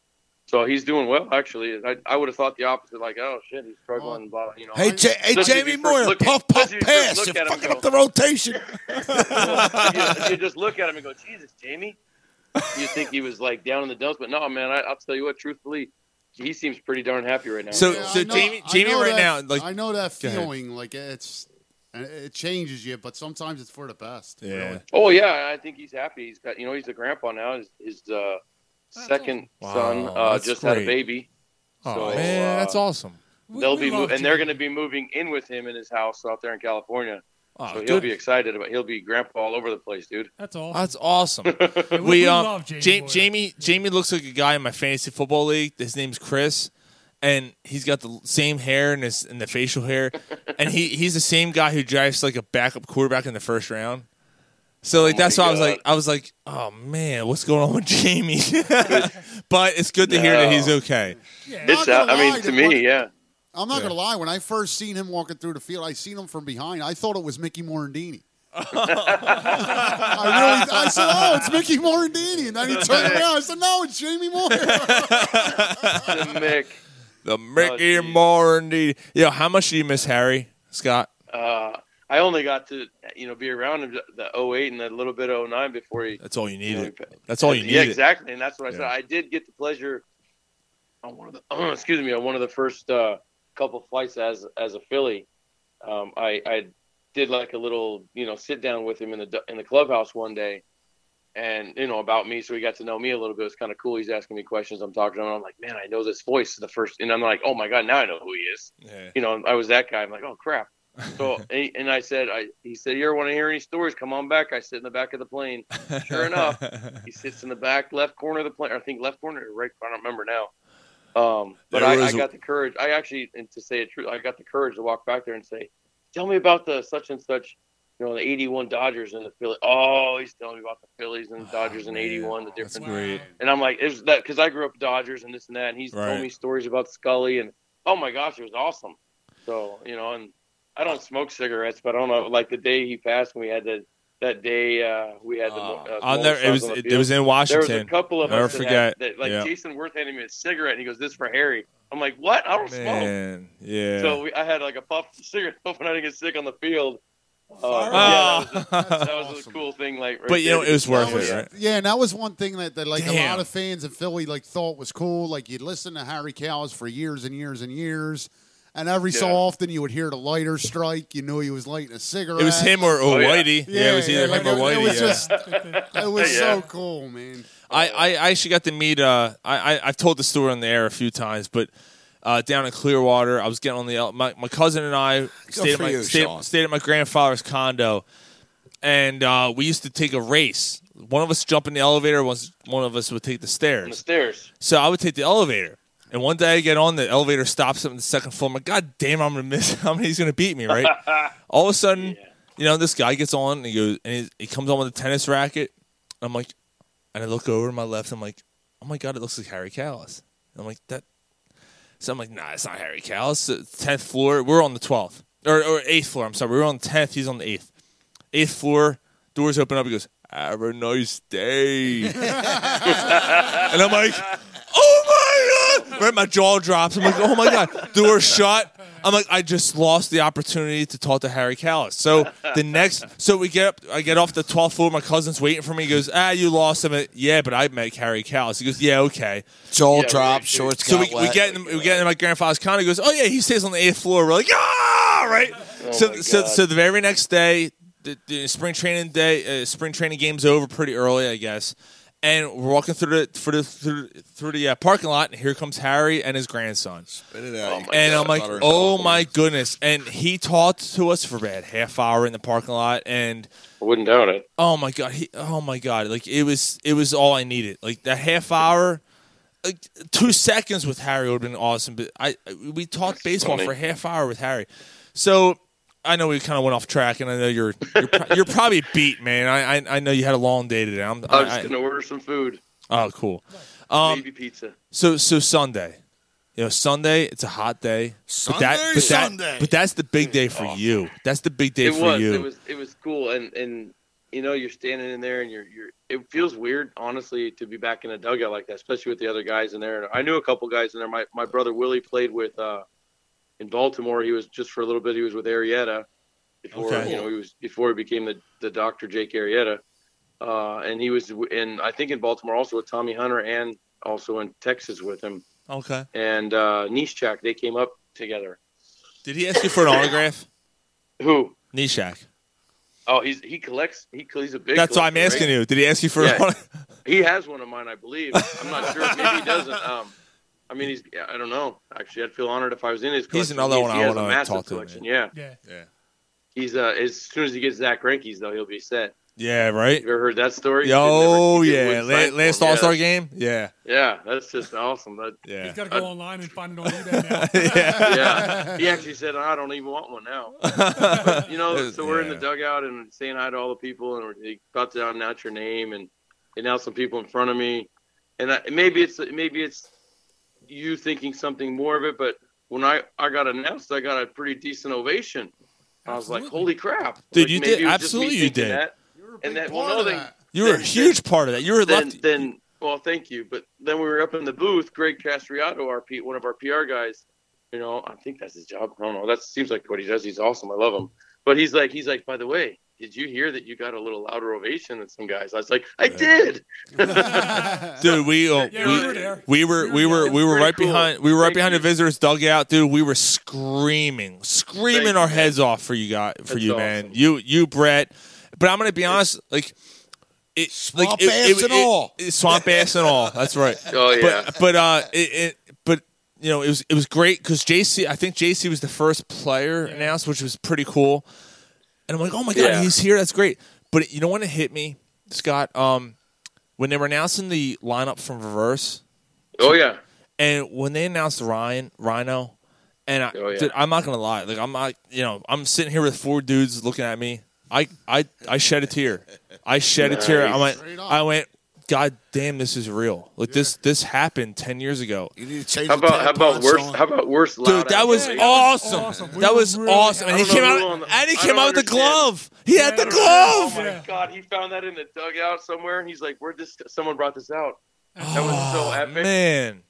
S10: so he's doing well. Actually, I, I would have thought the opposite. Like, oh shit, he's struggling, blah, you know.
S9: Hey, Ja- hey,
S10: Especially if
S9: Jamie
S10: you first
S9: Moyer,
S10: look at-
S9: puff, puff,
S10: especially if you first
S9: pass.
S10: look
S9: You're
S10: at him
S9: fucking
S10: and
S9: up the rotation.
S10: go- if you, if you just look at him and go, Jesus, Jamie. You think he was like down in the dumps, but no, man. I, I'll tell you what, truthfully, he seems pretty darn happy right now.
S5: So-
S7: Yeah,
S5: so
S7: I know-
S5: Jamie-
S7: I
S5: Jamie
S7: know
S5: right
S7: that-
S5: now, like-
S7: I know that
S5: Go ahead.
S7: feeling. Like it's, and it changes you, but sometimes it's for the best.
S5: Yeah.
S7: really.
S10: Oh yeah, I think he's happy. He's got you know he's a grandpa now. His, his uh, second
S5: awesome.
S10: son
S5: Wow,
S10: uh,
S5: that's
S10: just had
S5: great.
S10: a baby.
S5: Oh
S10: So,
S5: man,
S10: uh,
S5: that's awesome.
S10: They'll be mo- and they're going to be moving in with him in his house out there in California.
S5: Oh,
S10: so he'll
S5: good.
S10: be excited about. He'll be grandpa all over the place, dude.
S6: That's all.
S5: That's awesome. we,
S6: we
S5: um,
S6: love Jamie
S5: Ja-
S6: Moyer.
S5: Jamie Jamie looks like a guy in my fantasy football league. His name's Chris, and he's got the same hair and his and the facial hair, and he he's the same guy who drafts like a backup quarterback in the first round. So like
S10: Oh
S5: that's
S10: my
S5: why I was
S10: God.
S5: like I was like oh man what's going on with Jamie, but it's good to hear that he's
S10: No.
S5: okay.
S10: It's,
S7: Not
S10: uh,
S7: gonna
S10: I
S7: lie,
S10: mean, to
S7: the-
S10: me, yeah.
S7: I'm not
S5: Yeah.
S7: gonna lie. When I first seen him walking through the field, I seen him from behind. I thought it was Mickey Morandini. I really, I said, "Oh, it's Mickey Morandini," and then he turned around. I said, "No, it's Jamie Moore."
S10: The Mick. Oh,
S5: The Mickey Morandini. Yo, how much do you miss Harry Scott?
S10: Uh, I only got to you know be around him the 08 and a little bit of 09 before he.
S5: That's all you needed. That's all you needed.
S10: uh, Yeah, exactly, and that's what I said.
S5: Yeah.
S10: I did get the pleasure on one of the excuse me on one of the first uh, couple flights as as a Philly. Um, I I did like a little you know sit down with him in the in the clubhouse one day, and you know about me, so he got to know me a little bit. It was kind of cool. He's asking me questions. I'm talking to him. and I'm like, man, I know this voice. The first, and I'm like, oh my god, now I know who he is.
S5: Yeah.
S10: You know, I was that guy. I'm like, oh crap. So and, and I said, I he said, you ever want to hear any stories? Come on back. I sit in the back of the plane. Sure enough, he sits in the back left corner of the plane. I think left corner or right. I don't remember now. Um, but
S5: There
S10: I, I
S5: was a-
S10: got the courage. I actually, and to say it true, I got the courage to walk back there and say, "Tell me about the such and such." You know, the '81 Dodgers and the Phillies. Oh, he's telling me about the Phillies and the Dodgers in '81. The
S5: That's
S10: different.
S5: great.
S10: And I'm like, is that because I grew up Dodgers and this and that? And he's
S5: Right.
S10: told me stories about Scully and oh my gosh, it was awesome. So you know, and I don't smoke cigarettes, but I don't know. Like the day he passed, we had the that day uh, we had the. Uh,
S5: I'll never- it was-
S10: on the
S5: it- it
S10: field.
S5: was in
S10: There
S5: Washington.
S10: was a couple of
S5: Never
S10: us that had-
S5: forget.
S10: that, like
S5: Yeah.
S10: Jason Worth handed me a cigarette, and he goes, "This for Harry." I'm like, "What? I don't smoke."
S5: Oh, Man, yeah.
S10: So we, I had like a puff cigarette, hoping I didn't get sick on the field. Uh,
S5: Ah.
S10: yeah, that was, a, that was a cool thing. Like, right
S5: But, you know,
S10: there.
S5: it was worth
S7: That was-
S5: it, right?
S7: Yeah, and that was one thing that, that like a
S5: Damn.
S7: lot of fans in Philly like thought was cool. Like you'd listen to Harry Cowles for years and years and years, And every so
S5: Yeah.
S7: often, you would hear the lighter strike. You knew he was lighting a cigarette.
S5: It was him or, or
S7: Oh, yeah.
S5: Whitey. Yeah, it was either
S7: like,
S5: him or Whitey.
S7: It was
S5: yeah.
S7: just, it was
S5: Yeah.
S7: so cool, man.
S5: I, I I actually got to meet. Uh, I, I I've told the story on the air a few times, but uh, down in Clearwater, I was getting on the el- my my cousin and I stayed at
S18: for
S5: my
S18: you,
S5: stayed,
S18: Sean.
S5: stayed at my grandfather's condo, and uh, we used to take a race. One of us jumped in the elevator. One one of us would take the stairs.
S6: The stairs.
S5: So I would take the elevator. And one day I get on, the elevator stops up in the second floor. I'm like, God damn, I'm gonna miss how many he's gonna beat me, right? All of a sudden, you know, this guy gets on and he goes and he, he comes on with a tennis racket. I'm like and I look over to my left, I'm like, Oh my god, it looks like Harry Callis. And I'm like, that so I'm like, nah, it's not Harry Callis. Tenth floor, we're on the twelfth. Or or eighth floor, I'm sorry. We We're on the tenth, he's on the eighth. Eighth floor, doors open up, he goes, Have a nice day. and I'm like, oh my god! Right, my jaw drops. I'm like, oh my god, door shut. I'm like, I just lost the opportunity to talk to Harry Callis. So the next, so we get up, I get off the 12th floor. My cousin's waiting for me. He goes, ah, you lost him. At, yeah, but I met Harry Callis. He goes, yeah, okay.
S9: Jaw Yeah, dropped, right. shorts
S5: So
S9: got
S5: we, we
S9: wet.
S5: get in, we get in my grandfather's condo. He goes, oh yeah, he stays on the eighth floor. We're like, ah, right. so so so the very next day, the, the spring training day, uh, spring training game's over pretty early, I guess. And we're walking through the through the, through, through the uh, parking lot, and here comes Harry and his grandson. and I'm like, oh my goodness! And he talked to us for about a half hour in the parking lot, and
S6: I wouldn't doubt it.
S5: oh my god, he, oh my god, like it was it was all I needed. Like that half hour, like two seconds with Harry would have been awesome. But I we talked baseball
S6: funny.
S5: for a half hour with Harry, so I know we kind of went off track, and I know you're you're, pro- you're probably beat, man. I, I I know you had a long day today. I'm, I-
S6: I'm just gonna order some food.
S5: Oh, cool. Um,
S6: Maybe pizza.
S5: So so Sunday, you know Sunday, it's a hot day. but that,
S6: Sunday?
S5: but that-
S6: Sunday.
S5: but that's the big day for you. That's the big day
S6: Oh. it
S5: for
S6: was.
S5: you.
S6: It was. It was cool, and and you know you're standing in there, and you're you're. It feels weird, honestly, to be back in a dugout like that, especially with the other guys in there. And I knew a couple guys in there. My my brother Willie played with uh, in Baltimore. He was just for a little bit. He was with Arietta before
S19: Okay.
S6: you know he was before he became the the doctor Jake Arietta, uh, and he was w- in I think in Baltimore also with Tommy Hunter and also in Texas with him
S5: okay.
S6: and uh, Nishchak. They came up together.
S5: Did he ask you for an autograph?
S6: Who?
S5: Nishak.
S6: Oh, he's he collects. He, he's a big.
S5: That's why I'm
S6: collector,
S5: asking
S6: right?
S5: you. Did he ask you for
S6: Yeah.
S5: an autograph?
S6: He has one of mine, I believe. I'm not sure. Maybe he doesn't. Um, I mean, he's. yeah, I don't know. Actually, I'd feel honored if I was in his.
S5: He's
S6: collection.
S5: another one
S6: he
S5: I
S6: has a
S5: wanna
S6: massive
S5: talk to,
S6: Collection. Yeah.
S20: Yeah.
S5: Yeah.
S6: He's uh, as soon as he gets Zach Renke's though, he'll be set.
S5: Yeah, right.
S6: You ever heard that story?
S5: Yo,
S6: He
S5: yeah.
S6: wouldn't sign
S5: La-
S6: for
S5: last
S6: him,
S5: All Star
S6: yeah.
S5: game. Yeah.
S6: Yeah, that's just awesome. That,
S5: Yeah.
S20: He's got to go
S6: I-
S20: online and find it on eBay now.
S6: Uh, yeah. He actually said, I don't even want one now. But, you know, so we're in the
S5: Yeah.
S6: dugout and saying hi to all the people, and we're they about to announce your name and announce some people in front of me. And I, maybe it's maybe it's you thinking something more of it, but when I, I got announced, I got a pretty decent ovation. I was like, holy crap.
S5: Dude,
S6: Like,
S5: you
S6: maybe
S5: did-
S6: it was just me
S5: absolutely you
S6: thinking
S5: did.
S6: That. And that, well,
S7: part
S6: no,
S7: of
S6: they,
S7: that.
S5: You were a huge part of that. You were
S6: then,
S5: left.
S6: then well thank you but then we were up in the booth greg castriato our P, one of our pr guys you know i think that's his job i don't know that seems like what he does he's awesome i love him but he's like he's like by the way did you hear that you got a little louder ovation than some guys i was like i did
S5: dude. We uh,
S6: Yeah,
S5: we,
S6: we were there.
S5: we were we were we were
S6: Pretty
S5: right
S6: cool.
S5: behind we were right
S6: Thank
S5: behind
S6: you.
S5: the visitors dugout, dude. We were screaming, screaming
S6: Thank you,
S5: our
S6: man.
S5: heads off for you guys, for
S6: That's
S5: you, man. You you Brett, but I'm gonna be honest, like. It, swamp like, it-
S9: ass
S5: it-
S9: and
S5: it-
S9: all.
S5: it- swamp ass and all. That's right.
S6: Oh, yeah.
S5: But, but uh, it, it but you know it was it was great because JC. I think JC was the first player announced, which was pretty cool. And I'm like, oh my god,
S6: Yeah.
S5: he's here. That's great. But you know when it hit me, Scott, um, when they were announcing the lineup from reverse,
S6: oh yeah
S5: and when they announced Ryan Rhino, and I,
S6: Oh, yeah.
S5: dude, I'm not gonna lie, like I'm not, you know, I'm sitting here with four dudes looking at me. I I I shed a tear. I shed a tear. I
S6: Nice.
S5: went. I went. God damn, this is real. Like this this happened ten years ago.
S9: You need to change.
S6: how about how about worse how about worse loud
S5: Dude, that was
S6: outtake?
S5: awesome. That was awesome. And
S6: I
S5: he
S6: don't
S5: came
S6: know
S5: out
S6: who on the-
S5: and he
S6: I
S5: came
S6: don't
S5: out with the
S6: understand.
S5: glove. He had the
S6: Oh
S5: glove.
S6: my god, he found that in the dugout somewhere, and he's like, "Where'd this? Someone brought this out."
S21: Oh.
S6: That was so epic.
S5: Man.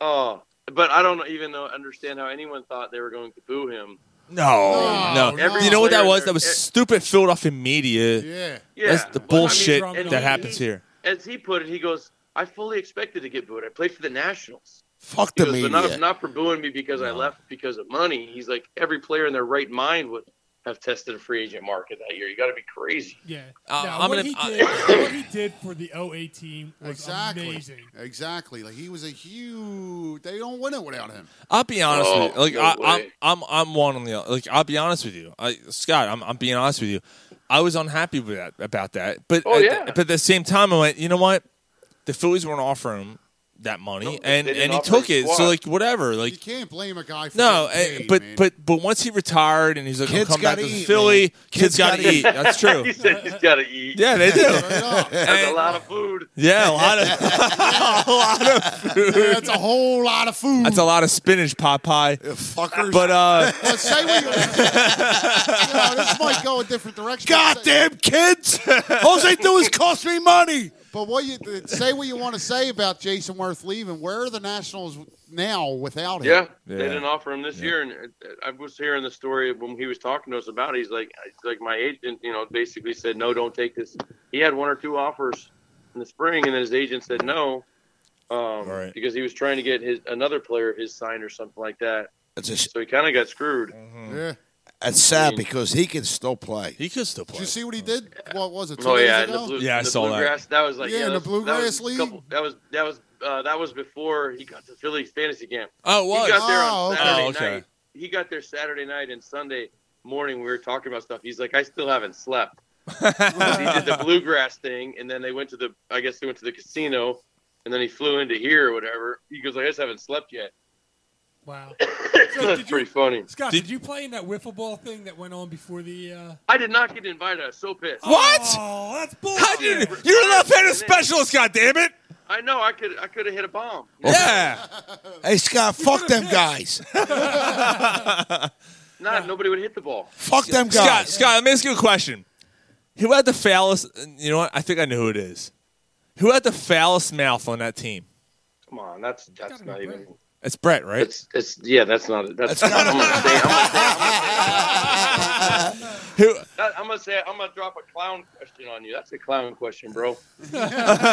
S6: Oh, but I don't even know, understand how anyone thought they were going to boo him.
S5: No, no.
S6: Every
S5: you know what
S6: player
S5: that
S6: in
S5: was?
S6: there-
S5: That was
S6: e-
S5: stupid Philadelphia media.
S6: Yeah.
S5: That's
S6: Yeah.
S5: the
S6: Well, I mean,
S5: bullshit
S6: and
S5: that
S6: he-
S5: happens here.
S6: As he put it, he goes, "I fully expected to get booed. I played for the Nationals.
S22: Fuck
S6: He
S22: the
S6: goes,
S22: media.
S6: but not, not for booing me because I left because of money. He's like, every player in their right mind would have tested a free agent market that year. You got to be crazy.
S21: Yeah.
S6: Uh,
S21: No,
S6: I'm
S21: what,
S6: gonna-
S21: he
S6: I-
S21: did, what he did for the 08 team was
S7: Exactly.
S21: amazing.
S7: Exactly. Like he was a huge. They don't win it without him.
S5: I'll be honest
S7: Oh,
S5: with you. Like
S7: no
S5: I,
S7: way.
S5: I'm, I'm, I'm one on the like. I'll be honest with you, I, Scott. I'm, I'm being honest with you. I was unhappy with that about that, but
S6: Oh,
S5: at,
S6: yeah.
S5: but at the same time, I went. You know what? The Phillies weren't offering him that money, and
S7: they didn't
S5: and he
S7: offer
S5: took
S7: his
S5: it. So
S7: squad.
S5: like whatever, like
S7: You can't blame a guy for
S5: no,
S7: getting
S5: eh,
S7: paid,
S5: but
S7: man.
S5: but but once he retired and he's like,
S7: Kids
S5: "Come back
S7: gotta
S5: to
S7: eat,
S5: Philly,
S7: man.
S5: kids, gotta, eat. That's true.
S6: he said he's got to eat.
S5: Yeah, they do.
S6: That's a lot of food.
S5: Yeah, a lot of a lot of food.
S7: that's a whole lot of food.
S5: That's a lot of spinach pot pie.
S22: Fuckers.
S5: But uh,
S7: Let's say we. you know, this might go a different direction.
S9: Goddamn kids! All they do is cost me money.
S7: But what you say what you want to say about Jason Worth leaving? Where are the Nationals now without him?
S6: Yeah, they didn't offer him this year, and uh, I was hearing the story of when he was talking to us about. It, he's like, he's like my agent, you know, basically said no, don't take this. He had one or two offers in the spring, and then his agent said no, um, because he was trying to get his another player of his signed or something like that.
S22: That's a sh-
S6: so he kind of got screwed.
S7: Yeah.
S22: That's sad because he can still play.
S5: He could still play.
S7: Did you see what he did? What was it? two
S6: Oh
S7: days
S6: yeah, in
S7: ago?
S6: the blue, in the bluegrass, that. was like
S7: yeah, in the
S6: that was- that was
S7: bluegrass
S6: a
S7: league.
S6: couple- That was that was uh, that was before he got to Philly fantasy camp.
S5: Oh, it was?
S6: He got there
S5: Oh,
S6: on
S5: okay.
S6: Saturday
S5: Oh, okay.
S6: night. He got there Saturday night and Sunday morning. We were talking about stuff. He's like, I still haven't slept. 'Cause he did the bluegrass thing, and then they went to the. I guess they went to the casino, and then he flew into here or whatever. He goes, I just haven't slept yet.
S21: Wow.
S6: That's pretty funny.
S21: Scott, did, you play in that wiffle ball thing that went on before the? Uh...
S6: I did not get invited. I was so pissed.
S5: What?
S21: Oh, that's bull.
S5: How did you, you're not a fan of specialists? God damn it!
S6: I know. I could. I could have hit a bomb.
S5: Yeah.
S9: Hey Scott, fuck them guys.
S6: Not nobody would hit the ball.
S9: Fuck them guys.
S5: Scott, Scott, let me ask you a question. Who had the foulest? You know what? I think I know who it is. Who had the foulest mouth on that team?
S6: Come on, that's that's not even.
S5: It's Brett, right?
S6: It's, it's yeah, that's not that's. I'm gonna say
S5: Who?
S6: That, I'm gonna say I'm gonna drop a clown question on you. That's a clown question, bro.
S9: That's
S6: Well,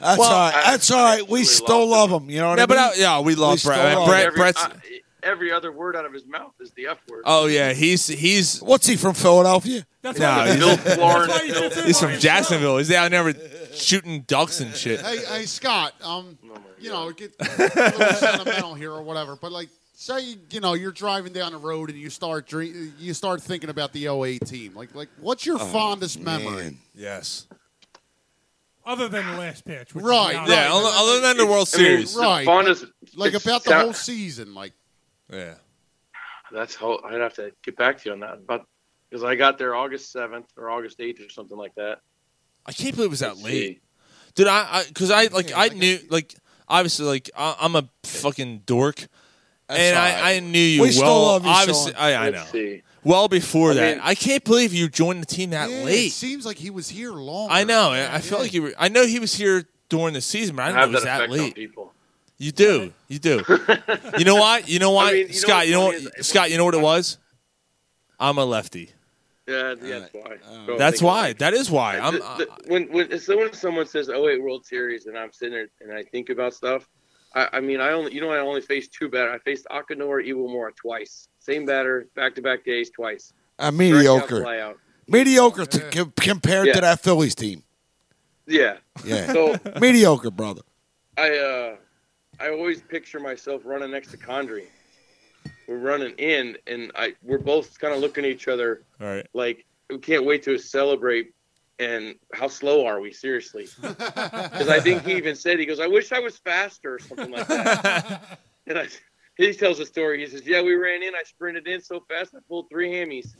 S9: all right.
S6: I-
S9: That's all right. We still love them. You know what
S5: Yeah,
S9: I
S5: but
S9: mean?
S5: I- yeah, we love
S9: still
S5: Brett.
S9: love 'em.
S5: Brett-
S6: every,
S5: Brett's-
S6: I- every other word out of his mouth is the F word.
S5: Oh yeah, he's he's.
S9: What's he from Philadelphia?
S5: That's
S6: why
S5: no,
S6: he's-
S5: he's,
S6: Bill Florence. That's why he's
S5: he's,
S6: Bill
S5: from Jacksonville. He's out there shooting ducks and shit.
S7: hey, hey, Scott. Um,
S6: Oh
S7: you know, get a little sentimental here or whatever. But like, say you know you're driving down the road and you start dream, you start thinking about the 08 team. Like, like what's your
S9: Oh,
S7: fondest memory?
S9: man.
S5: Yes.
S21: Other than the last pitch, which
S7: Right.
S21: Is not-
S5: Yeah, other- other than the World
S6: I mean,
S5: Series.
S6: the fondest-
S7: like
S6: it's
S7: about the
S6: sound-
S7: whole season. Like,
S5: Yeah.
S6: That's how I'd have to get back to you on that, but because I got there August seventh or August eighth or something like that.
S5: I can't believe it was that late, dude. I because I, like I knew like obviously like I, I'm a fucking dork, and
S22: all
S5: I, I
S22: right.
S5: knew you
S22: We
S5: well.
S22: still love you,
S5: obviously,
S22: Sean.
S5: I, I know.
S22: Let's see.
S5: Well before
S22: I
S5: that,
S22: mean-
S5: I can't believe you joined the team that
S7: yeah,
S5: late.
S7: it seems like he was here long.
S5: I know. and I felt like you were. I know he was here during the season, but I
S6: I
S5: didn't know
S6: have
S5: it was
S6: that effect
S5: that
S6: on
S5: late.
S6: people.
S5: You do. You do. you know why? You know why,
S6: I mean, you know
S5: Scott?
S6: what's
S5: you know
S6: funny
S5: what? Scott, you know what it was? I'm a lefty.
S6: Yeah,
S22: Uh,
S6: yeah, that's why. Bro,
S5: That's
S6: think of
S5: why.
S6: it.
S5: That is why. I'm.
S6: The- the- when when so when someone says "Oh wait, World Series," and I'm sitting there and I think about stuff, I, I mean, I only you know I only faced two batter. I faced Akinora Iwamura twice, same batter, back to back days twice.
S9: A
S6: Strikeout,
S9: mediocre.
S6: flyout.
S9: Mediocre to, com- compared
S6: Yeah.
S9: to that Phillies team.
S6: Yeah.
S9: Yeah.
S6: So
S9: mediocre, brother.
S6: I uh, I always picture myself running next to Condry. We're running in, and I we're both kind of looking at each other
S5: All right.
S6: like we can't wait to celebrate. And how slow are we? Seriously, because I think he even said he goes, "I wish I was faster" or something like that. and I, he tells a story. He says, "Yeah, we ran in. I sprinted in so fast I pulled three hammies."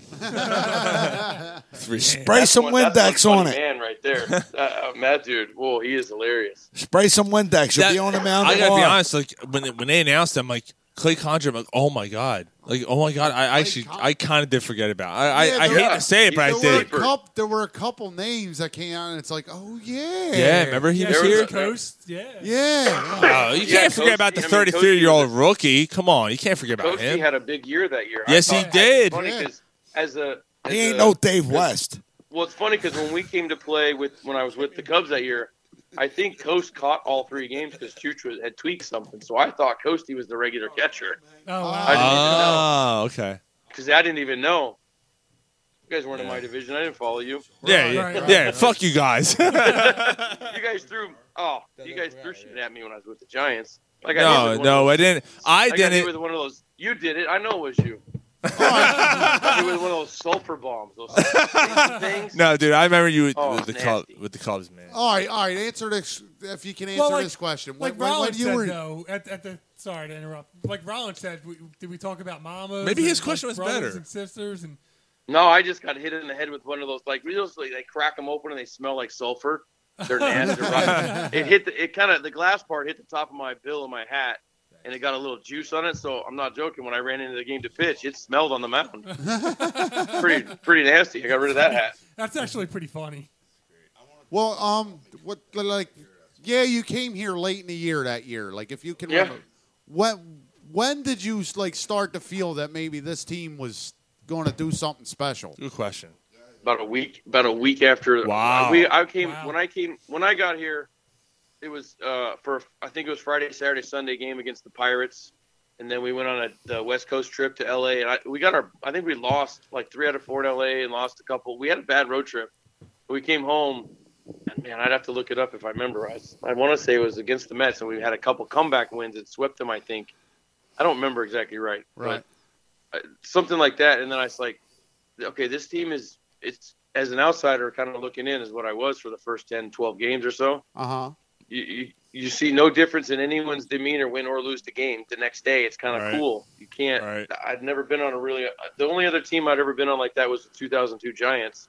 S5: Three.
S9: Spray some
S6: One- that's
S9: Windex
S6: one
S9: on
S6: funny
S9: it.
S6: Man, right there, uh, that dude. Whoa, he is hilarious.
S9: Spray some Windex. You'll
S5: That-
S9: be on the mound.
S5: I gotta be
S9: tomorrow.
S5: honest. Like when when they announced, it, I'm like Clay Condra. I'm like, oh my god. Like, oh my god. I actually, I kind of did forget about. It. I,
S7: Yeah,
S5: I, I
S7: there
S5: hate
S7: were-
S5: to say it, but I
S7: there were a
S5: did.
S7: couple, there were a couple names that came out, and it's like, oh yeah,
S5: Yeah, remember he was here.
S21: Coast, yeah,
S7: yeah.
S5: Oh, you
S6: Yeah,
S5: can't forget
S6: Coach-
S5: about the
S6: I mean,
S5: 33 year old rookie. Come on, you can't forget about
S6: Coach
S5: him.
S6: had a big year that year.
S5: Yes,
S6: thought
S5: he
S6: that was
S5: did.
S6: Funny
S5: Yeah.
S6: 'cause as a
S9: He
S6: as
S9: ain't
S6: a-
S9: no Dave West.
S6: Well, it's funny because when we came to play with when I was with the Cubs that year, I think Coast caught all three games because Chooch was, had tweaked something. So I thought Coasty was the regular catcher.
S23: Oh,
S5: wow. Oh, okay.
S6: Because I didn't even know. You guys weren't in my division. I didn't follow you.
S5: Yeah, yeah, yeah. Fuck you guys.
S6: you guys threw. Oh, you guys threw shit at me when I was with the Giants. Like I
S5: no,
S6: did with one
S5: no,
S6: of
S5: I didn't. I
S6: like I did
S5: didn't.
S6: with one of those. You did it. I know it was you. I did with one of those sulfur bombs. Those sulfur things.
S5: e- No, dude, I remember you with,
S6: Oh,
S5: with the Cubs, with the Cubs, man.
S7: All right, all right. Answer this if you can answer
S23: Well, like-
S7: this question.
S23: Like
S7: When- when- when
S23: Rollins
S7: you
S23: said,
S7: were-
S23: though, at, at the sorry to interrupt. Like Rollins said, we, did we talk about mamas?
S6: Maybe his
S23: and, like,
S6: question was
S23: brothers
S6: better.
S23: And sisters and
S6: No, I just got hit in the head with one of those. Like realistically, they crack them open and they smell like sulfur. They're nasty. they're rotten. It hit. The, it kind of the glass part hit the top of my bill and my hat, and it got a little juice on it. So I'm not joking. When I ran into the game to pitch, it smelled on the mound. pretty pretty nasty. I got rid of that hat.
S23: that's actually pretty funny.
S7: Well, um, what like, yeah, you came here late in the year that year. Like, if you can
S6: Yeah.
S7: remember, when when did you like start to feel that maybe this team was going to do something special?
S5: Good question.
S6: About a week. About a week after.
S7: Wow.
S6: We I came when I came when I got here. It was uh, for I think it was Friday, Saturday, Sunday game against the Pirates, and then we went on a the West Coast trip to L.A. and I, we got our I think we lost like three out of four in L.A. and lost a couple. We had a bad road trip. We came home, and man, I'd have to look it up if I remember. I, I want to say it was against the Mets, and we had a couple comeback wins and swept them. I think I don't remember exactly right,
S7: Right.
S6: but uh, something like that. And then I was like, okay, this team is it's as an outsider kind of looking in is what I was for the first 10, 12 games or so.
S7: Uh huh.
S6: You, you, you see no difference in anyone's demeanor, win or lose the game. The next day, it's kind of
S5: Right.
S6: cool. You can't. I've never been on a really. The only other team I'd ever been on like that was the 2002 Giants,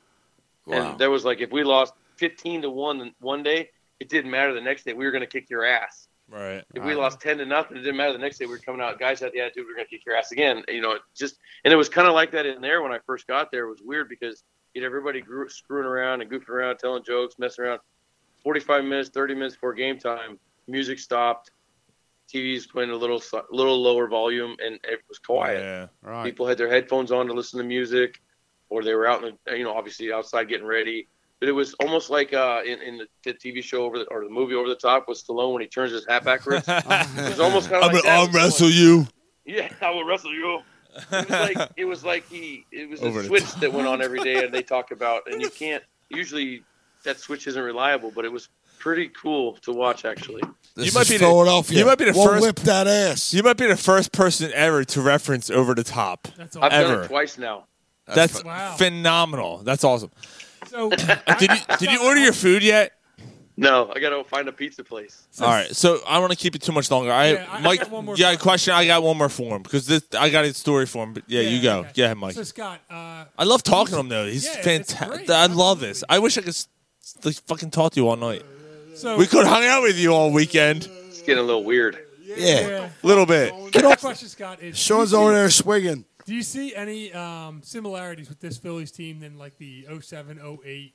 S24: Wow.
S6: and there was like if we lost 15 to one one day, it didn't matter. The next day, we were going to kick your ass.
S5: Right.
S6: If we lost ten to nothing, it didn't matter. The next day we were coming out, guys had the attitude we were gonna kick your ass again. You know, it just and it was kind of like that in there when I first got there. It was weird because you had everybody grew, screwing around and goofing around, telling jokes, messing around. Forty-five minutes, thirty minutes before game time, music stopped, TV's playing a little so- little lower volume, and it was quiet.
S5: Yeah.
S7: Right.
S6: People had their headphones on to listen to music, or they were out in the, you know, obviously outside getting ready. But it was almost like uh, in, in the, the TV show over the, or the movie Over the Top with Stallone when he turns his hat backwards. it was almost kind of
S5: I'm
S6: like
S5: gonna
S6: that.
S5: arm wrestle you.
S6: Yeah, I will wrestle you. It was like it was like he it was
S5: Over
S6: a
S5: the
S6: switch
S5: top.
S6: that went on every day, and they talk about, and you can't usually that switch isn't reliable, but it was pretty cool to watch actually.
S5: you might
S9: is
S5: be
S9: Philadelphia.
S5: The, you might be the
S9: We'll
S5: first.
S9: whip that ass.
S5: You might be the first person ever to reference over the top.
S23: That's
S6: I've
S5: ever.
S6: done it twice now.
S5: That's,
S6: That's fu- Wow.
S5: phenomenal. That's awesome.
S23: So
S5: did you did you order your food yet?
S6: No, I gotta find a pizza place.
S5: All right, so I don't want to keep it too much longer. I,
S6: Yeah, I- I
S5: Mike,
S6: got one more
S5: yeah, question. I got one more for him because this I got his story for him. But yeah, you go. Yeah, Mike.
S23: So Scott, uh,
S5: I love talking to him though. He's
S23: Yeah, it's
S5: fantastic.
S23: great.
S5: I love this. I wish I could s- like, fucking talk to you all night.
S23: So-
S5: we could have hung out with you all weekend.
S6: It's getting a little weird.
S9: Yeah.
S5: a little bit.
S23: my question, Scott, is
S9: Sean's
S23: do you
S9: over
S23: see-
S9: there swigging.
S23: Do you see any um, similarities with this Phillies team than like the 07, 08?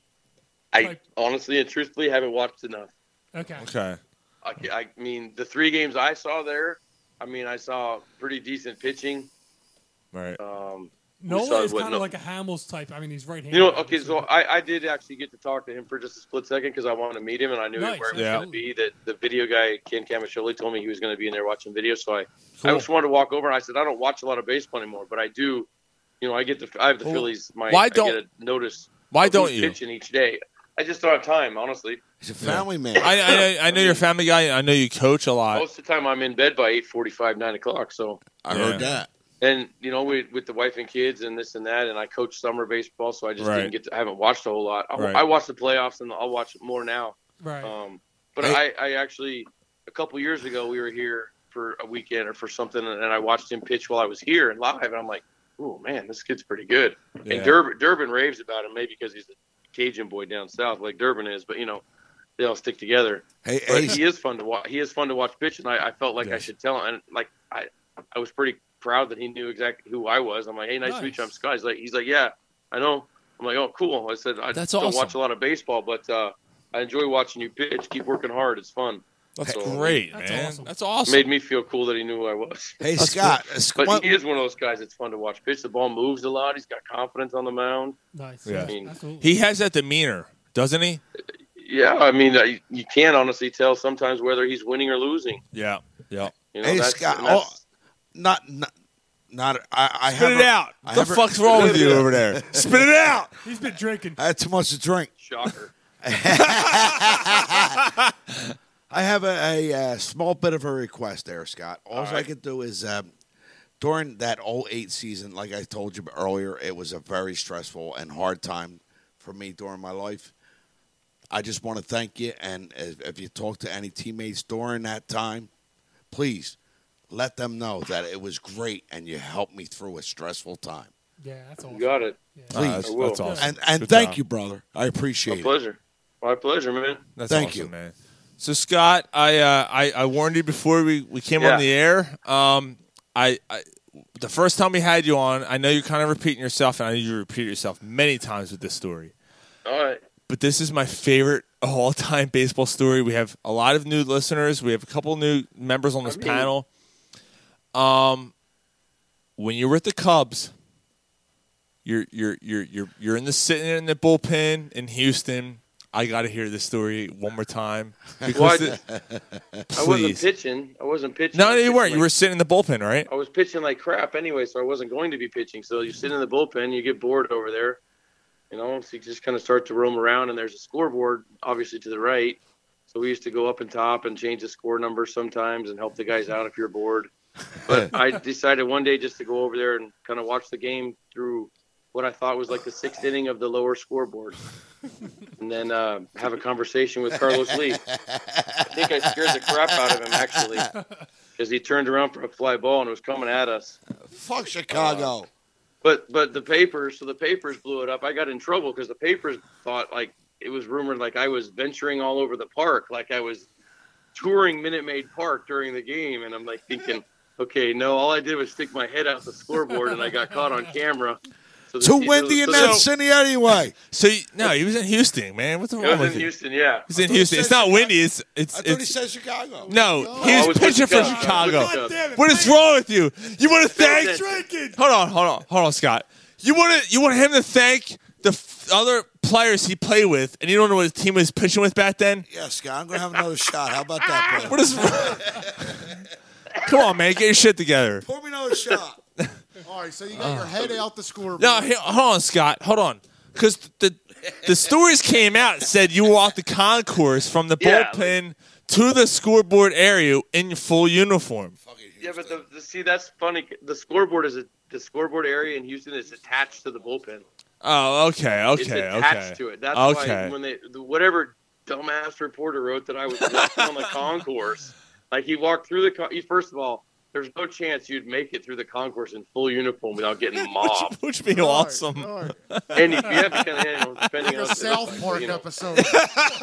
S6: I honestly and truthfully haven't watched enough.
S23: Okay.
S5: Okay.
S6: I, I mean, the three games I saw there, I mean, I saw pretty decent pitching.
S5: Right.
S6: Um, we
S23: Nola
S6: saw
S23: is
S6: what
S23: kind of
S6: Nola-
S23: like a Hamels type. I mean, he's right-handed.
S6: You know, okay, so I, I did actually get to talk to him for just a split second because I wanted to meet him and I knew
S23: Nice,
S6: where he was
S23: yeah.
S6: going to be. That the video guy Ken Camacholi told me he was going to be in there watching videos, so I, I
S5: Cool.
S6: just wanted to walk over and I said I don't watch a lot of baseball anymore, but I do. You know, I get the I have the
S5: Cool.
S6: Phillies. My
S5: Why
S6: I
S5: don't-
S6: get a notice?
S5: why
S6: of who's
S5: don't you?
S6: pitching each day? I just don't have time, honestly.
S24: He's a
S5: I, I I know you're a family guy. I know you coach a lot.
S6: Most of the time, I'm in bed by eight forty-five, nine o'clock. So
S5: I heard Yeah. that.
S6: And you know, we, with the wife and kids and this and that, and I coach summer baseball, so I just
S5: Right.
S6: didn't get. To, I haven't watched a whole lot. I,
S5: Right.
S6: I watch the playoffs, and I'll watch more now.
S23: Right.
S6: Um, but
S24: Hey.
S6: I, I actually, a couple years ago, we were here for a weekend or for something, and I watched him pitch while I was here and live, and I'm like, oh man, this kid's pretty good.
S5: Yeah.
S6: And Durbin, Durbin raves about him, maybe because he's a Cajun boy down south, like Durbin is. But you know, they all stick together.
S24: Hey,
S6: But
S24: hey,
S6: he is fun to watch. He is fun to watch pitch, and I, I felt like I should tell him. And like I, I was pretty proud that he knew exactly who I was. I'm like, hey, nice, to meet you. I'm Scott. He's like, he's like, yeah, I know. I'm like, oh, cool. I said, I
S5: That's
S6: don't
S5: awesome.
S6: watch a lot of baseball, but uh, I enjoy watching you pitch. Keep working hard. It's fun.
S5: That's
S6: So,
S5: great,
S6: it
S5: man. That's awesome.
S6: Made me feel cool that he knew who I was.
S24: Hey, That's Scott, cool. it's-
S6: But
S24: what-
S6: he is one of those guys that's fun to watch pitch. The ball moves a lot. He's got confidence on the mound.
S23: Nice.
S6: I mean,
S5: He has that demeanor, doesn't he?
S6: yeah, I mean, I, you can't honestly tell sometimes whether he's winning or losing.
S5: Yeah, yeah.
S6: You know,
S9: hey,
S6: that's-
S9: Scott,
S6: and that's-
S9: oh, not not not. I, I
S5: Spit
S9: have
S5: it
S9: a-
S5: out.
S9: I
S5: The
S9: have a-
S5: fuck's wrong with you over there? Spit it out.
S25: He's been drinking.
S9: I had too much to drink.
S6: Shocker.
S9: I have a, a, uh small bit of a request there, Scott. All,
S6: All
S9: I
S6: right.
S9: could do is um, during that 08 season, like I told you earlier, it was a very stressful and hard time for me during my life. I just want to thank you. And if, if you talk to any teammates during that time, please let them know that it was great and you helped me through a stressful time.
S25: Yeah, that's awesome.
S6: You got it.
S5: Ah,
S9: Please.
S6: I will.
S9: And, and
S5: Good
S9: thank
S5: job.
S9: you, brother. I appreciate
S6: My
S9: it.
S6: pleasure. My pleasure, man.
S5: That's
S9: Thank
S5: awesome,
S9: you.
S5: man. So Scott, I, uh, I I warned you before we, we came
S6: Yeah.
S5: on the air. Um, I, I the first time we had you on, I know you're kind of repeating yourself, and I know you repeat yourself many times with this story.
S6: All right.
S5: But this is my favorite all time baseball story. We have a lot of new listeners. We have a couple new members on this
S6: mean-
S5: panel. Um, when you were at the Cubs, you're you're you're you're you're in the sitting in the bullpen in Houston. I got to hear this story one more time
S6: Why-
S5: because it-
S6: I wasn't
S5: please.
S6: pitching. I wasn't pitching. I
S5: No,
S6: was
S5: you weren't.
S6: pitching
S5: You were
S6: like-
S5: sitting in the bullpen, right?
S6: I was pitching like crap anyway, so I wasn't going to be pitching. So you sit in the bullpen, you get bored over there, you know, so you just kind of start to roam around, and there's a scoreboard obviously to the right. So we used to go up and top and change the score number sometimes and help the guys out if you're bored. But I decided one day just to go over there and kind of watch the game through what I thought was like the sixth inning of the lower scoreboard, and then uh, have a conversation with Carlos Lee. I think I scared the crap out of him actually because he turned around for a fly ball and was coming at us. Uh,
S9: Fuck Chicago.
S6: But but the papers, so the papers blew it up. I got in trouble because the papers thought like it was rumored like I was venturing all over the park, like I was touring Minute Maid Park during the game, and I'm like thinking, okay, no, all I did was stick my head out the scoreboard, and I got caught on camera. So the-
S9: Too windy in
S6: so-
S9: that city anyway.
S5: So you, no, he was in Houston, man. What's wrong
S6: It was
S5: with
S6: in
S5: you?
S6: Houston, yeah.
S5: He's in Houston. It's not windy. It's it's.
S9: I thought he
S5: it's-
S9: said Chicago.
S5: No,
S6: I
S5: he was
S6: was with
S5: pitching for
S6: Cubs.
S5: Chicago.
S6: God damn it,
S5: What is wrong with you? You want to thank?
S6: That's
S5: Hold on, hold on, hold on, Scott. You want to you want him to thank the f- other players he played with, and you don't know what his team was pitching with back then.
S9: Yeah, Scott, I'm gonna have another shot. How about that, brother?
S5: What is? Come on, man, get your shit together.
S9: Pour me another shot.
S7: All right, so you got your head out the scoreboard.
S5: No, he- hold on, Scott. Hold on, because the the stories came out and said you walked the concourse from the
S6: Yeah.
S5: bullpen to the scoreboard area in your full uniform.
S6: Yeah, but the, the, see, that's funny. The scoreboard is a, the scoreboard area in Houston is attached to the bullpen.
S5: Oh, okay, okay,
S6: it's attached
S5: okay.
S6: to it. That's
S5: okay.
S6: why when they the- whatever dumbass reporter wrote that I was walking on the concourse, like he walked through the. Con- he- first of all, there's no chance you'd make it through the concourse in full uniform without getting mobbed.
S5: which would be awesome.
S6: and if you have to kind of, you know,
S7: Like
S6: depending on
S7: a
S6: what it
S7: South
S6: looks like,
S7: Park
S6: you know.
S7: episode.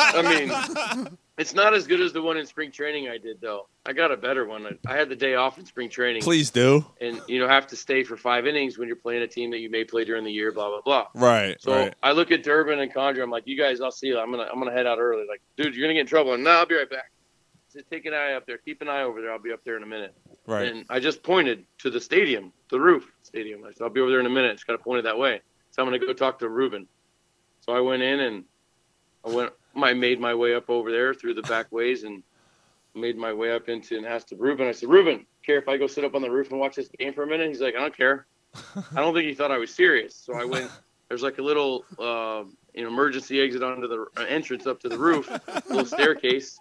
S6: I mean, it's not as good as the one in spring training I did though. I got a better one. I, I had the day off in spring training.
S5: Please do.
S6: And you know, have to stay for five innings when you're playing a team that you may play during the year. Blah blah blah.
S5: Right,
S6: So
S5: right.
S6: I look at Durbin and Condra. I'm like, you guys, I'll see you. I'm gonna I'm gonna head out early. Like, dude, you're gonna get in trouble. No, I'll be right back. Just take an eye up there. Keep an eye over there. I'll be up there in a minute.
S5: Right.
S6: And I just pointed to the stadium, the roof stadium. I said, I'll be over there in a minute. Just kind of pointed that way. So I'm gonna go talk to Ruben. So I went in and I went. I made my way up over there through the back ways and made my way up into and asked Ruben. I said, Ruben, care if I go sit up on the roof and watch this game for a minute? He's like, I don't care. I don't think he thought I was serious. So I went. There's like a little um, you know, emergency exit onto the uh, entrance up to the roof, little staircase,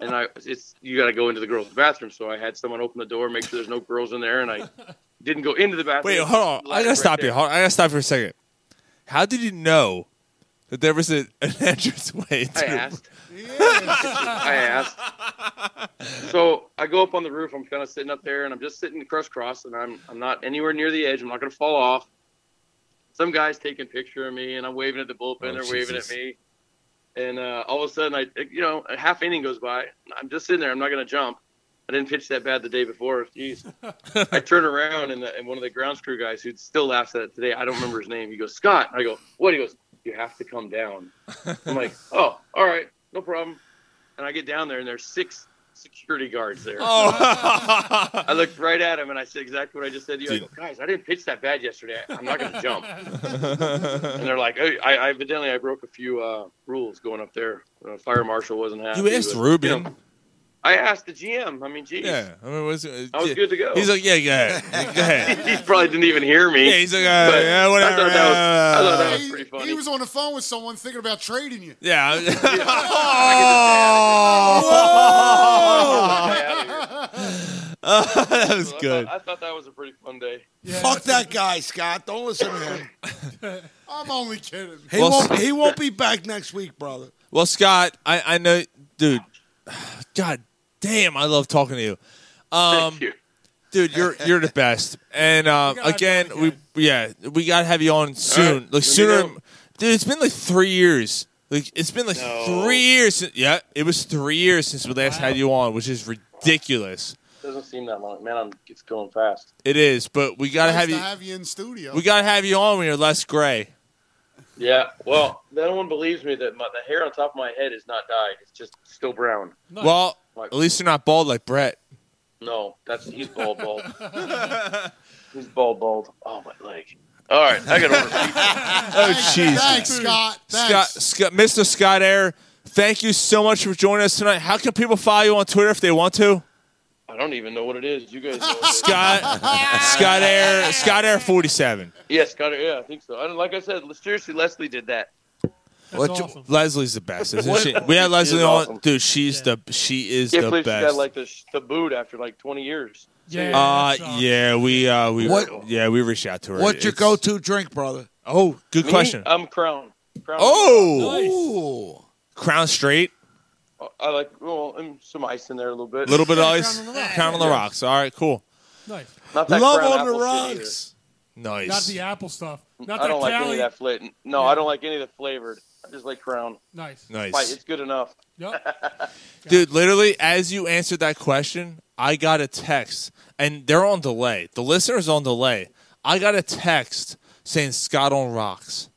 S6: and I it's you got to go into the girls' bathroom. So I had someone open the door, make sure there's no girls in there, and I didn't go into the bathroom.
S5: Wait, hold on. I gotta stop you. Hold I gotta stop for a second. How did you know that there was a, an entranceway? To
S6: I asked. I asked. So I go up on the roof. I'm kind of sitting up there, and I'm just sitting cross cross, and I'm I'm not anywhere near the edge. I'm not going to fall off. Some guy's taking picture of me, and I'm waving at the bullpen.
S10: Oh,
S6: They're waving at
S10: Jesus.
S6: me, and uh, all of a sudden, I you know a half inning goes by. I'm just sitting there. I'm not going to jump. I didn't pitch that bad the day before. Jeez. I turn around and, the, and one of the grounds crew guys who still laughs at it today. I don't remember his name. He goes Scott. I go what? He goes you have to come down. I'm like, oh, all right, no problem. And I get down there, and there's six
S16: security guards there.
S12: Oh.
S16: I looked right at him and I said exactly what I just said to you. I go, Guys, I didn't pitch that bad yesterday. I'm not going to jump. and they're like, oh, I, I evidently I broke a few uh, rules going up there. Uh, fire marshal wasn't happy.
S5: You asked
S16: but,
S5: Ruben.
S16: you know, I asked the GM. I mean, geez.
S5: Yeah, I mean, was, uh,
S16: I was
S5: yeah.
S16: good to go.
S5: He's like, yeah, go ahead, go ahead.
S16: he probably didn't even hear me.
S5: Yeah, he's like, uh,
S16: But
S5: yeah, whatever.
S16: I thought that was, I thought that
S5: uh,
S16: was pretty funny.
S7: He was on the phone with someone thinking about trading you.
S5: Yeah.
S9: Oh,
S5: that
S9: was
S16: So I
S9: good.
S16: thought- I thought that was a pretty fun day.
S9: Fuck that guy, Scott. Don't listen to him.
S7: I'm only kidding.
S9: He
S5: Well,
S9: won't.
S5: s-
S9: He won't be back next week, brother.
S5: well, Scott, I, I know, dude. God damn, I love talking to you. Um,
S16: Thank you.
S5: Dude, you're you're the best. And uh, again, we yeah, we gotta have you on soon.
S16: right,
S5: Like
S16: let me
S5: sooner,
S16: know.
S5: dude. It's been like three years. Like it's been like
S16: No.
S5: three years. Since, yeah, it was three years since we last had you on, which is ridiculous.
S16: Doesn't seem that long, man. I'm, it's going fast.
S5: It is, but we gotta
S7: nice
S5: have
S7: to
S5: you.
S7: have you in studio.
S5: we gotta have you on when you're less gray.
S16: Yeah. Well, no one believes me that my, the hair on top of my head is not dyed. It's just still brown.
S5: Well,
S16: Like-
S5: at least you're not bald like Brett.
S16: No, that's he's bald, bald. he's bald, bald. Oh my leg. All right, I got to.
S5: Oh, jeez.
S7: Thanks, Scott.
S5: Scott, Scott, Mr. Scott Air, thank you so much for joining us tonight. How can people follow you on Twitter if they want to?
S16: I don't even know what it is. You guys. Know what it is.
S5: Scott, Scott Air, Scott Air 47.
S16: Yeah, Scott. Yeah, I think so. I don't, like I said, seriously, Leslie did that.
S5: What- Leslie's the best, isn't
S16: What?
S5: she? We had
S16: She
S5: Leslie
S16: is
S5: on,
S16: awesome.
S5: dude. She's the she is
S16: Can't
S5: the
S16: believe she
S5: best.
S16: got like the, sh- the boot after like 20 years.
S5: uh, yeah, we uh, we
S16: What-
S5: yeah we reached out to her.
S9: What's your
S5: It's-
S9: go-to drink, brother?
S5: Oh, good
S16: Me? Uh,
S5: question.
S16: I'm Crown. Crown
S5: Oh, Crown Straight,
S16: I like well, and some ice in there a little bit.
S5: a little bit of ice, Crown on the
S16: Yeah.
S5: Rocks. All right, cool.
S6: Nice.
S16: Not that
S6: Love
S16: Crown
S6: on the
S16: apple shit
S6: rocks.
S5: Nice.
S6: Not the apple stuff.
S16: either.
S6: Not
S16: I
S6: that
S16: don't like any
S6: Cali-
S16: of that flavor. No, I don't like any of the flavored. I just like Crown.
S6: Nice.
S5: Nice.
S16: Like, it's good enough.
S5: Dude, literally, as you answered that question, I got a text, and they're on delay. The listener's on delay. I got a text saying Scott on rocks.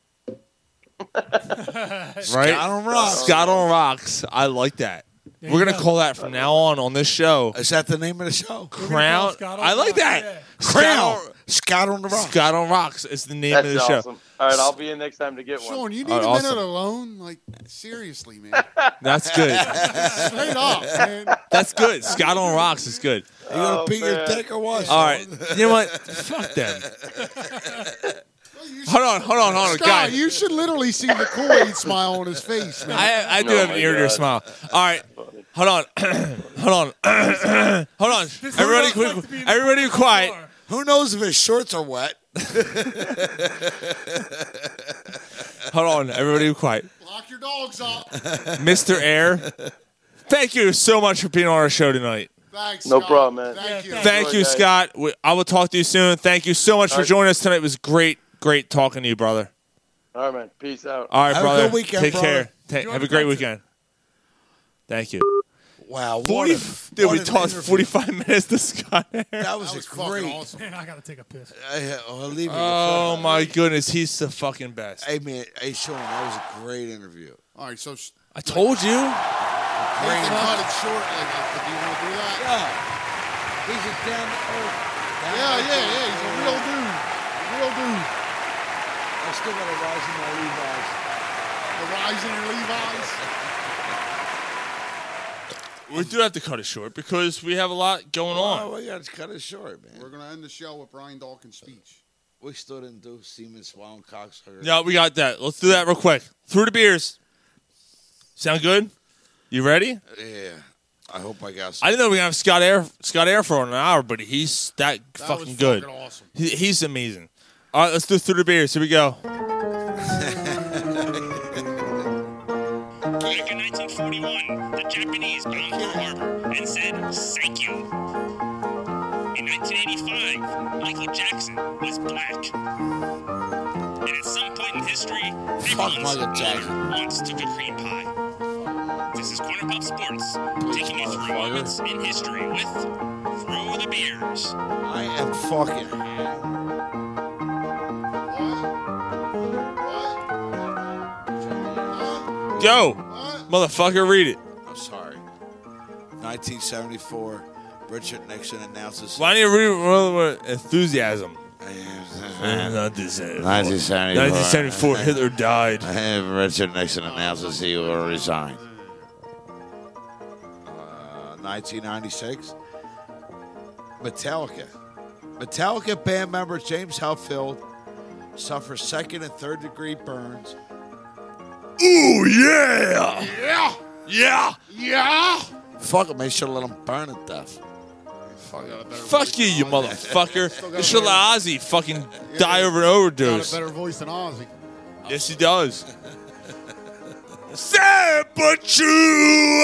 S5: right?
S9: Scott on rocks.
S5: Scott on rocks. I like that.
S9: There
S5: We're
S9: you
S5: gonna
S9: go.
S5: call that from now on on this show.
S9: Is that the name of the show?
S5: Crown. I like that.
S9: Crown.
S5: Scott on,
S9: Scott on the rocks.
S5: Scott on rocks is the name
S16: That's
S5: of the
S16: awesome.
S5: show.
S16: All right, I'll be in next time to get one.
S7: Sean, you need
S5: All
S7: a
S5: right,
S7: minute
S5: awesome.
S7: alone. Like seriously, man.
S5: That's good.
S7: Straight up, man.
S5: That's good. Scott on rocks is good.
S9: You gonna beat your dick or what?
S5: All right. You know what? Fuck them. hold on, hold on, hold on,
S7: Scott,
S5: guys.
S7: you should literally see the Kool-Aid smile on his face, man.
S5: I, I
S16: Oh
S5: do have an ear to your smile. All right, hold on, hold on, hold on.
S9: This
S5: Everybody,
S9: is what
S5: quick, everybody, quiet.
S9: Who knows if his shorts are wet?
S5: Hold on, everybody, quiet.
S7: Lock your dogs up.
S5: Mr. Air, thank you so much for being on our show tonight.
S7: Thanks.
S16: No
S7: Scott.
S16: problem, man.
S7: Thank you.
S5: Thank you, Scott. We, I will talk to you soon. Thank you so much
S16: All
S5: for
S16: right.
S5: joining us tonight. It was great, great talking to you, brother.
S16: All right, man. Peace out.
S5: All right, brother. Take
S16: brother.
S5: care. Ta- have a great weekend. Thank you.
S9: Wow, what
S5: 40,
S9: a-
S5: dude,
S9: what
S5: we
S9: an
S5: talked
S9: interview.
S5: 45 minutes to Scott Air.
S9: That was, a great.
S6: Man, I gotta take a piss.
S9: I, will leave you.
S5: Oh my goodness, he's the fucking best.
S9: Hey man, hey Sean, that was a great interview.
S7: All right, so sh-
S5: I told you.
S7: they can cut it short. Like, if you want to do that?
S9: Yeah. He's a down to earth.
S7: yeah, yeah, yeah. He's a real dude. A real dude.
S9: I still got a rise in my Levi's.
S7: The rise in your Levi's.
S5: We do have to cut it short because we have a lot going
S9: Oh,
S5: on.
S9: well, yeah, it's cut it short, man.
S7: We're gonna end the show with Brian Dawkins' speech.
S9: We still didn't do Seaman Swan Cox.
S5: Yeah, we got that. Let's do that real quick. Through the beers. Sound good? You ready?
S9: Yeah. I hope I got. Some.
S5: I didn't know we were gonna have Scott Air Scott Air for an hour, but he's that,
S9: was
S5: fucking
S9: fucking
S5: good.
S9: awesome.
S5: He, he's amazing. All right, let's do through the beers. Here we go.
S12: Back in 1941, the Japanese bombed Pearl Harbor and said, thank you. In 1985, Michael Jackson was black. And at some point in history,
S9: Fuck Michael Jackson.
S12: wants to do cream pie. This is Corner Pop Sports, taking you through moments in history with Through the Beers.
S9: I am fucking.
S5: Go. Motherfucker, read it.
S9: I'm sorry. 1974, Richard Nixon announces.
S5: Why do you read with enthusiasm? Hitler died.
S9: Richard Nixon announces he will resign. Uh, 1996, Metallica. Metallica band member James Hetfield suffers second and third degree burns.
S8: Ooh, yeah!
S7: Yeah.
S5: Yeah.
S7: Yeah.
S9: Fuck him, they should have let him burn to death. Fuck it.
S5: Fuck you, you motherfucker. You should let Ozzy fucking die over an overdose.
S7: Got a better voice than Ozzy.
S5: Yes, he does. Sad, but you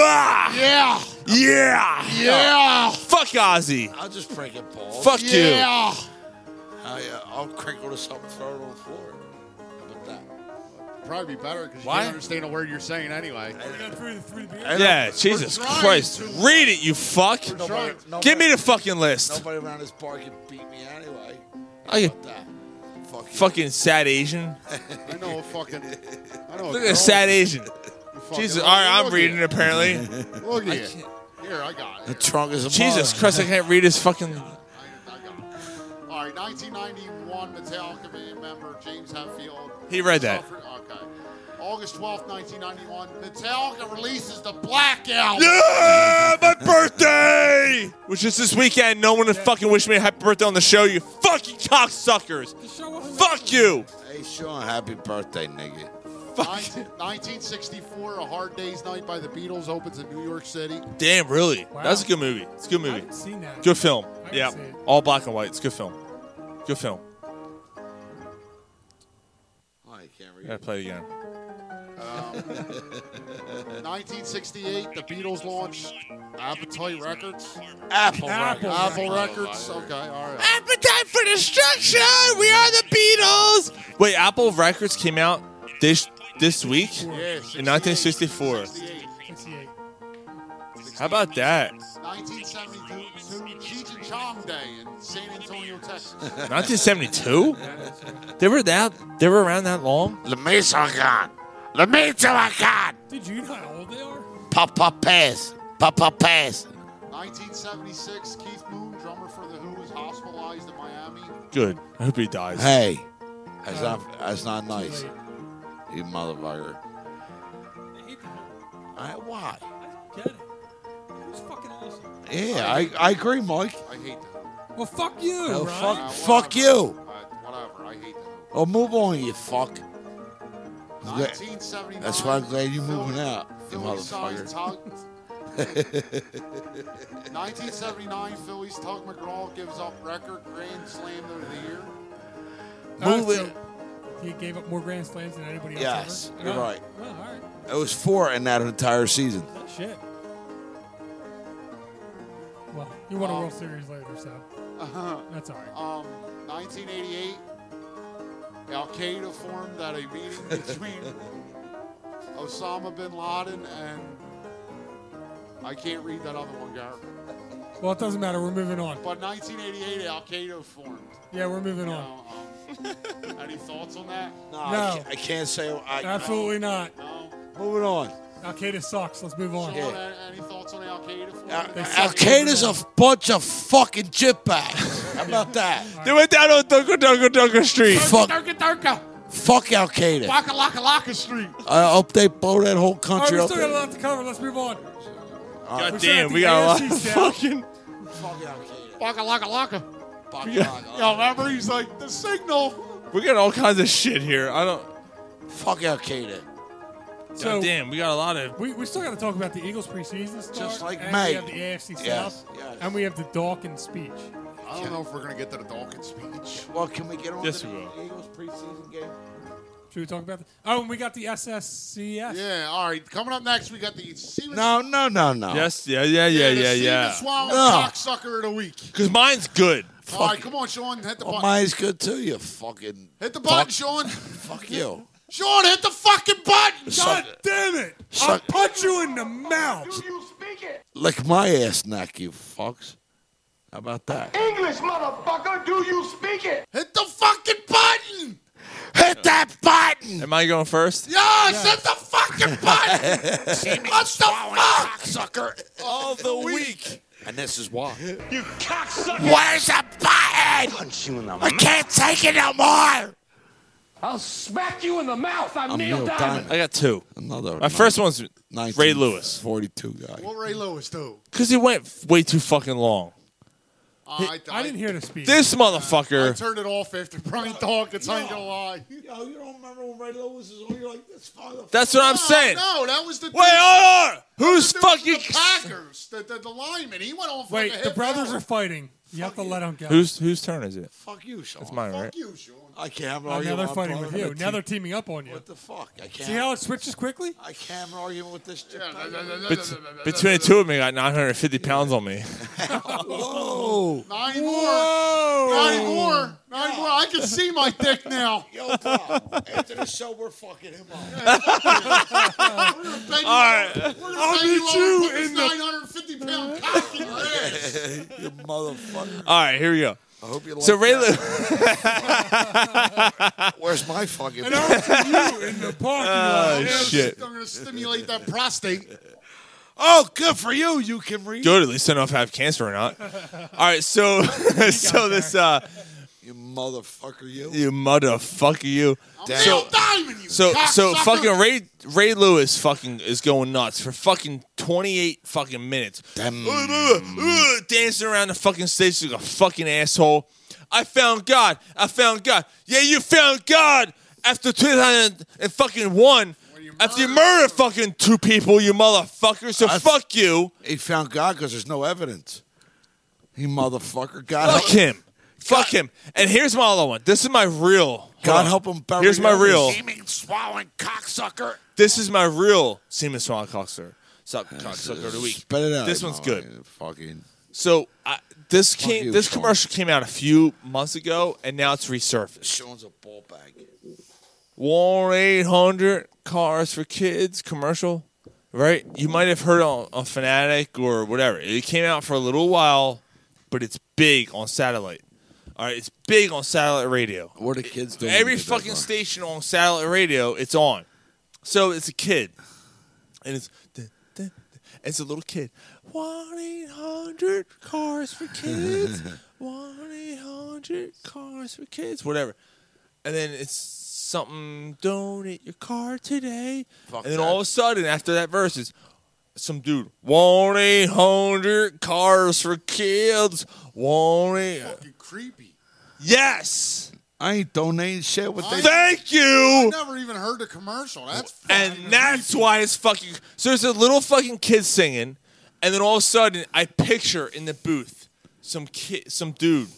S5: are.
S7: Yeah.
S5: Yeah.
S7: Yeah.
S5: Fuck Ozzy.
S9: I'll just break it, Paul.
S5: Fuck you.
S7: Yeah.
S5: Ah!
S9: Oh, yeah. I'll crinkle to something, throw it on the floor. How about that?
S7: Probably be better because you
S9: Why?
S7: can't understand a word you're saying anyway.
S5: Yeah, Jesus Christ. Read it, you fuck.
S9: trying-
S5: Give me the fucking list.
S9: Nobody around this bar can beat me anyway.
S5: I
S9: How about that? Fuck you.
S5: Fucking sad Asian.
S7: I know a fucking. I know
S5: Look
S7: a
S5: at a sad
S7: girl-
S5: Asian. Jesus, all right, I'm reading it apparently.
S7: Look at you. Here, I got it.
S9: The trunk is a
S5: Jesus Christ, I can't read his fucking.
S7: All right, 1991 Metallica band member James Hetfield.
S5: He read that.
S7: suffered- Okay. August 12th, 1991, Metallica releases the Black Album.
S5: Yeah, my birthday! Which is this weekend. No one would fucking wish me a happy birthday on the show, you fucking cocksuckers. Fuck you.
S9: Hey, Sean, happy birthday, nigga.
S7: 19- 1964, A Hard Day's Night by the Beatles opens in New York City.
S5: Damn, really?
S7: Wow.
S5: That's a good movie. It's a good movie.
S7: haven't seen that.
S5: Good film.
S7: I haven't
S5: Yeah.
S7: seen it.
S5: All black and white. It's a good film. Good film.
S9: Oh, I can't
S5: I gotta
S9: read.
S5: play it again.
S7: Um, 1968, the Beatles launched Appetite Records.
S9: Apple,
S7: Apple,
S9: Records.
S7: Records. Okay, all right.
S5: Appetite for Destruction! We are the Beatles! Wait, Apple Records came out this this week in 1964.
S6: 68.
S5: How about that?
S7: 1972, Cheech and Chong Day in San Antonio, Texas.
S5: 1972? They were that they were around that long?
S9: The Mesa Gun. The Mesa Gun.
S6: Did you know how old they are?
S9: Papa Pass. Papa Pass.
S7: 1976, Keith Moon, drummer for The Who, was hospitalized in Miami.
S5: Good. I hope he dies.
S9: Hey, that's not that's not nice. You motherfucker. I, why?
S6: Get it. It was fucking awesome.
S9: Yeah, I, I agree, Mike.
S7: I hate that.
S6: Well, fuck you.
S9: Oh,
S6: Ron.
S9: fuck, fuck you.
S7: Uh, whatever, I hate that.
S9: Oh, move on, you fuck.
S7: 1979.
S9: That's why I'm glad you're moving out, you
S7: Philly signs
S9: motherfucker.
S7: Tug- 1979, Phillies Tug McGraw gives up record Grand Slam of the year.
S9: Move
S6: Uh,
S9: it.
S6: so He gave up more grand slams than anybody else.
S9: Yes,
S6: ever?
S9: you're
S6: Yeah.
S9: right.
S6: Well, all right.
S9: It was four in that entire season.
S6: Shit. Well, you won a
S7: Um,
S6: World Series later, so
S7: Uh-huh.
S6: that's all right.
S7: Um, 1988, Al Qaeda formed at a meeting between Osama bin Laden and I can't read that other one, Gar.
S6: Well, it doesn't matter. We're moving on.
S7: But 1988, Al Qaeda formed.
S6: Yeah, we're moving
S7: You
S6: on.
S7: know, um, any thoughts on that?
S9: I
S6: No.
S9: can't- I can't say. I,
S6: Absolutely not.
S9: Moving on.
S6: Al Qaeda sucks. Let's move on.
S7: Sean, a- any thoughts on Uh, Al Qaeda forming?
S9: Al Qaeda's a bunch of fucking jitbags. How about that?
S5: They went down on Dunker Dunker Dunker Street.
S9: Fuck,
S7: Durka, Durka,
S9: fuck Al Qaeda.
S7: Waka Laka Laka Street.
S9: I hope they blow that whole
S6: All right,
S9: country
S6: we
S9: up.
S6: still got a lot to cover. Let's move on.
S5: God
S6: We're
S5: damn,
S6: at
S5: we
S6: the
S5: got a lot
S6: AFC
S5: of
S6: South.
S5: fucking.
S7: Waka Laka Laka.
S9: Fuck,
S7: Yo, remember he's like the signal.
S5: We got all kinds of shit here. I don't.
S9: fuck Al Qaeda.
S6: So-
S5: God damn, we got a lot of.
S6: We, we still got to talk about the Eagles preseason start.
S9: Just like
S6: and
S9: May.
S6: We have the AFC South.
S9: Yes, yes.
S6: And we have the Dawkins speech.
S7: I don't know if we're gonna get to the Dawkins speech.
S9: Well, can we get on
S5: Yes,
S9: to
S5: we
S9: the
S5: will.
S9: Eagles preseason game?
S6: Should we talk about that? Oh, and we got the SSCS.
S7: Yeah, all right. Coming up next, we got the Seaman
S9: No, no, no, no.
S5: Yes, yeah, yeah, yeah, yeah,
S7: the
S5: yeah.
S7: Swan
S9: No.
S7: cocksucker of the week.
S5: Because mine's good.
S7: All right, come on, Sean, hit the
S9: Well,
S7: button.
S9: mine's good too. You fucking
S7: Hit the button,
S9: Oh, fuck-
S7: Sean.
S9: Fuck you.
S7: Sean, hit the fucking button.
S6: God damn it! I'll
S9: Suck-
S6: punch you in the mouth.
S3: You speak it.
S9: Lick my ass, neck, you fucks. How about that?
S3: English, motherfucker, do you speak it?
S7: Hit the fucking button.
S5: Hit that button. Am I going first?
S3: Yes, hit the fucking button. What's the fuck,
S5: sucker? All the week.
S9: And this is why.
S3: You cocksucker.
S12: Where's the button?
S9: Punch you in the
S12: I can't take it no more.
S3: I'll smack you in the mouth. I'm,
S9: I'm
S3: Neil,
S9: Neil
S3: Diamond.
S9: Diamond.
S5: I got two.
S9: Another.
S5: My first one's Ray Lewis.
S9: 42 guy.
S7: What Ray Lewis do?
S5: Because he went f- way too fucking long.
S7: I, I, didn't
S6: hear the speech.
S5: This
S7: I
S5: motherfucker.
S7: turned it off after Brian Dawkins. I ain't gonna lie.
S8: Yo, you don't remember when Ray Lewis is on? You're like this father.
S5: That's what I'm saying.
S7: No, that was the
S5: Wait, hold on. Who's fucking.
S7: Packers, the, the, the lineman. He went on for
S6: Wait,
S7: like a
S6: the
S7: half
S6: brothers
S7: hour.
S6: are fighting. You have to let them go. Oh,
S5: Who's, whose turn is it?
S9: Fuck you, Sean.
S5: It's mine,
S9: Fuck
S5: right?
S9: you, Sean. I can't
S6: Oh, now
S9: argue.
S6: they're
S9: my
S6: fighting
S9: brother
S6: with you.
S9: and
S6: Now
S9: team.
S6: they're teaming up on you. What
S9: the fuck? I can't.
S6: See how it switches quickly?
S9: I can't argue with this.
S5: Bet- between the two of me, I got 950 pounds on me.
S9: Whoa.
S7: Nine more. Nine more. Nine more. I can see my dick now.
S9: Yo, Bob, after the show, we're fucking him
S7: up. All
S5: right.
S7: I'll meet you in the 950 pound cock in your ass.
S9: you motherfucker.
S5: All right, here we go.
S9: I hope you like
S5: So Ray
S9: that. Where's my fucking?
S7: And after you in the
S5: Oh,
S7: parking
S5: shit.
S7: I'm gonna stimulate that prostate.
S9: Oh, good for you. You can read.
S5: Good, at least I don't know if I have cancer or not. All right, so so this uh
S9: You motherfucker, you.
S5: you motherfucker you.
S9: Neil
S7: Diamond, you
S5: So so
S7: cocksucker.
S5: fucking Ray Ray Lewis fucking is going nuts for fucking 28 fucking minutes. Dancing around the fucking stage like a fucking asshole. I found God. I found God. Yeah, you found God after 2001. After you murdered fucking two people, you motherfucker. So fuck you.
S9: He found God because there's no evidence. He motherfucker. God
S5: Fuck
S9: help
S5: him. Fuck him. And here's my other one. This is my real.
S9: God
S5: Hold on.
S9: help him. Bury
S5: Here's my
S9: others.
S5: real.
S9: Seeming swallowing cocksucker.
S5: This is my real Seaman Swan cocksucker. Suck cocksucker of the week.
S9: Spit it out.
S5: This one's
S9: Mama.
S5: good.
S9: Fucking.
S5: So I, this
S9: Fuck
S5: came.
S9: you,
S5: this
S9: Sean.
S5: commercial came out a few months ago, and now it's resurfaced.
S9: Sean's a ball bag.
S5: One eight hundred cars for kids commercial, right? You might have heard on, on Fanatic or whatever. It came out for a little while, but it's big on satellite. All right, it's big on satellite radio.
S9: What are the kids doing?
S5: Every
S9: with it,
S5: fucking
S9: Mark?
S5: station on satellite radio, it's on. So it's a kid, and it's it's a little kid. One eight hundred cars for kids. One eight hundred cars for kids. Whatever. And then it's something. Donate your car today.
S9: Fuck
S5: and then
S9: that.
S5: all of a sudden, after that verse, it's some dude. One eight hundred cars for kids. One eight.
S7: You creepy.
S5: Yes.
S9: I ain't donating shit with they.
S5: Thank you.
S7: I never even heard the commercial. That's
S5: And that's why it's fucking. So there's a little fucking kid singing, and then all of a sudden, I picture in the booth some kid, some dude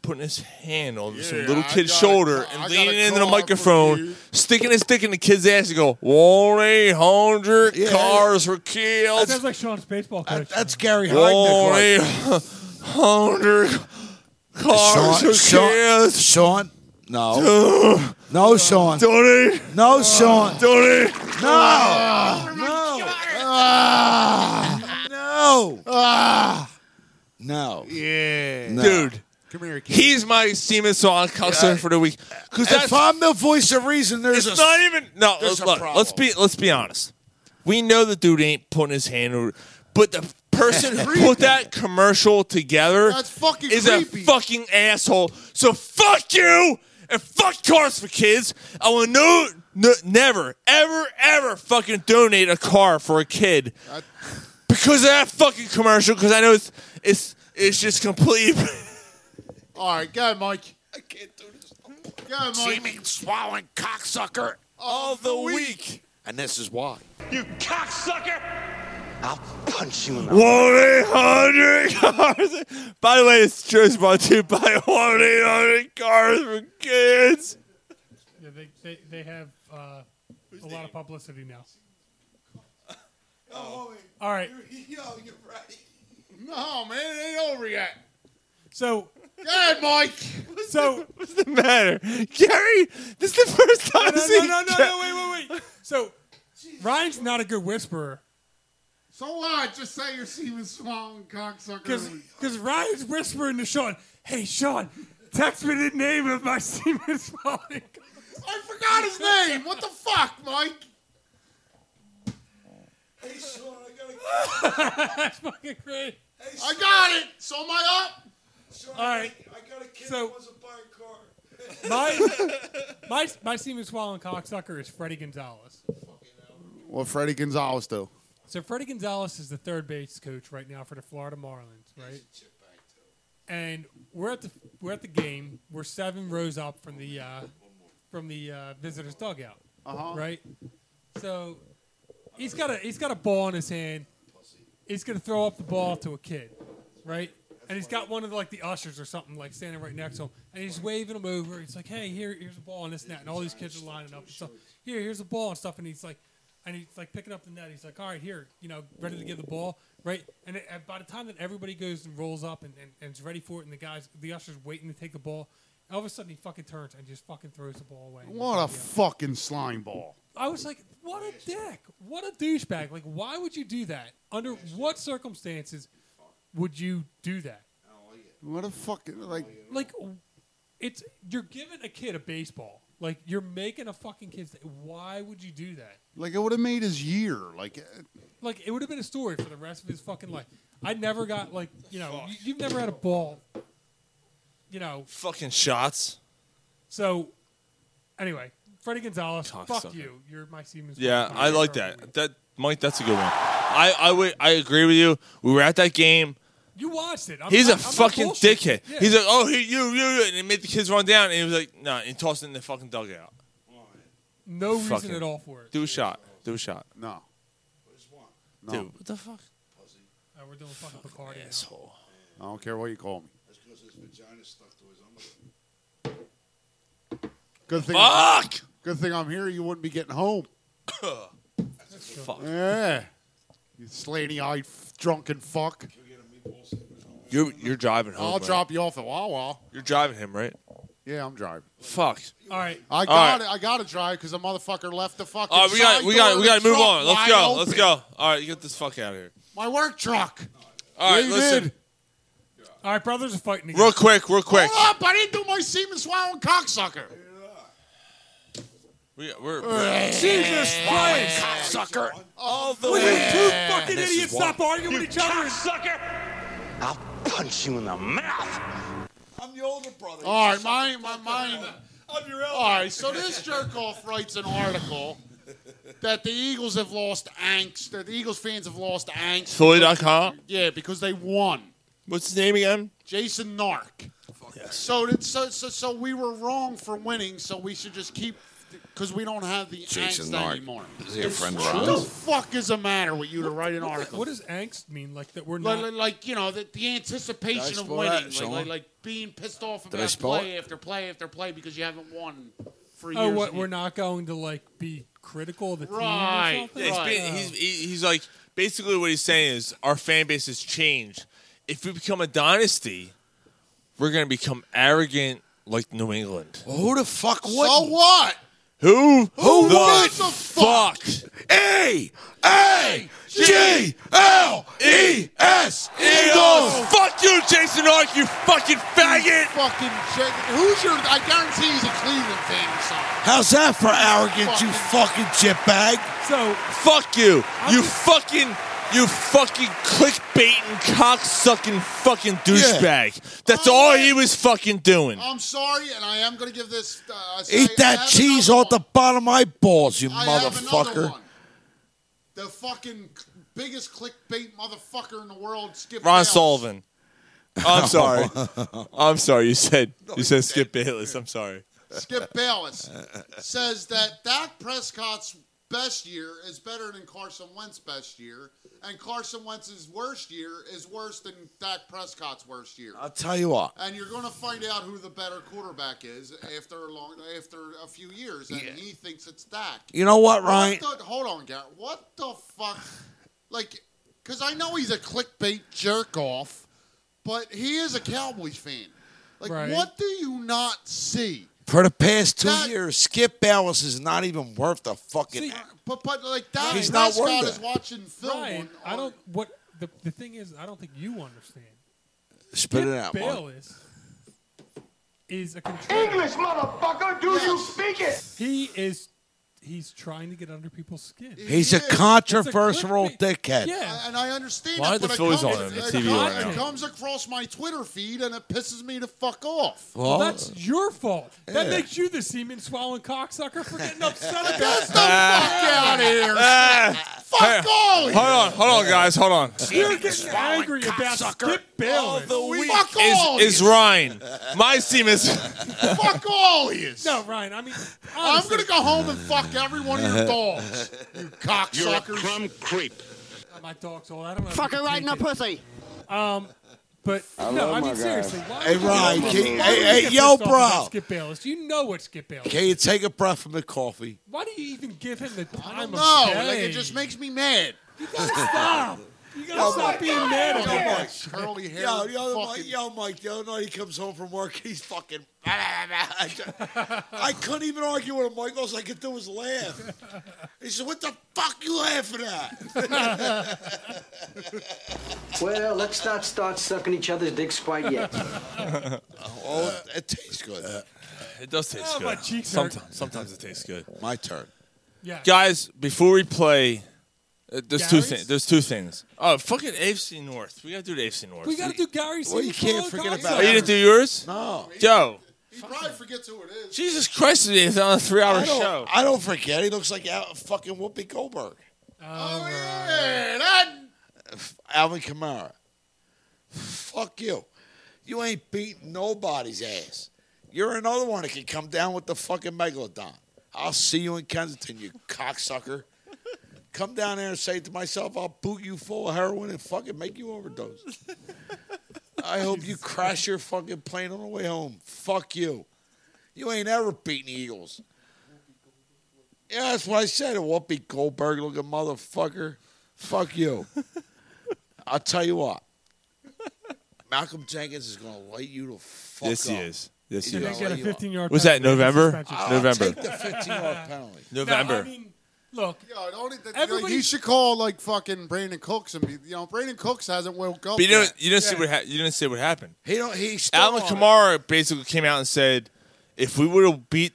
S5: putting his hand on some
S9: Yeah,
S5: little
S9: I
S5: kid's
S9: got a
S5: shoulder
S9: ca- I
S5: and
S9: got
S5: leaning
S9: a
S5: into the
S9: car for
S5: microphone,
S9: you.
S5: sticking his dick in the kid's ass, and go one eight hundred cars were
S6: That
S5: killed.
S6: sounds like Sean's baseball coach.
S9: That's Gary
S5: One eight
S9: Heidnick.
S5: hundred cars were
S9: Sean,
S5: killed.
S9: Sean, no, no, Sean,
S5: Donnie,
S9: no, Sean,
S5: Donnie,
S9: no, no, Ah. no, Ah. no,
S7: yeah,
S9: No.
S5: Dude,
S7: Come here, kid.
S5: he's my Seaman Song counselor for the week. Because that's
S9: If I'm the voice of reason, there's
S5: it's
S9: a
S5: not even no.
S9: there's
S5: Let's,
S9: a
S5: look,
S9: problem.
S5: let's be let's be honest. We know the dude ain't putting his hand over, but the person who put that commercial together
S7: That's fucking
S5: is
S7: creepy.
S5: a fucking asshole. So fuck you and fuck cars for kids. I will no, no never ever ever fucking donate a car for a kid because of that fucking commercial. Because I know it's it's it's just complete.
S7: All right, go ahead, Mike. I can't do this. Go ahead, Mike.
S9: seeming swallowing cocksucker,
S5: All the week.
S9: and this is why
S3: You cocksucker.
S9: I'll punch you in the.
S5: One eight hundred cars. By the way, it's Joe's brought to you by one eight hundred cars for kids.
S6: Yeah, they, they, they have uh, a lot of publicity now. All right.
S7: Oh, Yo, you're right. No, man, it ain't over yet.
S6: So,
S7: Go ahead, Mike.
S6: so
S5: What's the matter, Gary? This is the first time.
S6: no,
S5: I've
S6: no, no,
S5: seen
S6: no, no,
S5: Ga-
S6: no, wait, wait, wait. So, Ryan's not a good whisperer
S7: So what? Just say you're Steven Swan, cocksucker.
S6: because Ryan's whispering to Sean, "Hey, Sean, text me the name of my semen swallowing."
S7: I forgot his name. What the fuck, Mike? Hey, Sean, I gotta.
S6: That's fucking great.
S7: I got it. So am I up?
S6: All right.
S7: I got a kid
S6: So- who
S7: wants to buy a car.
S6: My my my semen swallowing cocksucker is Freddie Gonzalez.
S7: What Freddie Gonzalez do?
S6: So Freddie Gonzalez is the third base coach right now for the Florida Marlins, right? And we're at the we're at the game. We're seven rows up from the uh, from the uh, visitors' dugout,
S7: Uh-huh.
S6: right? So he's got a he's got a ball in his hand. He's gonna throw up the ball to a kid, right? And he's got one of like the ushers or something like standing right next to him, and he's waving him over. He's like, "Hey, here, here's a ball and this and that," and all these kids are lining up and stuff. Here, here's a ball and stuff, and he's like, and he's like picking up the net. He's like, "All right, here, you know, ready to give the ball, right?" And it, and by the time that everybody goes and rolls up and, and, and is ready for it, and the guys, the ushers waiting to take the ball, all of a sudden he fucking turns and just fucking throws the ball away.
S7: What a fucking slime ball.
S6: I was like, what a dick. What a douchebag. Like, why would you do that? Under what circumstances would you do that?
S7: What a fucking like.
S6: Like, it's you're giving a kid a baseball. Like, you're making a fucking kid. Why would you do that?
S7: Like it would have made his year. Like, uh,
S6: Like, it would have been a story for the rest of his fucking life. I never got like, you know, you, you've never had a ball. You know,
S5: Fucking shots.
S6: so anyway, Freddie Gonzalez, fuck
S5: Cocksucker.
S6: you. You're my Siemens.
S5: Yeah, I like that. That Mike, that's a good one. I, I would I agree with you. We were at that game.
S6: You watched it. I'm-
S5: He's a
S6: I'm- I'm not
S5: fucking
S6: bullshitting.
S5: dickhead.
S6: Yeah.
S5: He's like, oh, he, you, you, you, and he made the kids run down, and he was like, nah, and tossed it in the fucking dugout.
S6: No reason
S5: Fucking-
S6: at all for it.
S5: Do a shot. Do a shot.
S7: No. No.
S5: Dude, what the fuck?
S6: Uh, we're doing fucking Bacardi.
S5: Asshole.
S7: I don't care what you call me.
S9: That's because his vagina stuck to his umbilical.
S7: Good thing.
S5: Fuck!
S7: Good thing I'm here. You wouldn't be getting home.
S5: Fuck.
S7: Yeah. You slanty-eyed f- drunken fuck.
S5: You're you're driving home.
S7: I'll
S5: right?
S7: drop you off at Wawa.
S5: You're driving him, right?
S7: Yeah, I'm driving.
S5: Fuck.
S6: All right.
S7: I got it. I got to drive because the motherfucker left the fucking.
S5: All right, we got
S7: side
S5: we got
S7: door
S5: we
S7: of
S5: got
S7: the
S5: to move
S7: truck
S5: on. Let's
S7: wide
S5: go. Let's
S7: open.
S5: go. All right, get this fuck out of here.
S7: My work truck.
S5: All right,
S7: Leave
S5: listen.
S6: All right, brothers are fighting again.
S5: Real quick, real quick.
S7: Hold up! I didn't do my semen swallowing cocksucker.
S5: We, we're,
S6: Jesus Christ!
S7: Cocksucker.
S5: All the
S6: Will you two fucking
S12: This is
S6: idiots
S12: why.
S6: stop arguing with each other?
S15: Sucker!
S12: I'll punch you in the mouth.
S7: I'm the older brother. All right, my my mine.
S12: I'm your
S7: All right, so this jerk off writes an article that the Eagles have lost angst. That the Eagles fans have lost angst.
S5: Philly.com.
S7: Yeah, because they won.
S5: What's his name again?
S7: Jason Nark. So, that, so so so we were wrong for winning. So we should just keep because we don't have the
S9: Jason
S7: angst
S9: Nark.
S7: anymore.
S9: Is he a friend of
S7: What the
S9: ours?
S7: fuck is the matter with you to write an article?
S6: What does angst mean? Like that we're
S7: Like,
S6: not.
S7: like- like, you know, the, the anticipation
S9: Did I
S7: of
S9: spell
S7: winning,
S9: that,
S7: like,
S9: Sean?
S7: like, like being pissed off
S9: Did I
S7: about
S9: spell
S7: play after play after play because you haven't won for years.
S6: Oh, what?
S7: and
S6: We're
S7: years.
S6: not going to like be critical of the team or
S7: Right.
S6: something.
S5: Yeah, he's, being, he's, he- he's like basically what he's saying is our fan base has changed. If we become a dynasty, we're gonna become arrogant like New England.
S9: Well, who the fuck would?
S7: So what?
S5: Who?
S9: Who
S5: the
S9: gives
S7: a
S5: fuck?
S9: E A G L E S
S5: Eagles! Fuck you, Jason Ark, you fucking faggot!
S7: Fucking shit. Who's your? I guarantee he's a Cleveland fan or something.
S8: How's that for arrogant, you fucking chipbag?
S6: So
S5: Fuck you! You fucking, you fucking clickbaiting, cocksucking, fucking douchebag. That's all he was fucking doing.
S7: I'm sorry, and I am going to give this. Uh, I say-
S8: Eat
S7: I
S8: that
S7: have
S8: cheese off the bottom of my balls, you
S7: I have another
S8: motherfucker.
S7: one. The fucking c- biggest clickbait motherfucker in the world, Skip.
S5: Ron
S7: Bayless.
S5: Sullivan. I'm sorry. I'm sorry. You said you said Skip Bayless. I'm sorry.
S7: Skip Bayless says that Dak Prescott's best year is better than Carson Wentz's best year, and Carson Wentz's worst year is worse than Dak Prescott's worst year.
S9: I'll tell you what.
S7: And you're going to find out who the better quarterback is after a long, after a few years, and he thinks it's Dak.
S8: You know what, Ryan?
S7: What the- hold on, Garrett. What the fuck? Like, because I know he's a clickbait jerk off, but he is a Cowboys fan. Like,
S6: Right.
S7: what do you not see?
S8: For the past two
S7: That-
S8: years, Skip Bayless is not even worth the fucking.
S7: But but like that,
S8: He's not
S7: Prescott
S8: worth
S7: is
S8: it.
S7: watching film.
S6: Ryan,
S7: on-
S6: I don't. What the the thing is, I don't think you understand.
S9: Spit it out, Mark.
S6: Bayless is a control.
S3: English, motherfucker, do you speak it?
S6: He is. He's trying to get under people's skin.
S9: He's a
S6: It's
S9: controversial
S6: clickbait.
S9: dickhead.
S6: Yeah.
S7: and I understand.
S9: Why
S7: it,
S9: are the
S7: but it
S9: Phillies
S7: comes-
S9: on him
S7: it-
S9: on TV right
S7: it
S9: now?
S7: comes across my Twitter feed and it pisses me the fuck off.
S9: Well-
S6: that's your fault. That
S7: Yeah.
S6: makes you the semen swallowing cocksucker for getting upset about
S7: Get
S6: it.
S7: the fuck out of here! fuck all of
S5: Ah. Hold
S7: you.
S5: on, hold on, guys, hold on.
S6: You're getting angry about Skip Bayless.
S7: Fuck all
S5: Is, is
S7: of you.
S5: Ryan? My team is.
S7: Fuck all of you.
S6: No, Ryan. I mean,
S7: I'm gonna go home and fuck every one of your dogs. You cocksuckers.
S6: You're a
S7: crumb creep.
S6: My dog's old. I don't know.
S7: Fuck her right in the
S6: pussy. Um, but
S7: I
S6: no,
S7: love
S6: I
S7: my
S6: mean
S7: guys.
S6: seriously. Why
S9: Hey,
S6: would you-
S9: Ryan,
S6: why
S9: can-
S6: would you
S9: hey,
S6: get
S9: hey,
S6: pissed
S9: yo,
S6: off
S9: bro.
S6: about Skip Bayless. You know what Skip Bayless.
S9: Can you take a breath from the coffee?
S6: Why do you even give him the time
S7: know.
S6: of day?
S7: Like, it just makes me mad.
S6: You gotta stop. You gotta
S9: Yo,
S6: stop
S9: Mike,
S6: being
S9: yo,
S6: mad
S9: yo,
S6: about
S9: Mike.
S6: that.
S7: Curly hair,
S9: Yo, the other
S7: fucking-
S9: Mike, yo, Mike, the other night he comes home from work, he's fucking. I couldn't even argue with him, Mike. All I could do was laugh. He said, "What the fuck you laughing at?"
S26: Well, let's not start sucking each other's dicks quite yet.
S9: oh, it tastes good.
S5: It does taste
S26: Oh,
S5: good.
S26: my cheeks
S5: sometimes,
S26: hurt.
S5: sometimes it tastes good.
S9: My turn.
S6: Yeah.
S5: Guys, before we play, uh, there's two
S6: Gary's?
S5: things. There's two things. Oh, fucking AFC North. We gotta do the AFC North.
S6: We gotta do Gary's.
S9: Well, you can't forget
S5: Oh,
S9: about.
S5: you didn't do yours?
S9: No.
S5: Joe,
S7: He probably forgets who it is.
S5: Jesus Christ, it's on a
S9: I
S5: three-hour
S9: don't-
S5: show.
S9: I don't forget. He looks like Al- fucking Whoopi Goldberg.
S6: Oh,
S7: yeah, that-
S9: Alvin Kamara. Fuck you. You ain't beating nobody's ass. You're another one that can come down with the fucking megalodon. I'll see you in Kensington, you cocksucker. Come down there and say to myself, I'll boot you full of heroin and fucking make you overdose. I hope you crash your fucking plane on the way home. Fuck you. You ain't ever beating the Eagles. Yeah, that's what I said. A Whoopi Goldberg looking motherfucker. Fuck you. I'll tell you what. Malcolm Jenkins is gonna light you to fuck
S5: Yes,
S9: up.
S5: he is. Yes,
S9: He's
S5: he
S9: gonna
S5: is.
S9: light
S6: Get a
S9: you up.
S6: 15-yard
S5: Was that
S6: penalty.
S5: November?
S6: Suspension.
S5: November.
S9: Take the 15 yard penalty.
S5: November.
S6: No, I mean, look.
S7: Yo, the only thing, like,
S6: Everybody-
S7: he should call like fucking Brandon Cooks and be, you know, Brandon Cooks hasn't woke up.
S5: But you didn't.
S7: yet.
S5: You didn't see what. Ha- you didn't see what happened.
S9: He don't. He
S5: Alvin Kamara basically came out and said, "If we would have beat,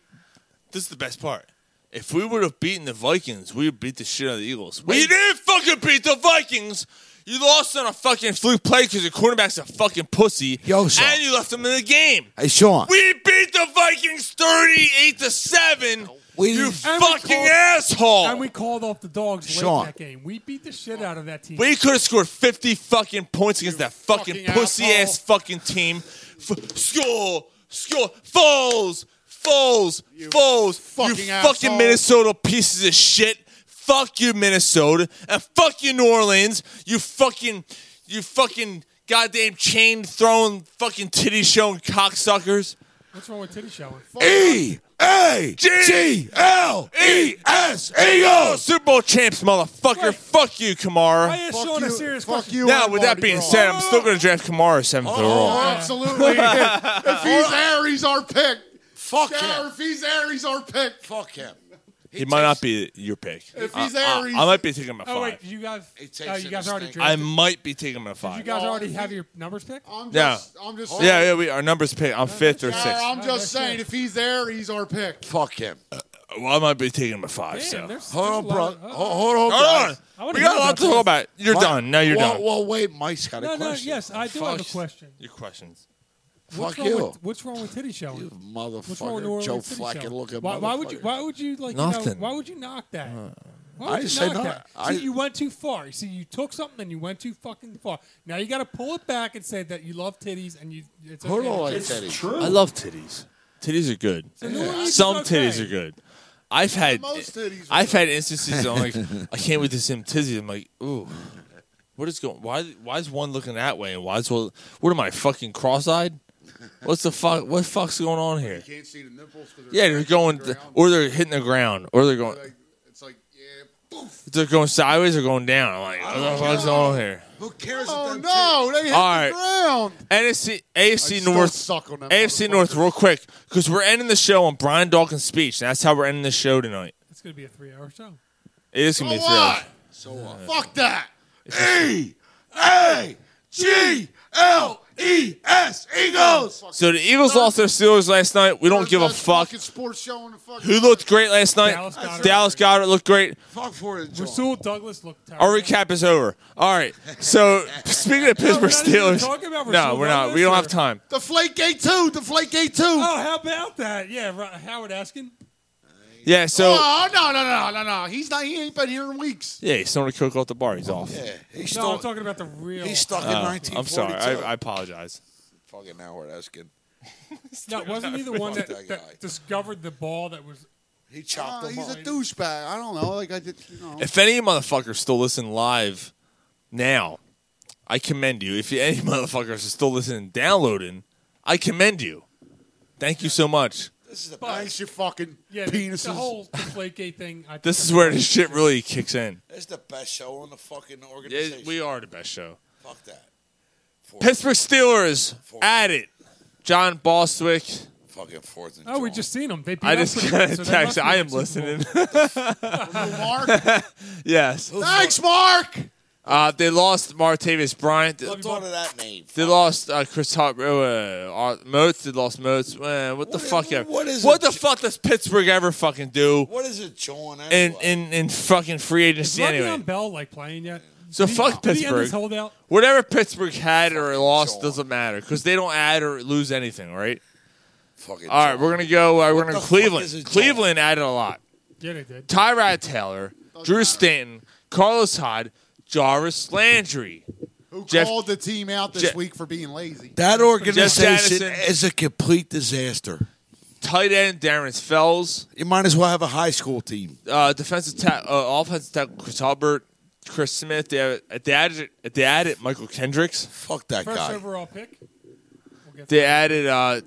S5: this is the best part. If we would have beaten the Vikings, we would beat the shit out of the Eagles. We didn't fucking beat the Vikings. You lost on a fucking fluke play because your quarterback's a fucking pussy,
S9: Yo, Sean.
S5: and you left him in the game.
S9: Hey Sean.
S5: We beat the Vikings thirty-eight to seven. you
S6: And we
S5: fucking
S6: called-
S9: Oh.
S5: asshole.
S6: And we called off the dogs late
S5: Sean.
S6: that game. We beat the shit out of that team.
S5: We could have scored 50 fucking points against that fucking,
S6: fucking
S5: pussy ass fucking team. F- score! Score! Falls! Falls! Falls!
S7: fucking
S5: you
S7: asshole.
S5: fucking Minnesota pieces of shit. Fuck you, Minnesota. And fuck you, New Orleans. You fucking, you fucking goddamn chain throwing fucking titty showing cocksuckers.
S6: What's wrong with titty showing?
S9: E A
S5: G
S9: L
S5: E S E O. Super Bowl champs, motherfucker. Fuck you, Kamara.
S6: I asked Sean a serious question.
S5: Now, with that being said, I'm still going to draft Kamara seventh
S7: Oh,
S5: overall.
S7: absolutely. if he's there, he's our pick.
S9: Fuck
S7: yeah, If he's there, he's our pick.
S9: Fuck him.
S5: He, might not be your pick.
S7: If
S5: I-
S7: he's
S5: I-
S7: there, he's-
S5: I, might be taking him at
S6: Oh wait,
S5: five.
S6: did you guys?
S9: takes
S6: Oh, you
S9: an
S6: guys already
S9: instinct.
S5: I
S6: drafted.
S5: might be taking him at five.
S6: You guys already have your numbers picked.
S7: I'm
S5: no,
S7: just, I'm just
S5: yeah,
S7: saying.
S5: yeah. We our numbers pick. I'm fifth or
S7: Yeah,
S5: sixth.
S6: Oh,
S7: I'm just saying, if he's there, he's our pick.
S9: Fuck him.
S5: Well, I might be taking him at five. so
S9: Hold on, bro. Hold,
S6: uh,
S9: hold on.
S5: hold on.
S9: guys.
S5: We got a lot to talk about. You're
S9: What?
S5: done. Now you're
S9: well,
S5: done.
S9: Well, wait. Mike's got a
S6: No, no,
S9: question.
S6: yes, I do have a
S9: Fuck.
S6: question.
S5: Your questions.
S6: What's
S9: Fuck
S6: wrong
S9: you.
S6: With, what's wrong with titty showing? What's wrong with
S9: Motherfucker,
S6: New Orleans
S9: Joe
S6: titty
S9: Flacco
S6: showing?
S9: looking
S6: Why, why would you?
S9: motherfucker.
S6: Why would you like? You know,
S9: Nothing.
S6: why would you knock that? Why
S9: I
S6: would you
S9: didn't say
S6: knock
S9: nothing.
S6: that?
S9: I-
S6: See, you went too far. See, you took something and you went too fucking far. Now you got to pull it back and say that you love titties and you. It's
S9: Hold
S6: okay.
S9: on, like
S6: It's
S9: titty.
S6: true.
S5: I love titties. Titties are good.
S6: New Orleans
S5: Some
S6: is okay.
S5: titties are good. I've had
S6: most titties
S5: I've had instances I'm like I can't wait to see him tizzy. I'm like, ooh, what is going? Why why is one looking that way and why is one? What am I fucking cross eyed? What's the fuck? What fuck's going on
S7: You
S5: here?
S7: can't see the nipples because
S5: Yeah, they're going th- or they're hitting the ground or they're going
S7: it's like,
S5: they're going sideways or going down. I'm like, what the fuck's going on here?
S9: Who cares?
S7: oh no, they hit
S5: All right.
S7: the ground.
S5: NFC, AFC
S7: still
S5: North,
S7: suck on that
S5: AFC North, real quick, because we're ending the show on Brian Dawkins' speech. And that's how we're ending the show tonight.
S6: It's gonna be a three-hour show.
S5: It is gonna be
S7: So
S5: thrilled.
S7: what? Fuck that.
S9: E A G L E S Eagles.
S5: So the Eagles lost their Steelers last night. We don't give a fuck.
S7: Sports show in the fucking.
S5: Who looked great last night?
S7: Dallas Goedert.
S5: Dallas Goddard looked great.
S9: Fuck for it.
S6: Rasul Douglas looked terrible.
S5: Our recap is over. All right. So speaking of Pittsburgh Steelers, no, we're not. We don't have time.
S7: The Flake Gate Two. The Flake Gate Two.
S6: Oh, how about that? Yeah, Ro- Howard Askin.
S5: Yeah. So
S7: oh no no no no no! He's not. He ain't been here in weeks.
S5: yeah, he's throwing a coke off the bar. He's off.
S9: Yeah, he's
S6: no, I'm
S9: still.
S6: talking about the real.
S9: He's stuck in
S5: Uh,
S9: 1942.
S5: I'm sorry. I, I apologize.
S9: fucking Howard Eskin.
S6: No, wasn't he the one that,
S9: Fuck that guy.
S6: that discovered the ball that was?
S9: He chopped
S7: Uh,
S9: him
S7: he's
S9: up.
S7: a douchebag. I don't know. Like I did. You know.
S5: If any motherfuckers still listen live now, I commend you. If any motherfuckers are still listening, and downloading, I commend you. Thank you so much.
S9: This is the
S7: Thanks, you fucking
S6: Yeah, the,
S7: penises.
S6: the whole Deflategate thing. I
S5: This is where this shit really kicks in.
S9: This is the best show on the fucking organization.
S5: we are the best show.
S9: Fuck that.
S5: Pittsburgh Steelers at it. John Bostwick.
S9: Fucking fourth and
S6: Oh, we just seen them. They beat
S5: I
S6: us
S5: just
S6: pretty
S5: got
S6: good,
S5: a
S6: so they
S5: text.
S6: must be
S5: I
S6: in
S5: am
S6: the Super Bowl.
S5: listening.
S7: Mark.
S5: yes.
S7: Thanks, Mark.
S5: Uh, they lost Martavis Bryant.
S9: Who thought of that name?
S5: They lost uh, Chris Hart, uh, uh, Moats. They lost Moats. Uh, what the fuck? ever?
S9: what is
S5: what the fuck does Pittsburgh ever fucking do
S9: What is it, John?
S5: in, in, in fucking free
S6: Is
S5: agency
S6: Le'Veon
S5: anyway?
S6: Bell like playing yet?
S5: So
S6: Did he-
S5: fuck
S6: did he end his
S5: Pittsburgh.
S6: holdout?
S5: Whatever Pittsburgh had or lost doesn't matter because they don't add or lose anything, right?
S9: Fucking
S5: All right, we're gonna go. Uh, we're
S9: the
S5: gonna
S9: fuck is
S5: Cleveland.
S9: a John?
S5: Cleveland added a lot.
S6: Yeah, they did.
S5: Tyrod Taylor, Drew Stanton, Carlos Hyde, Jarvis Landry.
S7: Who
S5: Jeff-
S7: called the team out this
S5: Jeff-
S7: week for being lazy?
S9: That organization
S5: Jefferson.
S9: is a complete disaster.
S5: tight end Darren Fells,
S9: You might as well have a high school team.
S5: uh, defensive ta- uh, offensive tackle Chris Albert, Chris Smith. They have, they added they added Michael Kendricks.
S9: Fuck that
S6: First
S9: guy.
S6: overall pick.
S5: They added uh,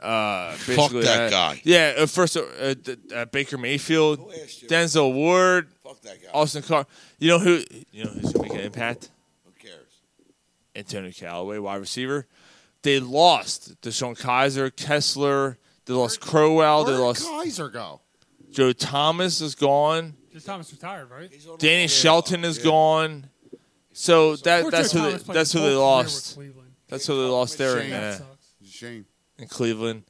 S5: uh, basically
S9: that
S5: uh,
S9: guy.
S5: Yeah, uh, first uh, uh, d- uh, Baker Mayfield, Denzel Ward,
S9: Fuck that guy.
S5: Austin Carr. You know who? You know who's gonna make an impact?
S9: Who cares?
S5: Antonio Callaway, wide receiver. They lost Deshaun Kaiser, Kessler. They lost Crowell. They
S7: Where did
S5: lost
S7: Kaiser go?
S5: Joe Thomas is gone.
S6: Just Thomas retired, right?
S5: Danny Shelton is gone. So that
S6: Poor
S5: that's
S6: Joe
S5: who
S6: Thomas
S5: they,
S6: played
S5: that's
S6: his
S5: who they
S6: whole career with
S5: lost.
S6: Cleveland.
S5: That's who they lost there in,
S7: Shane.
S5: uh,
S6: Sucks.
S7: Shame.
S5: in Cleveland.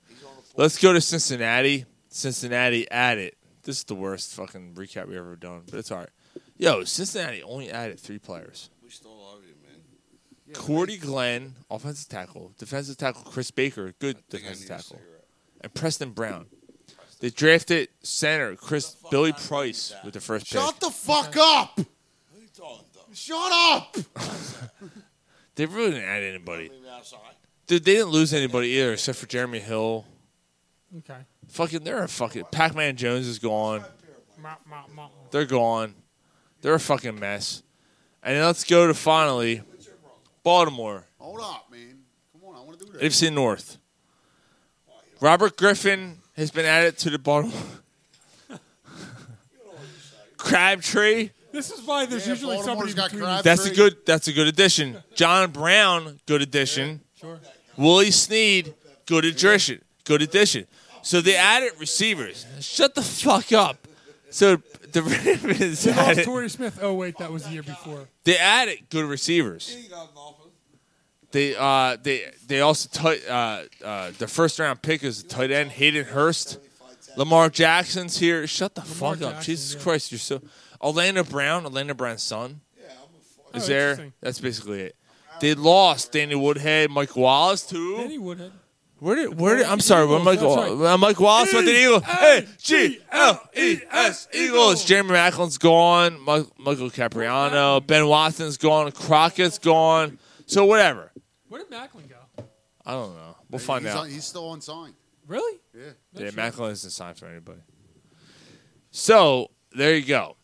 S5: Let's go to Cincinnati. Cincinnati at it. This is the worst fucking recap we've ever done, but it's all right. Yo, Cincinnati only added three players.
S9: We still love you, man.
S5: Cordy Glenn, offensive tackle, defensive tackle Chris Baker, good defensive tackle, and Preston Brown. They drafted center Chris Billy Price with the first pick.
S7: Shut the fuck up.
S9: Who you talking to?
S7: Shut up.
S5: They really didn't add anybody.
S9: Leave me outside.
S5: Dude, they didn't lose anybody either except for Jeremy Hill.
S6: Okay.
S5: Fucking, they're a fucking. Pac Man Jones is gone.
S6: Mop, mop, mop.
S5: They're gone. They're a fucking mess. And then let's go to finally Baltimore,
S7: Hold up, man. Come on, I want to do this.
S5: AFC North. Robert Griffin has been added to the Baltimore. Crabtree.
S6: This is why there's
S7: Yeah,
S6: usually
S7: Baltimore's
S6: somebody
S7: got
S6: between.
S7: Crabtree.
S5: That's a good. That's a good addition. John Brown, good addition.
S6: Sure.
S5: Willie Sneed, good addition. Good addition. So they added receivers. Shut the fuck up. So the Ravens
S6: They lost
S5: added,
S6: Torrey Smith. Oh wait, that was the year before.
S5: they added good receivers.
S9: You got an offer.
S5: They uh they they also tight uh uh the first round pick is tight end Hayden Hurst. Lamar Jackson's here. Shut the fuck up.
S6: Jackson,
S5: Jesus
S6: yeah.
S5: Christ, you're so Orlando Brown, Orlando Brown's son. Is
S6: Oh,
S5: there?
S6: interesting.
S5: That's basically it. They lost Danny Woodhead, Mike Wallace too.
S6: Danny Woodhead.
S5: Where did? Where did? I'm sorry. Where Mike?
S6: Eagles,
S5: Wa-
S6: that's
S5: uh, Mike Wallace with the Eagles. A G L E S Eagles.
S6: Eagles.
S5: Jeremy Macklin's gone. Mi- Michael Capriano. Ben Watson's gone. Crockett's gone. So whatever.
S6: Where did Macklin go?
S5: I don't know. We'll find
S7: he's,
S5: out.
S7: on- he's still on sign.
S6: Really?
S7: Yeah.
S5: yeah, Macklin isn't signed for anybody. So there you go.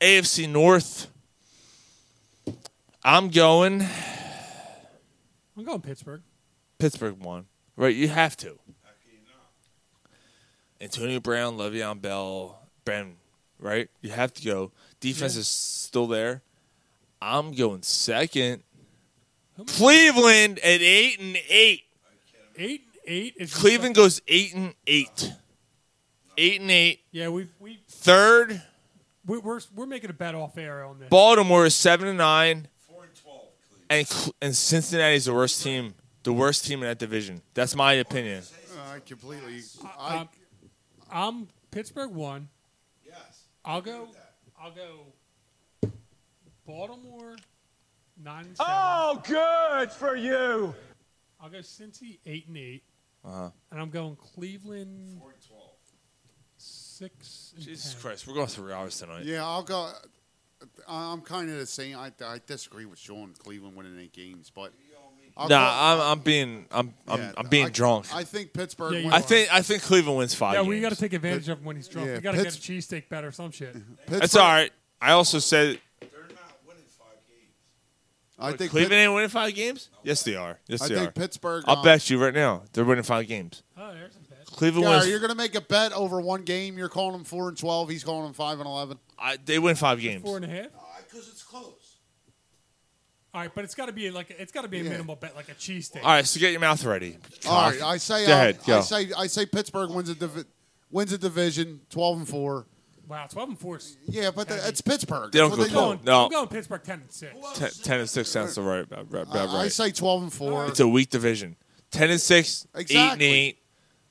S5: AFC North. I'm going
S6: I'm going Pittsburgh.
S5: Pittsburgh won. Right, you have to. Antonio Brown, Le'Veon Bell, Ben, right? You have to go. Defense is still there. I'm going second. Cleveland at eight and eight.
S6: Eight and eight is
S5: Cleveland goes eight and eight. Eight and eight.
S6: Yeah, we we
S5: Third,
S6: we- we're we're making a bet off air on this.
S5: Baltimore is seven and nine. Four and twelve. and Cl- and Cincinnati's the worst team, the worst team in that division. That's my opinion.
S7: Uh, I completely. I,
S6: Um, I'm Pittsburgh one. Yes. I'll go. I'll go. Baltimore nine. And seven.
S10: Oh, good for you.
S6: I'll go Cincy eight and eight,
S5: Uh-huh.
S6: and I'm going Cleveland. Four and twelve. Six. And
S5: Jesus
S6: 10.
S5: Christ, we're going three hours tonight.
S7: yeah, I'll go. I- I'm kind of the same. I, I disagree with Sean. Cleveland winning eight games, but I'll go-
S5: Nah, I'm, I'm being I'm I'm,
S7: Yeah,
S5: I'm being
S7: I-
S5: drunk.
S7: I think Pittsburgh.
S6: Yeah, you
S7: wins.
S5: I think I think Cleveland wins five.
S6: Yeah, we
S5: games.
S6: got to take advantage of him when he's drunk.
S7: yeah,
S6: we got to get
S7: Pitts-
S6: a cheesesteak bet or some shit.
S5: That's all right. I also said
S7: I think
S5: Cleveland ain't winning five games. Yes, they are. Yes,
S7: I
S5: they
S7: think
S5: are.
S7: Pittsburgh,
S5: I'll
S7: uh,
S5: bet you right now they're winning five games.
S6: Oh, there's a bet.
S5: Cleveland
S7: Gary,
S5: wins.
S7: you're going to make a bet over one game. You're calling him four and twelve. He's calling him five and eleven.
S5: I, they win five games.
S6: Four and a half.
S10: Because it's close.
S6: All right, but it's got to be like it's got to be a
S7: Yeah.
S6: minimal bet, like a cheesesteak.
S5: All right, so get your mouth ready.
S7: All right, I say.
S5: Go
S7: uh,
S5: ahead. Go.
S7: I say. I say Pittsburgh wins a divi- wins a division, twelve and four.
S6: Wow, twelve and four. is
S7: Yeah, but the, it's Pittsburgh.
S5: They don't
S7: That's
S5: go
S7: what
S5: twelve.
S7: do.
S5: No,
S6: I'm going Pittsburgh ten and six.
S5: ten, 10 and six sounds the right. About, about
S7: I- I
S5: right.
S7: say twelve and four.
S5: It's a weak division. Ten and six, eight and
S7: Exactly.
S5: eight,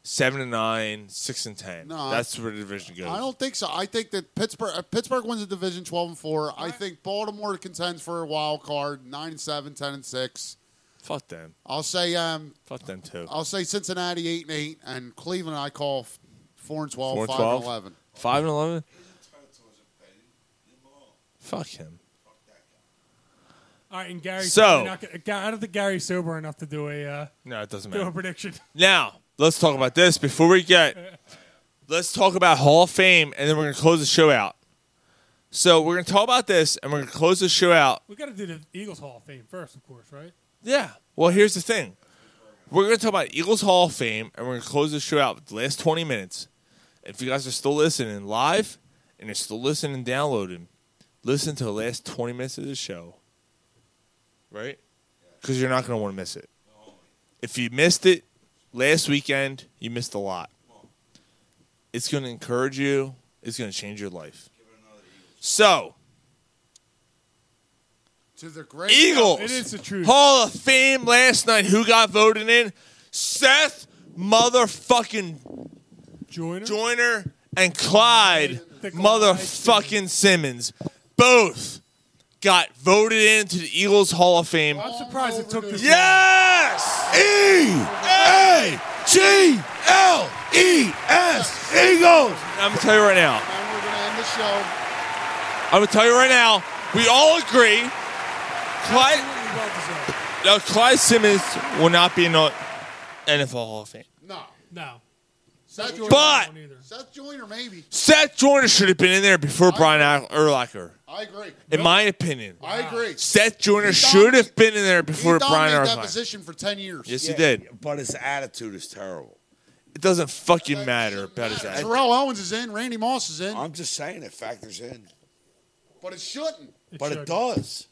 S5: seven and nine, six and ten.
S7: No, I-
S5: That's where the division goes.
S7: I don't think so. I think that Pittsburgh uh, Pittsburgh wins the division 12 and 4. I think Baltimore contends for a wild card 9 and 7, 10 and 6.
S5: Fuck them.
S7: I'll say um
S5: Fuck them too.
S7: I'll say Cincinnati 8 and 8 and Cleveland I call f- 4 and 12,
S5: Four
S7: 5
S5: 12?
S7: and 11.
S5: Five and eleven. Fuck him.
S6: All right, and Gary.
S5: So-
S6: you're not gonna- Ga- I don't think Gary's sober enough to do a uh,
S5: No, it doesn't
S6: do a
S5: matter.
S6: prediction.
S5: Now let's talk about this before we get. Let's talk about Hall of Fame, and then we're gonna close the show out. So we're gonna talk about this, and we're gonna close the show out.
S6: We got to do the Eagles Hall of Fame first, of course, right?
S5: Yeah. Well, here's the thing. We're going to talk about Eagles Hall of Fame, and we're going to close this show out with the last 20 minutes. If you guys are still listening live and you're still listening and downloading, listen to the last 20 minutes of the show. Right? Because you're not going to want to miss it. If you missed it last weekend, you missed a lot. It's going to encourage you, it's going to change your life. So,
S7: To the great
S5: Eagles Hall of Fame last night. Who got voted in? Seth motherfucking
S6: Joyner,
S5: Joyner and Clyde motherfucking Simmons. Both got voted into the Eagles Hall of Fame.
S6: I'm surprised it took this.
S5: Yes!
S10: E A G L E S Eagles.
S5: I'm gonna tell you right now.
S7: And we're going to end the show.
S5: I'm gonna tell you right now. We all agree. Clyde,
S6: Absolutely well deserved.
S5: uh, Clyde Simmons will not be in the NFL Hall of Fame.
S7: No.
S6: No.
S7: Seth Joyner,
S5: But-
S7: Seth Joyner maybe.
S5: Seth Joyner should have been in there before Brian Erlacher.
S7: I agree.
S5: In my opinion,
S7: I agree.
S5: Seth Joyner
S7: He
S5: should have been in there before
S7: he
S5: Brian
S7: dominated that
S5: Erlacher.
S7: position for 10 years.
S5: Yes, he did.
S9: But his attitude is terrible.
S5: It doesn't fucking matter about his attitude.
S7: Terrell Owens is in, Randy Moss is in,
S9: I'm just saying it factors in.
S7: but it shouldn't.
S9: but it does.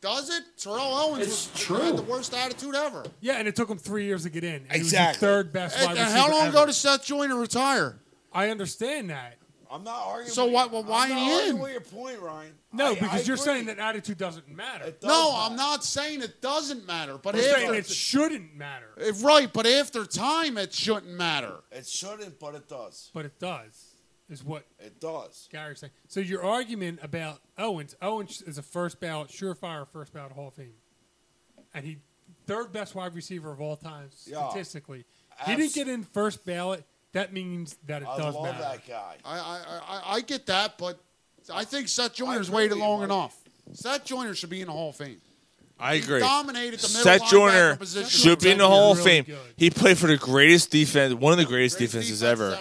S7: Does it? Terrell Owens was, had the worst attitude ever.
S6: Yeah, and it took him three years to get in. And he was the
S9: Exactly.
S6: third best wide
S7: And,
S6: receiver.
S7: and how long
S6: ever.
S7: ago did Seth Joyner retire?
S6: I understand that.
S9: I'm not arguing.
S7: So
S9: with
S7: why-
S9: you.
S7: well, why
S9: I'm not
S7: are you
S9: arguing
S7: in?
S9: with your point, Ryan.
S6: No,
S9: I-
S6: because
S9: I
S6: you're
S9: agree.
S6: saying that attitude doesn't matter.
S9: It does
S7: No,
S9: matter.
S7: I'm not saying it doesn't matter, but
S6: You're saying
S7: after
S6: it shouldn't matter,
S7: Eh, right, but after time, it shouldn't matter.
S9: It shouldn't, but it does.
S6: but it does, is what
S9: It does.
S6: Gary's saying. So your argument about Owens, Owens is a first ballot, surefire first ballot Hall of Fame, and he third best wide receiver of all time
S9: Yeah.
S6: statistically. he didn't get in first ballot. That means that it
S9: I
S6: does
S9: love
S6: matter.
S9: that guy.
S7: I, I, I, I get that, but I think Seth Joyner's
S9: agree
S7: waited
S9: with you,
S7: long
S9: Mike.
S7: enough. Seth Joyner should be in the Hall of Fame.
S5: I agree.
S7: dominated the middle
S5: Seth
S7: linebacker
S5: Joyner
S7: position.
S5: should be in the
S7: Really
S5: Hall of Fame.
S7: good.
S5: He played for the greatest defense, one of the greatest defenses ever.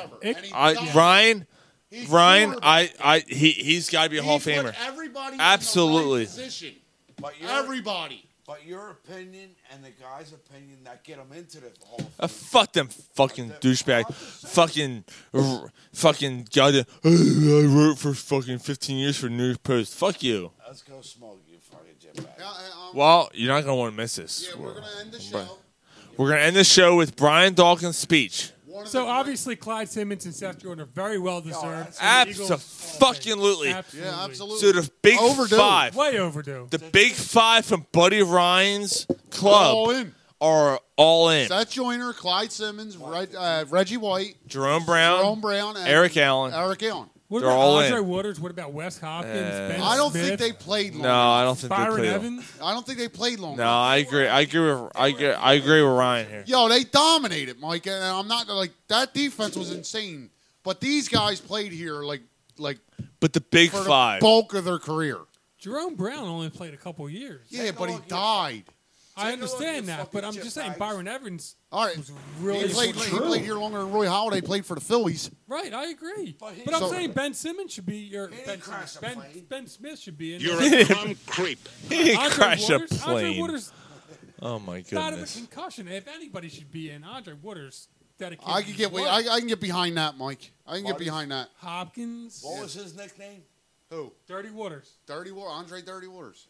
S5: I, Ryan, Ryan, I, I, he, he's got to be a Hall of
S7: He put
S5: Famer.
S7: Everybody
S5: Absolutely.
S7: In the right position.
S9: But your,
S7: Everybody.
S9: but your opinion and the guy's opinion that get him into the Hall of
S5: Uh, fuck them fucking douchebag, fucking, r- fucking goddamn. I wrote for fucking 15 years for New York Post. Fuck you.
S9: Let's go smoke, you fucking jetbag.
S6: uh, um,
S5: Well, you're not gonna want to miss this.
S7: we're gonna end the show.
S5: We're gonna end the show with Brian Dawkins' speech.
S7: One of
S6: So
S7: the-
S6: obviously, Clyde Simmons and Seth Jordan are very well deserved.
S5: Absolutely.
S6: Yeah, absolutely.
S5: So the big
S6: Overdue.
S5: five.
S6: Way overdue.
S5: The big five from Buddy Ryan's club
S7: All in.
S5: are all in.
S7: Seth Joyner, Clyde Simmons, Reg, uh, Reggie White,
S5: Jerome Brown,
S7: Jerome Brown, and
S5: Eric Allen.
S7: Eric Allen.
S6: What
S5: They're
S6: about
S5: all
S6: Andre
S5: in.
S6: Waters? What about Wes Hopkins?
S5: Uh,
S6: ben
S7: I don't think
S6: Smith?
S7: they played long.
S5: No, I don't think they
S7: Byron
S5: played long.
S7: Evans. I don't think they played long.
S5: No, I agree. I agree with I agree, I agree with Ryan here.
S7: Yo, they dominated, Mike, and I'm not like that defense was insane. But these guys played here like like
S5: But the big
S7: for the
S5: five.
S7: bulk of their career.
S6: Jerome Brown only played a couple years.
S7: Yeah, but he died.
S6: I understand that, but I'm just saying Byron Evans
S7: All right,
S6: was really
S7: he played, he
S6: true.
S7: played here longer than Roy Holiday played for the Phillies.
S6: Right, I agree. But,
S7: he-
S6: I'm
S7: So-
S6: saying Ben Simmons should be your ben, Simmons- ben, ben Smith should be in.
S5: You're
S6: there.
S5: a dumb creep. He didn't
S6: Andre
S5: crash a
S6: Waters- Andre
S5: plane.
S6: Waters
S5: Oh my
S6: died of a
S5: goodness.
S6: concussion. If anybody should be in, Andre Waters dedicated.
S7: I can get
S6: his
S7: wait,
S6: life.
S7: I, I can get behind that, Mike. I can get
S6: Marty's-
S7: behind that.
S6: Hopkins.
S7: What was
S6: his
S7: nickname? Who?
S6: Dirty Waters.
S7: Dirty Waters. Andre Dirty Waters.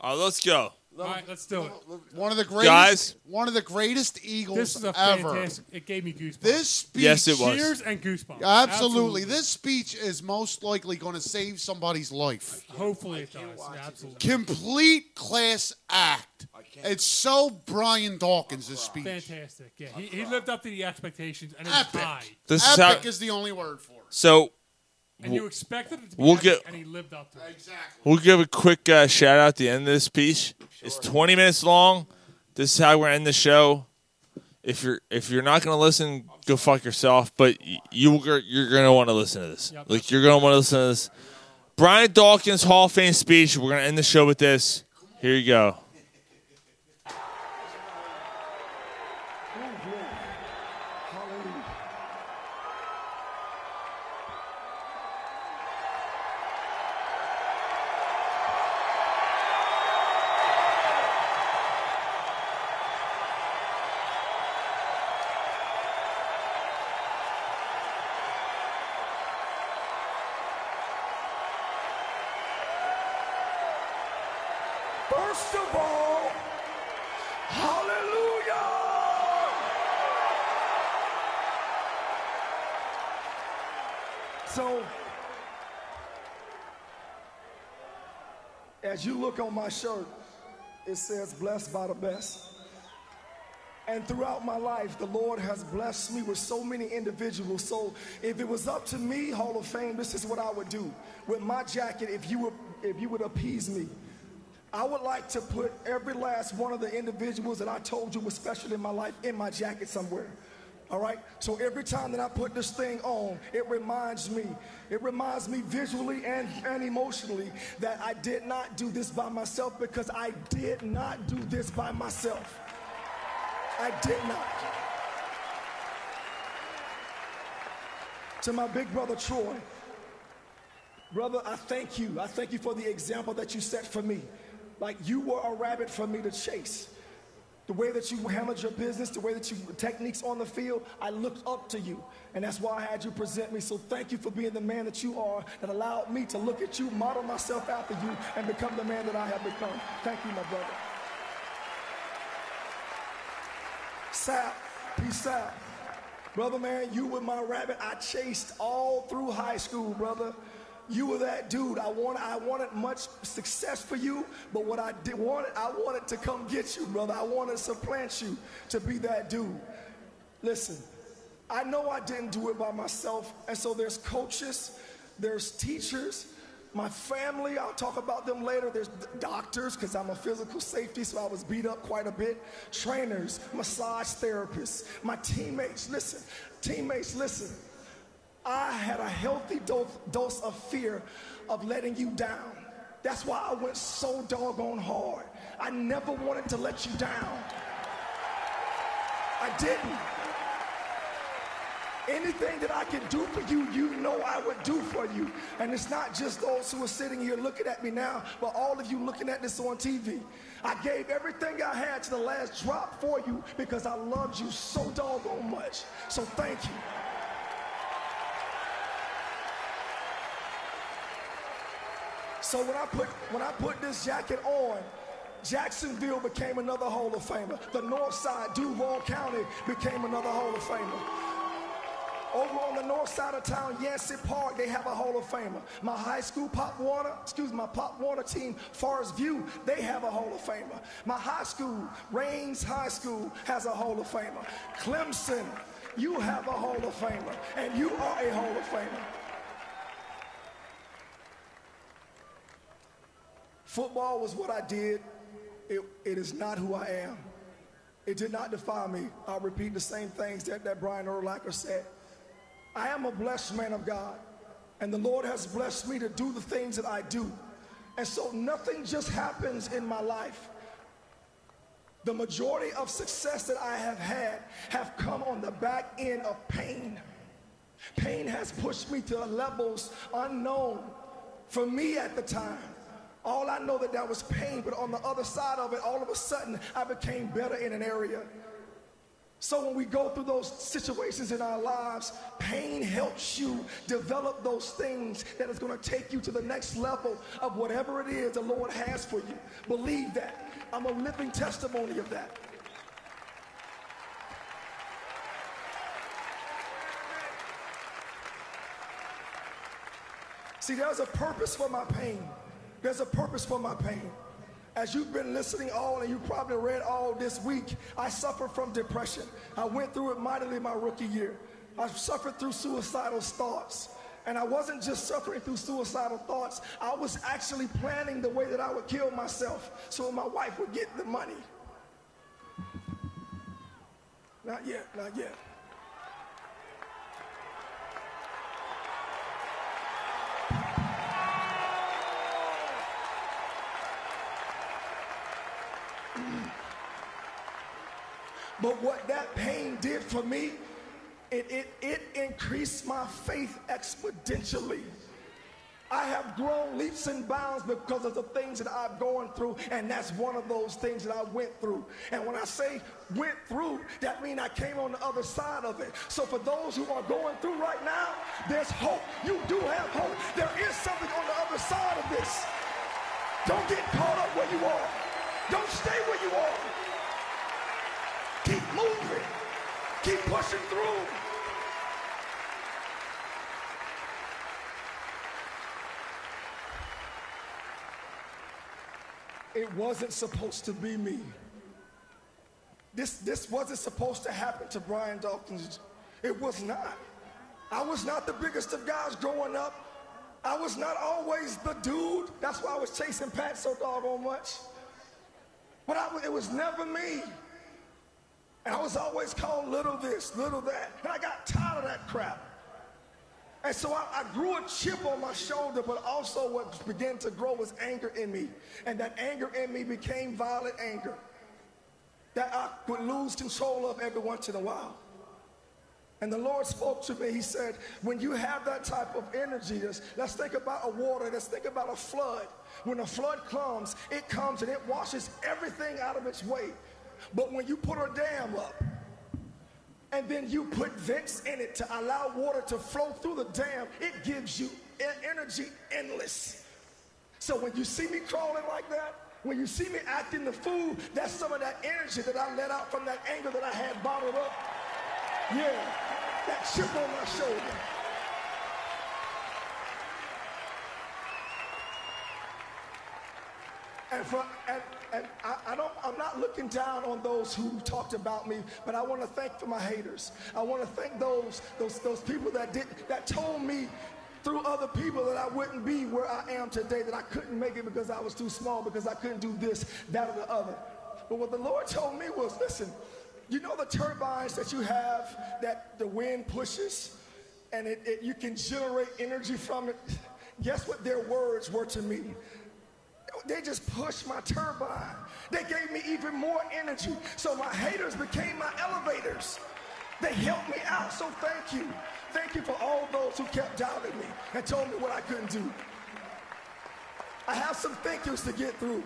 S5: All right, let's go.
S6: All right, let's do it.
S7: One of the greatest.
S5: Guys.
S7: One of the greatest Eagles
S6: This is a
S7: ever.
S6: fantastic. It gave me goosebumps.
S7: This speech.
S5: Yes, it was.
S6: Tears and goosebumps.
S7: Absolutely. This speech is most likely going to save somebody's life.
S6: Hopefully it does. Yeah, absolutely.
S7: Complete class act. It's so Brian Dawkins, this speech.
S6: Fantastic. Yeah, he, he lived up to the expectations and it was high.
S5: This is how-
S7: is the only word for it.
S5: So
S6: And you expected it to be
S5: We'll
S6: epic,
S5: get-
S6: and he lived up to it.
S7: Exactly.
S5: We'll give a quick uh, shout out at the end of this piece. It's 20 minutes long. This is how we're gonna end the show. If you're if you're not going to listen, go fuck yourself. But y- you will- you're going to want to listen to this. Like you're going to want to listen to this. Brian Dawkins Hall of Fame speech. We're going to end the show with this. Here you go.
S10: First of all, hallelujah! So, as you look on my shirt, it says, Blessed by the best. And throughout my life, the Lord has blessed me with so many individuals. So if it was up to me, Hall of Fame, this is what I would do. With my jacket, if you would, if you would appease me, I would like to put every last one of the individuals that I told you was special in my life in my jacket somewhere. All right? So every time that I put this thing on, it reminds me, it reminds me visually and, and emotionally that I did not do this by myself because I did not do this by myself. I did not. To my big brother Troy, brother, I thank you. I thank you for the example that you set for me. Like you were a rabbit for me to chase. The way that you handled your business, the way that you techniques on the field, I looked up to you. And that's why I had you present me. So thank you for being the man that you are that allowed me to look at you, model myself after you, and become the man that I have become. Thank you, my brother. Sap, peace out. Brother man, you were my rabbit I chased all through high school, brother. You were that dude. I wanted, I wanted much success for you, but what I did wanted, I wanted to come get you, brother. I wanted to supplant you to be that dude. Listen, I know I didn't do it by myself, and so there's coaches, there's teachers, my family, I'll talk about them later. There's doctors, because I'm a physical safety, so I was beat up quite a bit. Trainers, massage therapists, my teammates, listen, teammates, listen. I had a healthy do- dose of fear of letting you down. That's why I went so doggone hard. I never wanted to let you down. I didn't. Anything that I can do for you, you know I would do for you. And it's not just those who are sitting here looking at me now, but all of you looking at this on TV. I gave everything I had to the last drop for you because I loved you so doggone much. So thank you. So when I put when I put this jacket on, Jacksonville became another Hall of Famer. The North Side, Duval County became another Hall of Famer. Over on the north side of town, Yancey Park, they have a Hall of Famer. My high school Pop Warner, excuse me, my Pop Warner team, Forest View, they have a Hall of Famer. My high school, Rains High School, has a Hall of Famer. Clemson, you have a Hall of Famer, and you are a Hall of Famer. Football was what I did. It, it is not who I am. It did not define me. I'll repeat the same things that, that Brian Urlacher said. I am a blessed man of God, and the Lord has blessed me to do the things that I do. And so nothing just happens in my life. The majority of success that I have had have come on the back end of pain. Pain has pushed me to levels unknown for me at the time. All I know that that was pain, but on the other side of it, all of a sudden, I became better in an area. So when we go through those situations in our lives, pain helps you develop those things that is going to take you to the next level of whatever it is the Lord has for you. Believe that. I'm a living testimony of that. See, there's a purpose for my pain. There's a purpose for my pain. As you've been listening all and you probably read all this week, I suffered from depression. I went through it mightily my rookie year. I suffered through suicidal thoughts. And I wasn't just suffering through suicidal thoughts, I was actually planning the way that I would kill myself so my wife would get the money. Not yet, not yet. But what that pain did for me, it, it, it increased my faith exponentially. I have grown leaps and bounds because of the things that I've gone through, and that's one of those things that I went through. And when I say went through, that means I came on the other side of it. So for those who are going through right now, there's hope. You do have hope. There is something on the other side of this. Don't get caught up where you are. Don't stay where you are. Keep moving. Keep pushing through. It wasn't supposed to be me. This, this wasn't supposed to happen to Brian Dawkins. It was not. I was not the biggest of guys growing up. I was not always the dude. That's why I was chasing Pat so doggone much. But I, it was never me. And I was always called little this, little that. And I got tired of that crap. And so I, I, grew a chip on my shoulder, but also what began to grow was anger in me. And that anger in me became violent anger that I would lose control of every once in a while. And the Lord spoke to me. He said, When you have that type of energy, let's, let's think about a water, let's think about a flood. When a flood comes, it comes and it washes everything out of its way. But when you put a dam up and then you put vents in it to allow water to flow through the dam, it gives you e- energy endless. So when you see me crawling like that, when you see me acting the fool, that's some of that energy that I let out from that anger that I had bottled up. Yeah, that chip on my shoulder. And, for, and, and I, I, don't, I'm not looking down on those who talked about me, but I want to thank for my haters. I want to thank those, those, those people that did, that told me through other people that I wouldn't be where I am today, that I couldn't make it because I was too small, because I couldn't do this, that, or the other. But what the Lord told me was, listen, you know the turbines that you have that the wind pushes, and it, it, you can generate energy from it. Guess what their words were to me? they just pushed my turbine. They gave me even more energy. So my haters became my elevators. They helped me out. So thank you. Thank you for all those who kept doubting me and told me what I couldn't do. I have some thank yous to get through.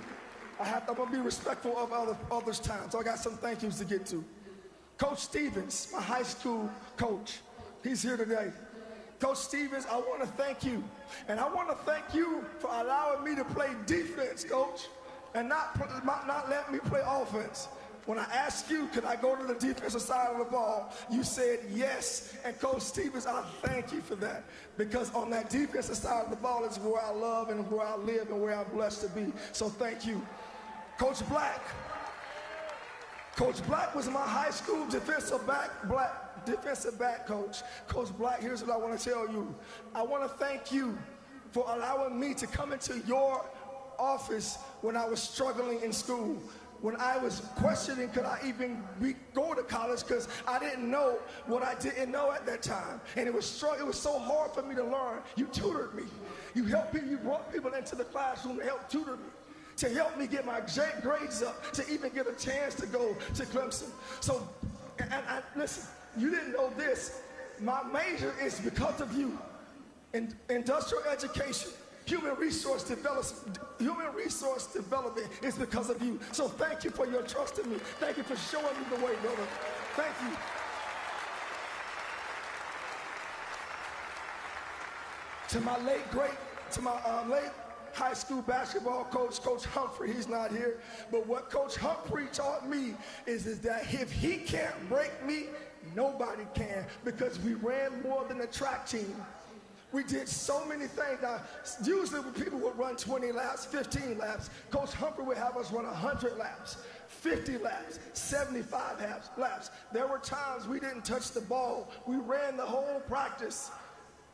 S10: I have, I'm going to be respectful of other, others' time. So I got some thank yous to get to. Coach Stevens, my high school coach, he's here today. Coach Stevens, I want to thank you. And I want to thank you for allowing me to play defense, coach. and not, pl- not not let me play offense. When I asked you, could I go to the defensive side of the ball, you said yes. And Coach Stevens, I thank you for that. Because on that defensive side of the ball is where I love and where I live and where I'm blessed to be. So thank you. Coach Black, Coach Black was my high school defensive back black defensive back coach. Coach Black, here's what I want to tell you. I want to thank you for allowing me to come into your office when I was struggling in school. When I was questioning, could I even be, go to college? Because I didn't know what I didn't know at that time, and it was str- it was so hard for me to learn. You tutored me, you helped me, you brought people into the classroom to help tutor me to help me get my j- grades up, to even get a chance to go to Clemson. So, and, and I, listen, you didn't know this. My major is because of you in industrial education. Human resource, development, human resource development is because of you. So thank you for your trust in me. Thank you for showing me the way, brother. Thank you. To my late great, to my um, late high school basketball coach, Coach Humphrey. He's not here. But what Coach Humphrey taught me is, is that if he can't break me, nobody can because we ran more than the track team. We did so many things. Now, usually when people would run 20 laps, 15 laps. Coach Humphrey would have us run 100 laps, 50 laps, 75 laps. laps. There were times we didn't touch the ball. We ran the whole practice.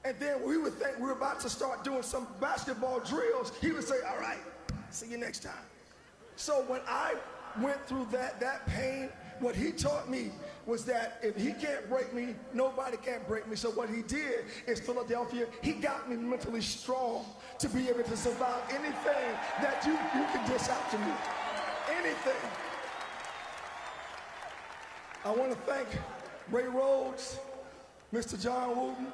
S10: And then we would think we were about to start doing some basketball drills. He would say, All right, see you next time. So when I went through that, that pain, what he taught me was that if he can't break me, nobody can break me. So what he did is Philadelphia, he got me mentally strong to be able to survive anything that you, you can dish out to me. Anything. I want to thank Ray Rhodes, Mr. John Wooten,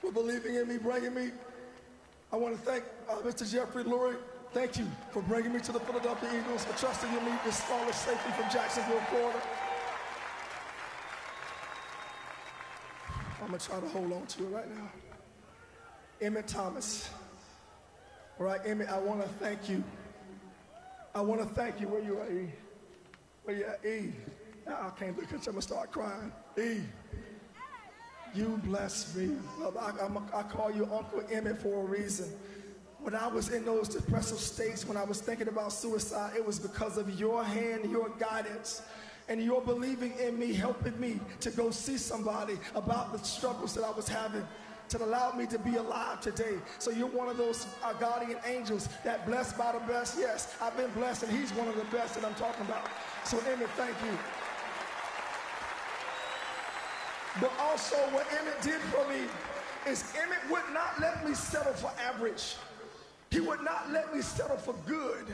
S10: for believing in me, bringing me. I want to thank uh, Mr. Jeffrey Lurie. Thank you for bringing me to the Philadelphia Eagles, for trusting in me, this flawless safety from Jacksonville, Florida. I'm going to try to hold on to it right now. Emmett Thomas. All right, Emmett, I want to thank you. I want to thank you. Where you at, E? Where you at, E? I can't look at you. I'm going to start crying. E. You bless me. Love, I, I'm a- I call you Uncle Emmett for a reason. When I was in those depressive states, when I was thinking about suicide, it was because of your hand, your guidance, and your believing in me, helping me to go see somebody about the struggles that I was having. To allow me to be alive today. So you're one of those uh, guardian angels that blessed by the best. Yes, I've been blessed, and he's one of the best that I'm talking about. So, Emmett, thank you. But also, what Emmett did for me is Emmett would not let me settle for average. He would not let me settle for good.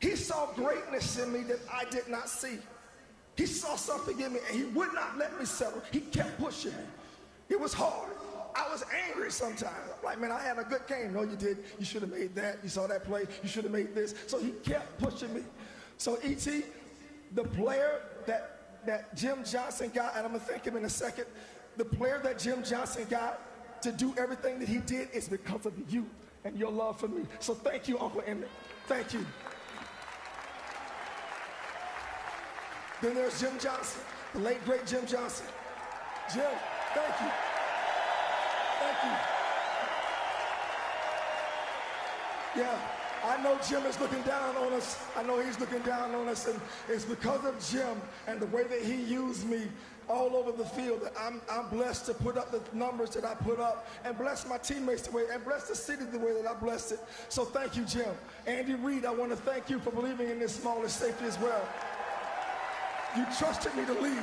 S10: He saw greatness in me that I did not see. He saw something in me and he would not let me settle. He kept pushing me. It was hard. I was angry sometimes. I'm like, man, I had a good game. No, you did. You should have made that. You saw that play. You should have made this. So he kept pushing me. So, E.T., the player that that Jim Johnson got, and I'm gonna thank him in a second. The player that Jim Johnson got to do everything that he did is because of you and your love for me. So thank you, Uncle Emmett. Thank you. Then there's Jim Johnson, the late great Jim Johnson. Jim, thank you. Thank you. Yeah, I know Jim is looking down on us. I know he's looking down on us, and it's because of Jim and the way that he used me all over the field that I'm, I'm blessed to put up the numbers that I put up and bless my teammates the way and bless the city the way that I blessed it. So thank you, Jim. Andy Reid, I want to thank you for believing in this smallest safety as well. You trusted me to lead.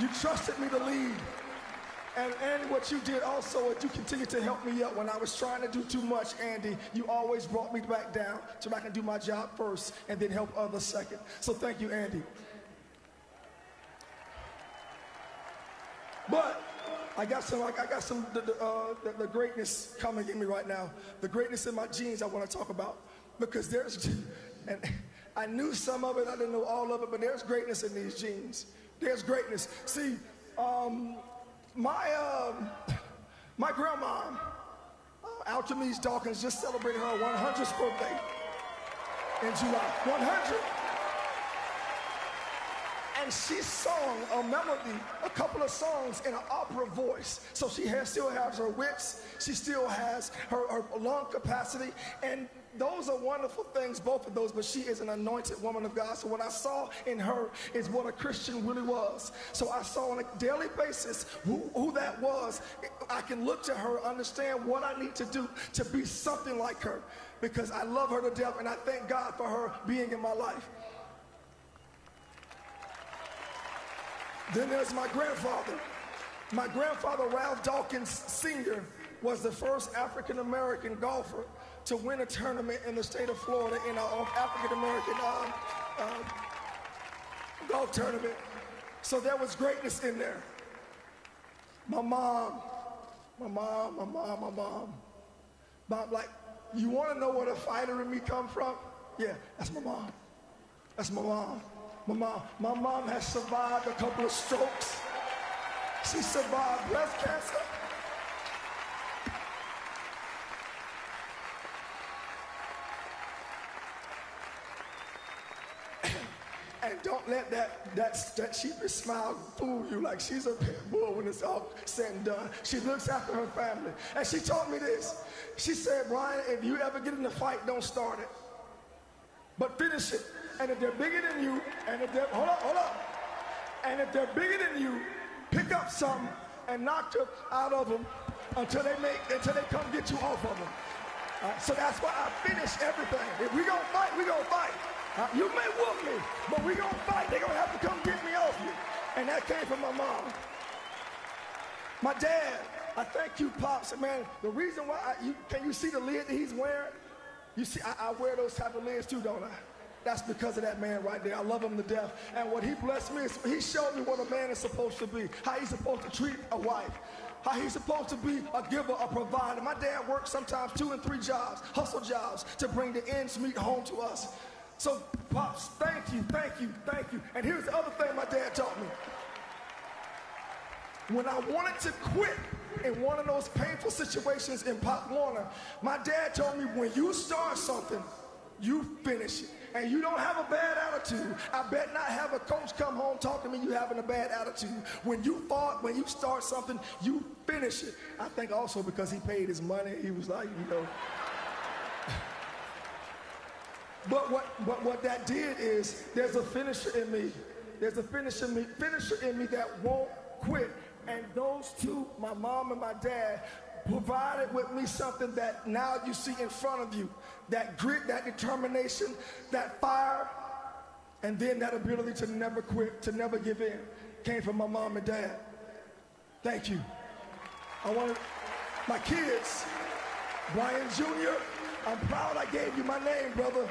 S10: You trusted me to lead. And, and what you did also is you continued to help me up when I was trying to do too much, Andy. You always brought me back down so I can do my job first and then help others second. So thank you, Andy. But I got some, I got some, the, the, uh, the, the greatness coming in me right now. The greatness in my genes I want to talk about because there's, and I knew some of it, I didn't know all of it, but there's greatness in these genes. There's greatness. See, um, my, um my grandma, uh, Alchemies Dawkins, just celebrated her 100th birthday. into our 100. And she sung a melody, a couple of songs in an opera voice. So she has, still has her wits, she still has her, her lung capacity. And those are wonderful things, both of those, but she is an anointed woman of God. So what I saw in her is what a Christian really was. So I saw on a daily basis who, who that was. I can look to her, understand what I need to do to be something like her because I love her to death and I thank God for her being in my life. Then there's my grandfather. My grandfather, Ralph Dawkins Sr., was the first African American golfer to win a tournament in the state of Florida in an African American um, um, golf tournament. So there was greatness in there. My mom, my mom, my mom, my mom. Mom, like, you want to know where the fighter in me come from? Yeah, that's my mom. That's my mom. My mom, my mom has survived a couple of strokes. She survived breast cancer. And don't let that, that, that sheepish smile fool you like she's a pit bull when it's all said and done. She looks after her family. And she told me this. She said, Brian, if you ever get in a fight, don't start it. But finish it. And if they're bigger than you, and if they're, hold up, hold up. And if they're bigger than you, pick up something and knock them out of them until they make, until they come get you off of them. All right, so that's why I finish everything. If we gonna fight, we gonna fight. Uh, you may whoop me, but we gonna fight. They gonna have to come get me off you. And that came from my mom. My dad, I thank you, pops. Man, the reason why I, you can you see the lid that he's wearing? You see, I, I wear those type of lids too, don't I? That's because of that man right there. I love him to death. And what he blessed me is he showed me what a man is supposed to be, how he's supposed to treat a wife, how he's supposed to be a giver, a provider. My dad worked sometimes two and three jobs, hustle jobs, to bring the ends meet home to us. So, Pops, thank you, thank you, thank you. And here's the other thing my dad taught me. When I wanted to quit in one of those painful situations in Pop Warner, my dad told me when you start something, you finish it. And you don't have a bad attitude. I bet not have a coach come home talking to me you having a bad attitude. When you fought, when you start something, you finish it. I think also because he paid his money, he was like, you know. But what, but what that did is there's a finisher in me. There's a finisher in me, finisher in me that won't quit. And those two, my mom and my dad, provided with me something that now you see in front of you. That grit, that determination, that fire, and then that ability to never quit, to never give in, came from my mom and dad. Thank you. I want my kids, Brian Jr., I'm proud I gave you my name, brother.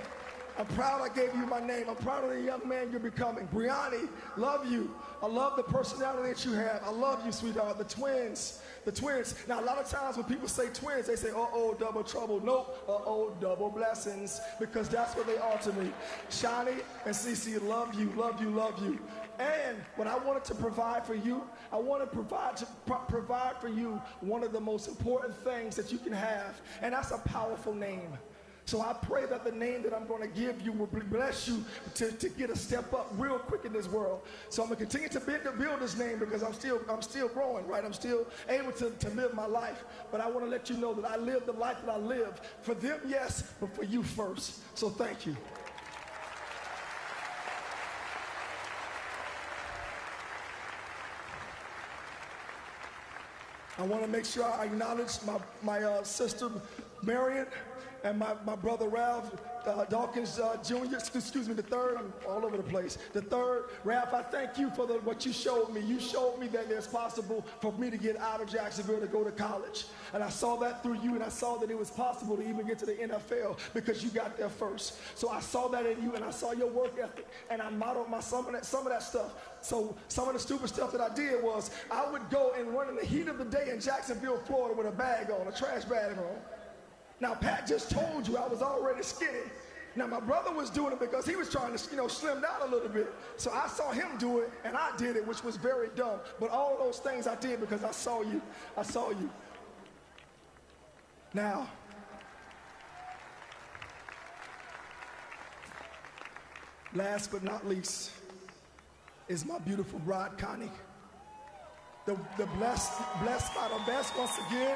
S10: I'm proud I gave you my name. I'm proud of the young man you're becoming. Briani, love you. I love the personality that you have. I love you, sweetheart. The twins. The twins. Now, a lot of times when people say twins, they say, uh oh, double trouble. Nope, uh oh, double blessings, because that's what they are to me. Shani and Cece, love you, love you, love you. And what I wanted to provide for you, I want to provide to pro- provide for you one of the most important things that you can have, and that's a powerful name. So I pray that the name that I'm going to give you will bless you to, to get a step up real quick in this world. So I'm going to continue to build, to build this name because I'm still I'm still growing, right? I'm still able to, to live my life. But I want to let you know that I live the life that I live for them, yes, but for you first. So thank you. I want to make sure I acknowledge my, my uh, sister Marion and my, my brother Ralph uh, Dawkins uh, Jr., excuse me, the third, I'm all over the place. The third, Ralph, I thank you for the, what you showed me. You showed me that it's possible for me to get out of Jacksonville to go to college. And I saw that through you, and I saw that it was possible to even get to the NFL because you got there first. So I saw that in you, and I saw your work ethic, and I modeled my, some, of that, some of that stuff. So some of the stupid stuff that I did was I would go and run in the heat of the day in Jacksonville, Florida with a bag on, a trash bag on. Now, Pat just told you I was already skinny. Now, my brother was doing it because he was trying to, you know, slim down a little bit. So I saw him do it, and I did it, which was very dumb. But all those things I did because I saw you. I saw you. Now, Last but not least is my beautiful bride, Connie. The, the blessed, blessed by the best once again.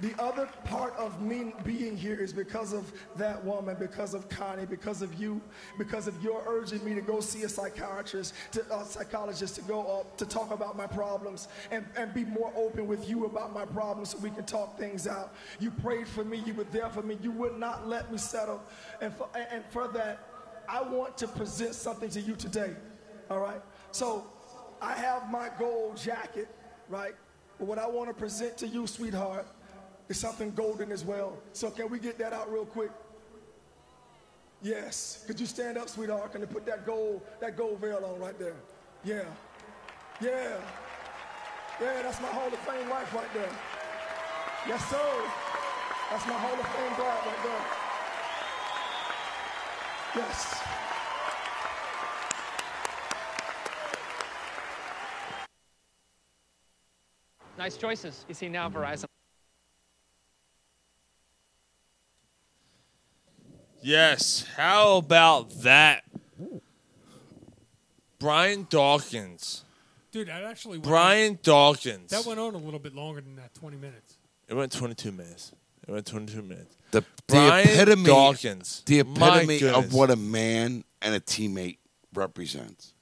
S10: The other part of me being here is because of that woman, because of Connie, because of you, because of your urging me to go see a psychiatrist, to a psychologist, to go up, to talk about my problems, and, and be more open with you about my problems so we can talk things out. You prayed for me, you were there for me, you would not let me settle. And for, and- and for that, I want to present something to you today, all right? So I have my gold jacket, right? But what I want to present to you, sweetheart, is something golden as well. So can we get that out real quick? Yes. Could you stand up, sweetheart? Can you put that gold, that gold veil on right there? Yeah. Yeah. Yeah, that's my Hall of Fame wife right there. Yes, sir. That's my Hall of Fame bride right there. Yes.
S27: Nice choices. You see now Verizon.
S5: Yes. How about that? Brian Dawkins.
S6: Dude, that actually went-
S5: Brian Dawkins.
S6: That went on a little bit longer than that 20 minutes.
S5: It went 22 minutes. It went 22 minutes.
S9: The,
S5: Brian
S9: the epitome,
S5: Dawkins.
S9: The
S5: My
S9: epitome of
S5: goodness.
S9: what a man and a teammate represents.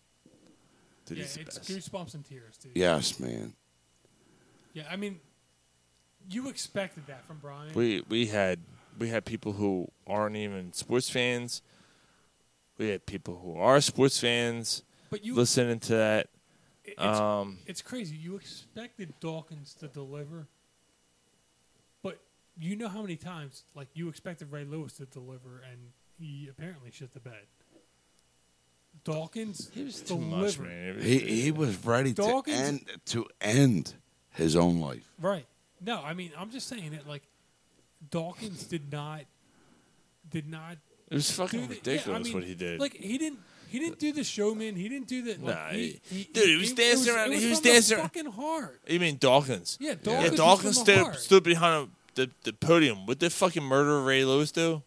S6: yeah, it's goosebumps and tears, dude.
S9: Yes, man.
S6: Yeah, I mean, you expected that from Brian.
S5: We we had we had people who aren't even sports fans. We had people who are sports fans
S6: But you-
S5: listening to that.
S6: It- it's,
S5: Um,
S6: it's crazy. You expected Dawkins to deliver, but you know how many times, like, you expected Ray Lewis to deliver, and he apparently shit the bed. Dawkins he was
S5: too much, man. It was-
S9: He he was ready to
S6: Dawkins-
S9: end to end his own life.
S6: Right. No, I mean, I'm just saying it. Like, Dawkins did not, did not.
S5: It was fucking
S6: do the-
S5: ridiculous what he did.
S6: Like, he didn't. He didn't do the showman. He didn't do the.
S5: Nah,
S6: Like, he,
S5: he- dude, he was dancing
S6: it
S5: around-
S6: It
S5: he was
S6: from the
S5: dancing-
S6: Fucking hard.
S5: You mean Dawkins?
S6: Yeah, Dawkins was
S5: Dawkins
S6: from the
S5: stood,
S6: heart.
S5: stood behind the, the podium. What did fucking murderer Ray Lewis do?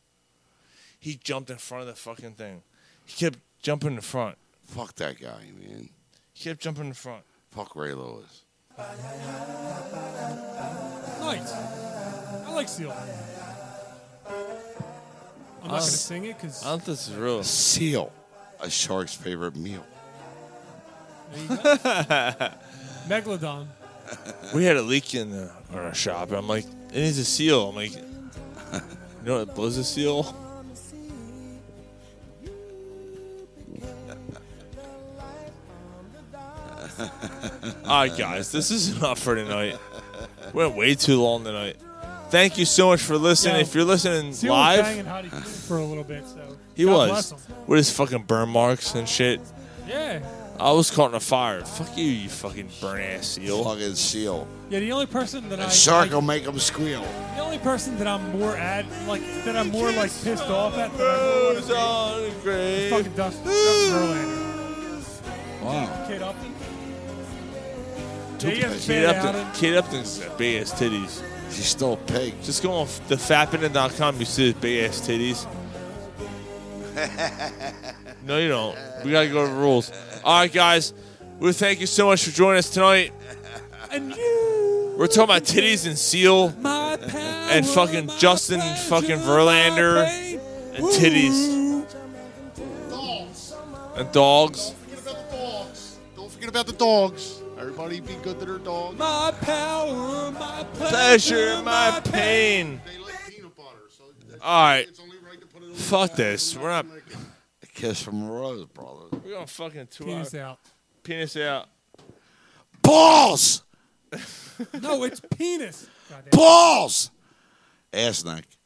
S5: He jumped in front of the fucking thing. He kept jumping in front.
S9: Fuck that guy, man.
S5: He kept jumping in front.
S9: Fuck Ray Lewis.
S6: Nice. I like Seal. I'm not gonna sing it because
S5: I don't think this is real.
S9: Seal, a shark's favorite meal.
S6: Megalodon.
S5: we had a leak in the, our shop. I'm like, it needs a seal. I'm like, you know what blows a seal? All right, guys, this is enough for tonight. Went way too long tonight. Thank you so much for listening.
S6: Yo,
S5: if you're listening
S6: Seal was
S5: live,
S6: banging Hottie King for a little bit. So
S5: he
S6: God
S5: was
S6: bless him.
S5: with his fucking burn marks and shit.
S6: Yeah.
S5: I was caught in a fire. Fuck you, you fucking burn ass seal.
S9: Fucking seal.
S6: Yeah, the only person that I
S9: A shark will make him squeal.
S6: like- the only person that I'm more at, like that I'm more like pissed off at. than I would be, is Fucking Dustin, Dustin Verlander.
S9: Wow.
S6: Kid Upton.
S5: Kate
S6: He has
S5: Upton,
S6: been out in-
S5: Kate Upton's got big ass titties.
S9: She's still a pig.
S5: Just go on f- the fappinit.com. You see his big ass titties. No, you don't. We gotta go over the rules. All right, guys. We thank you so much for joining us tonight.
S6: And you,
S5: We're talking about titties and Seal
S6: my pal,
S5: and fucking Justin fucking Verlander and titties
S7: Dogs.
S5: and dogs.
S7: Forget about the dogs. Don't forget about the dogs. Everybody be good to their dogs.
S6: My power, my
S5: Pleasure, my pain. All right. Fuck this. We're not.
S9: A kiss from Rose, brother.
S5: We're gonna fucking two
S6: Penis
S5: hour-
S6: out.
S5: Penis out.
S9: Balls!
S6: no, it's penis.
S9: Balls! Ass neck.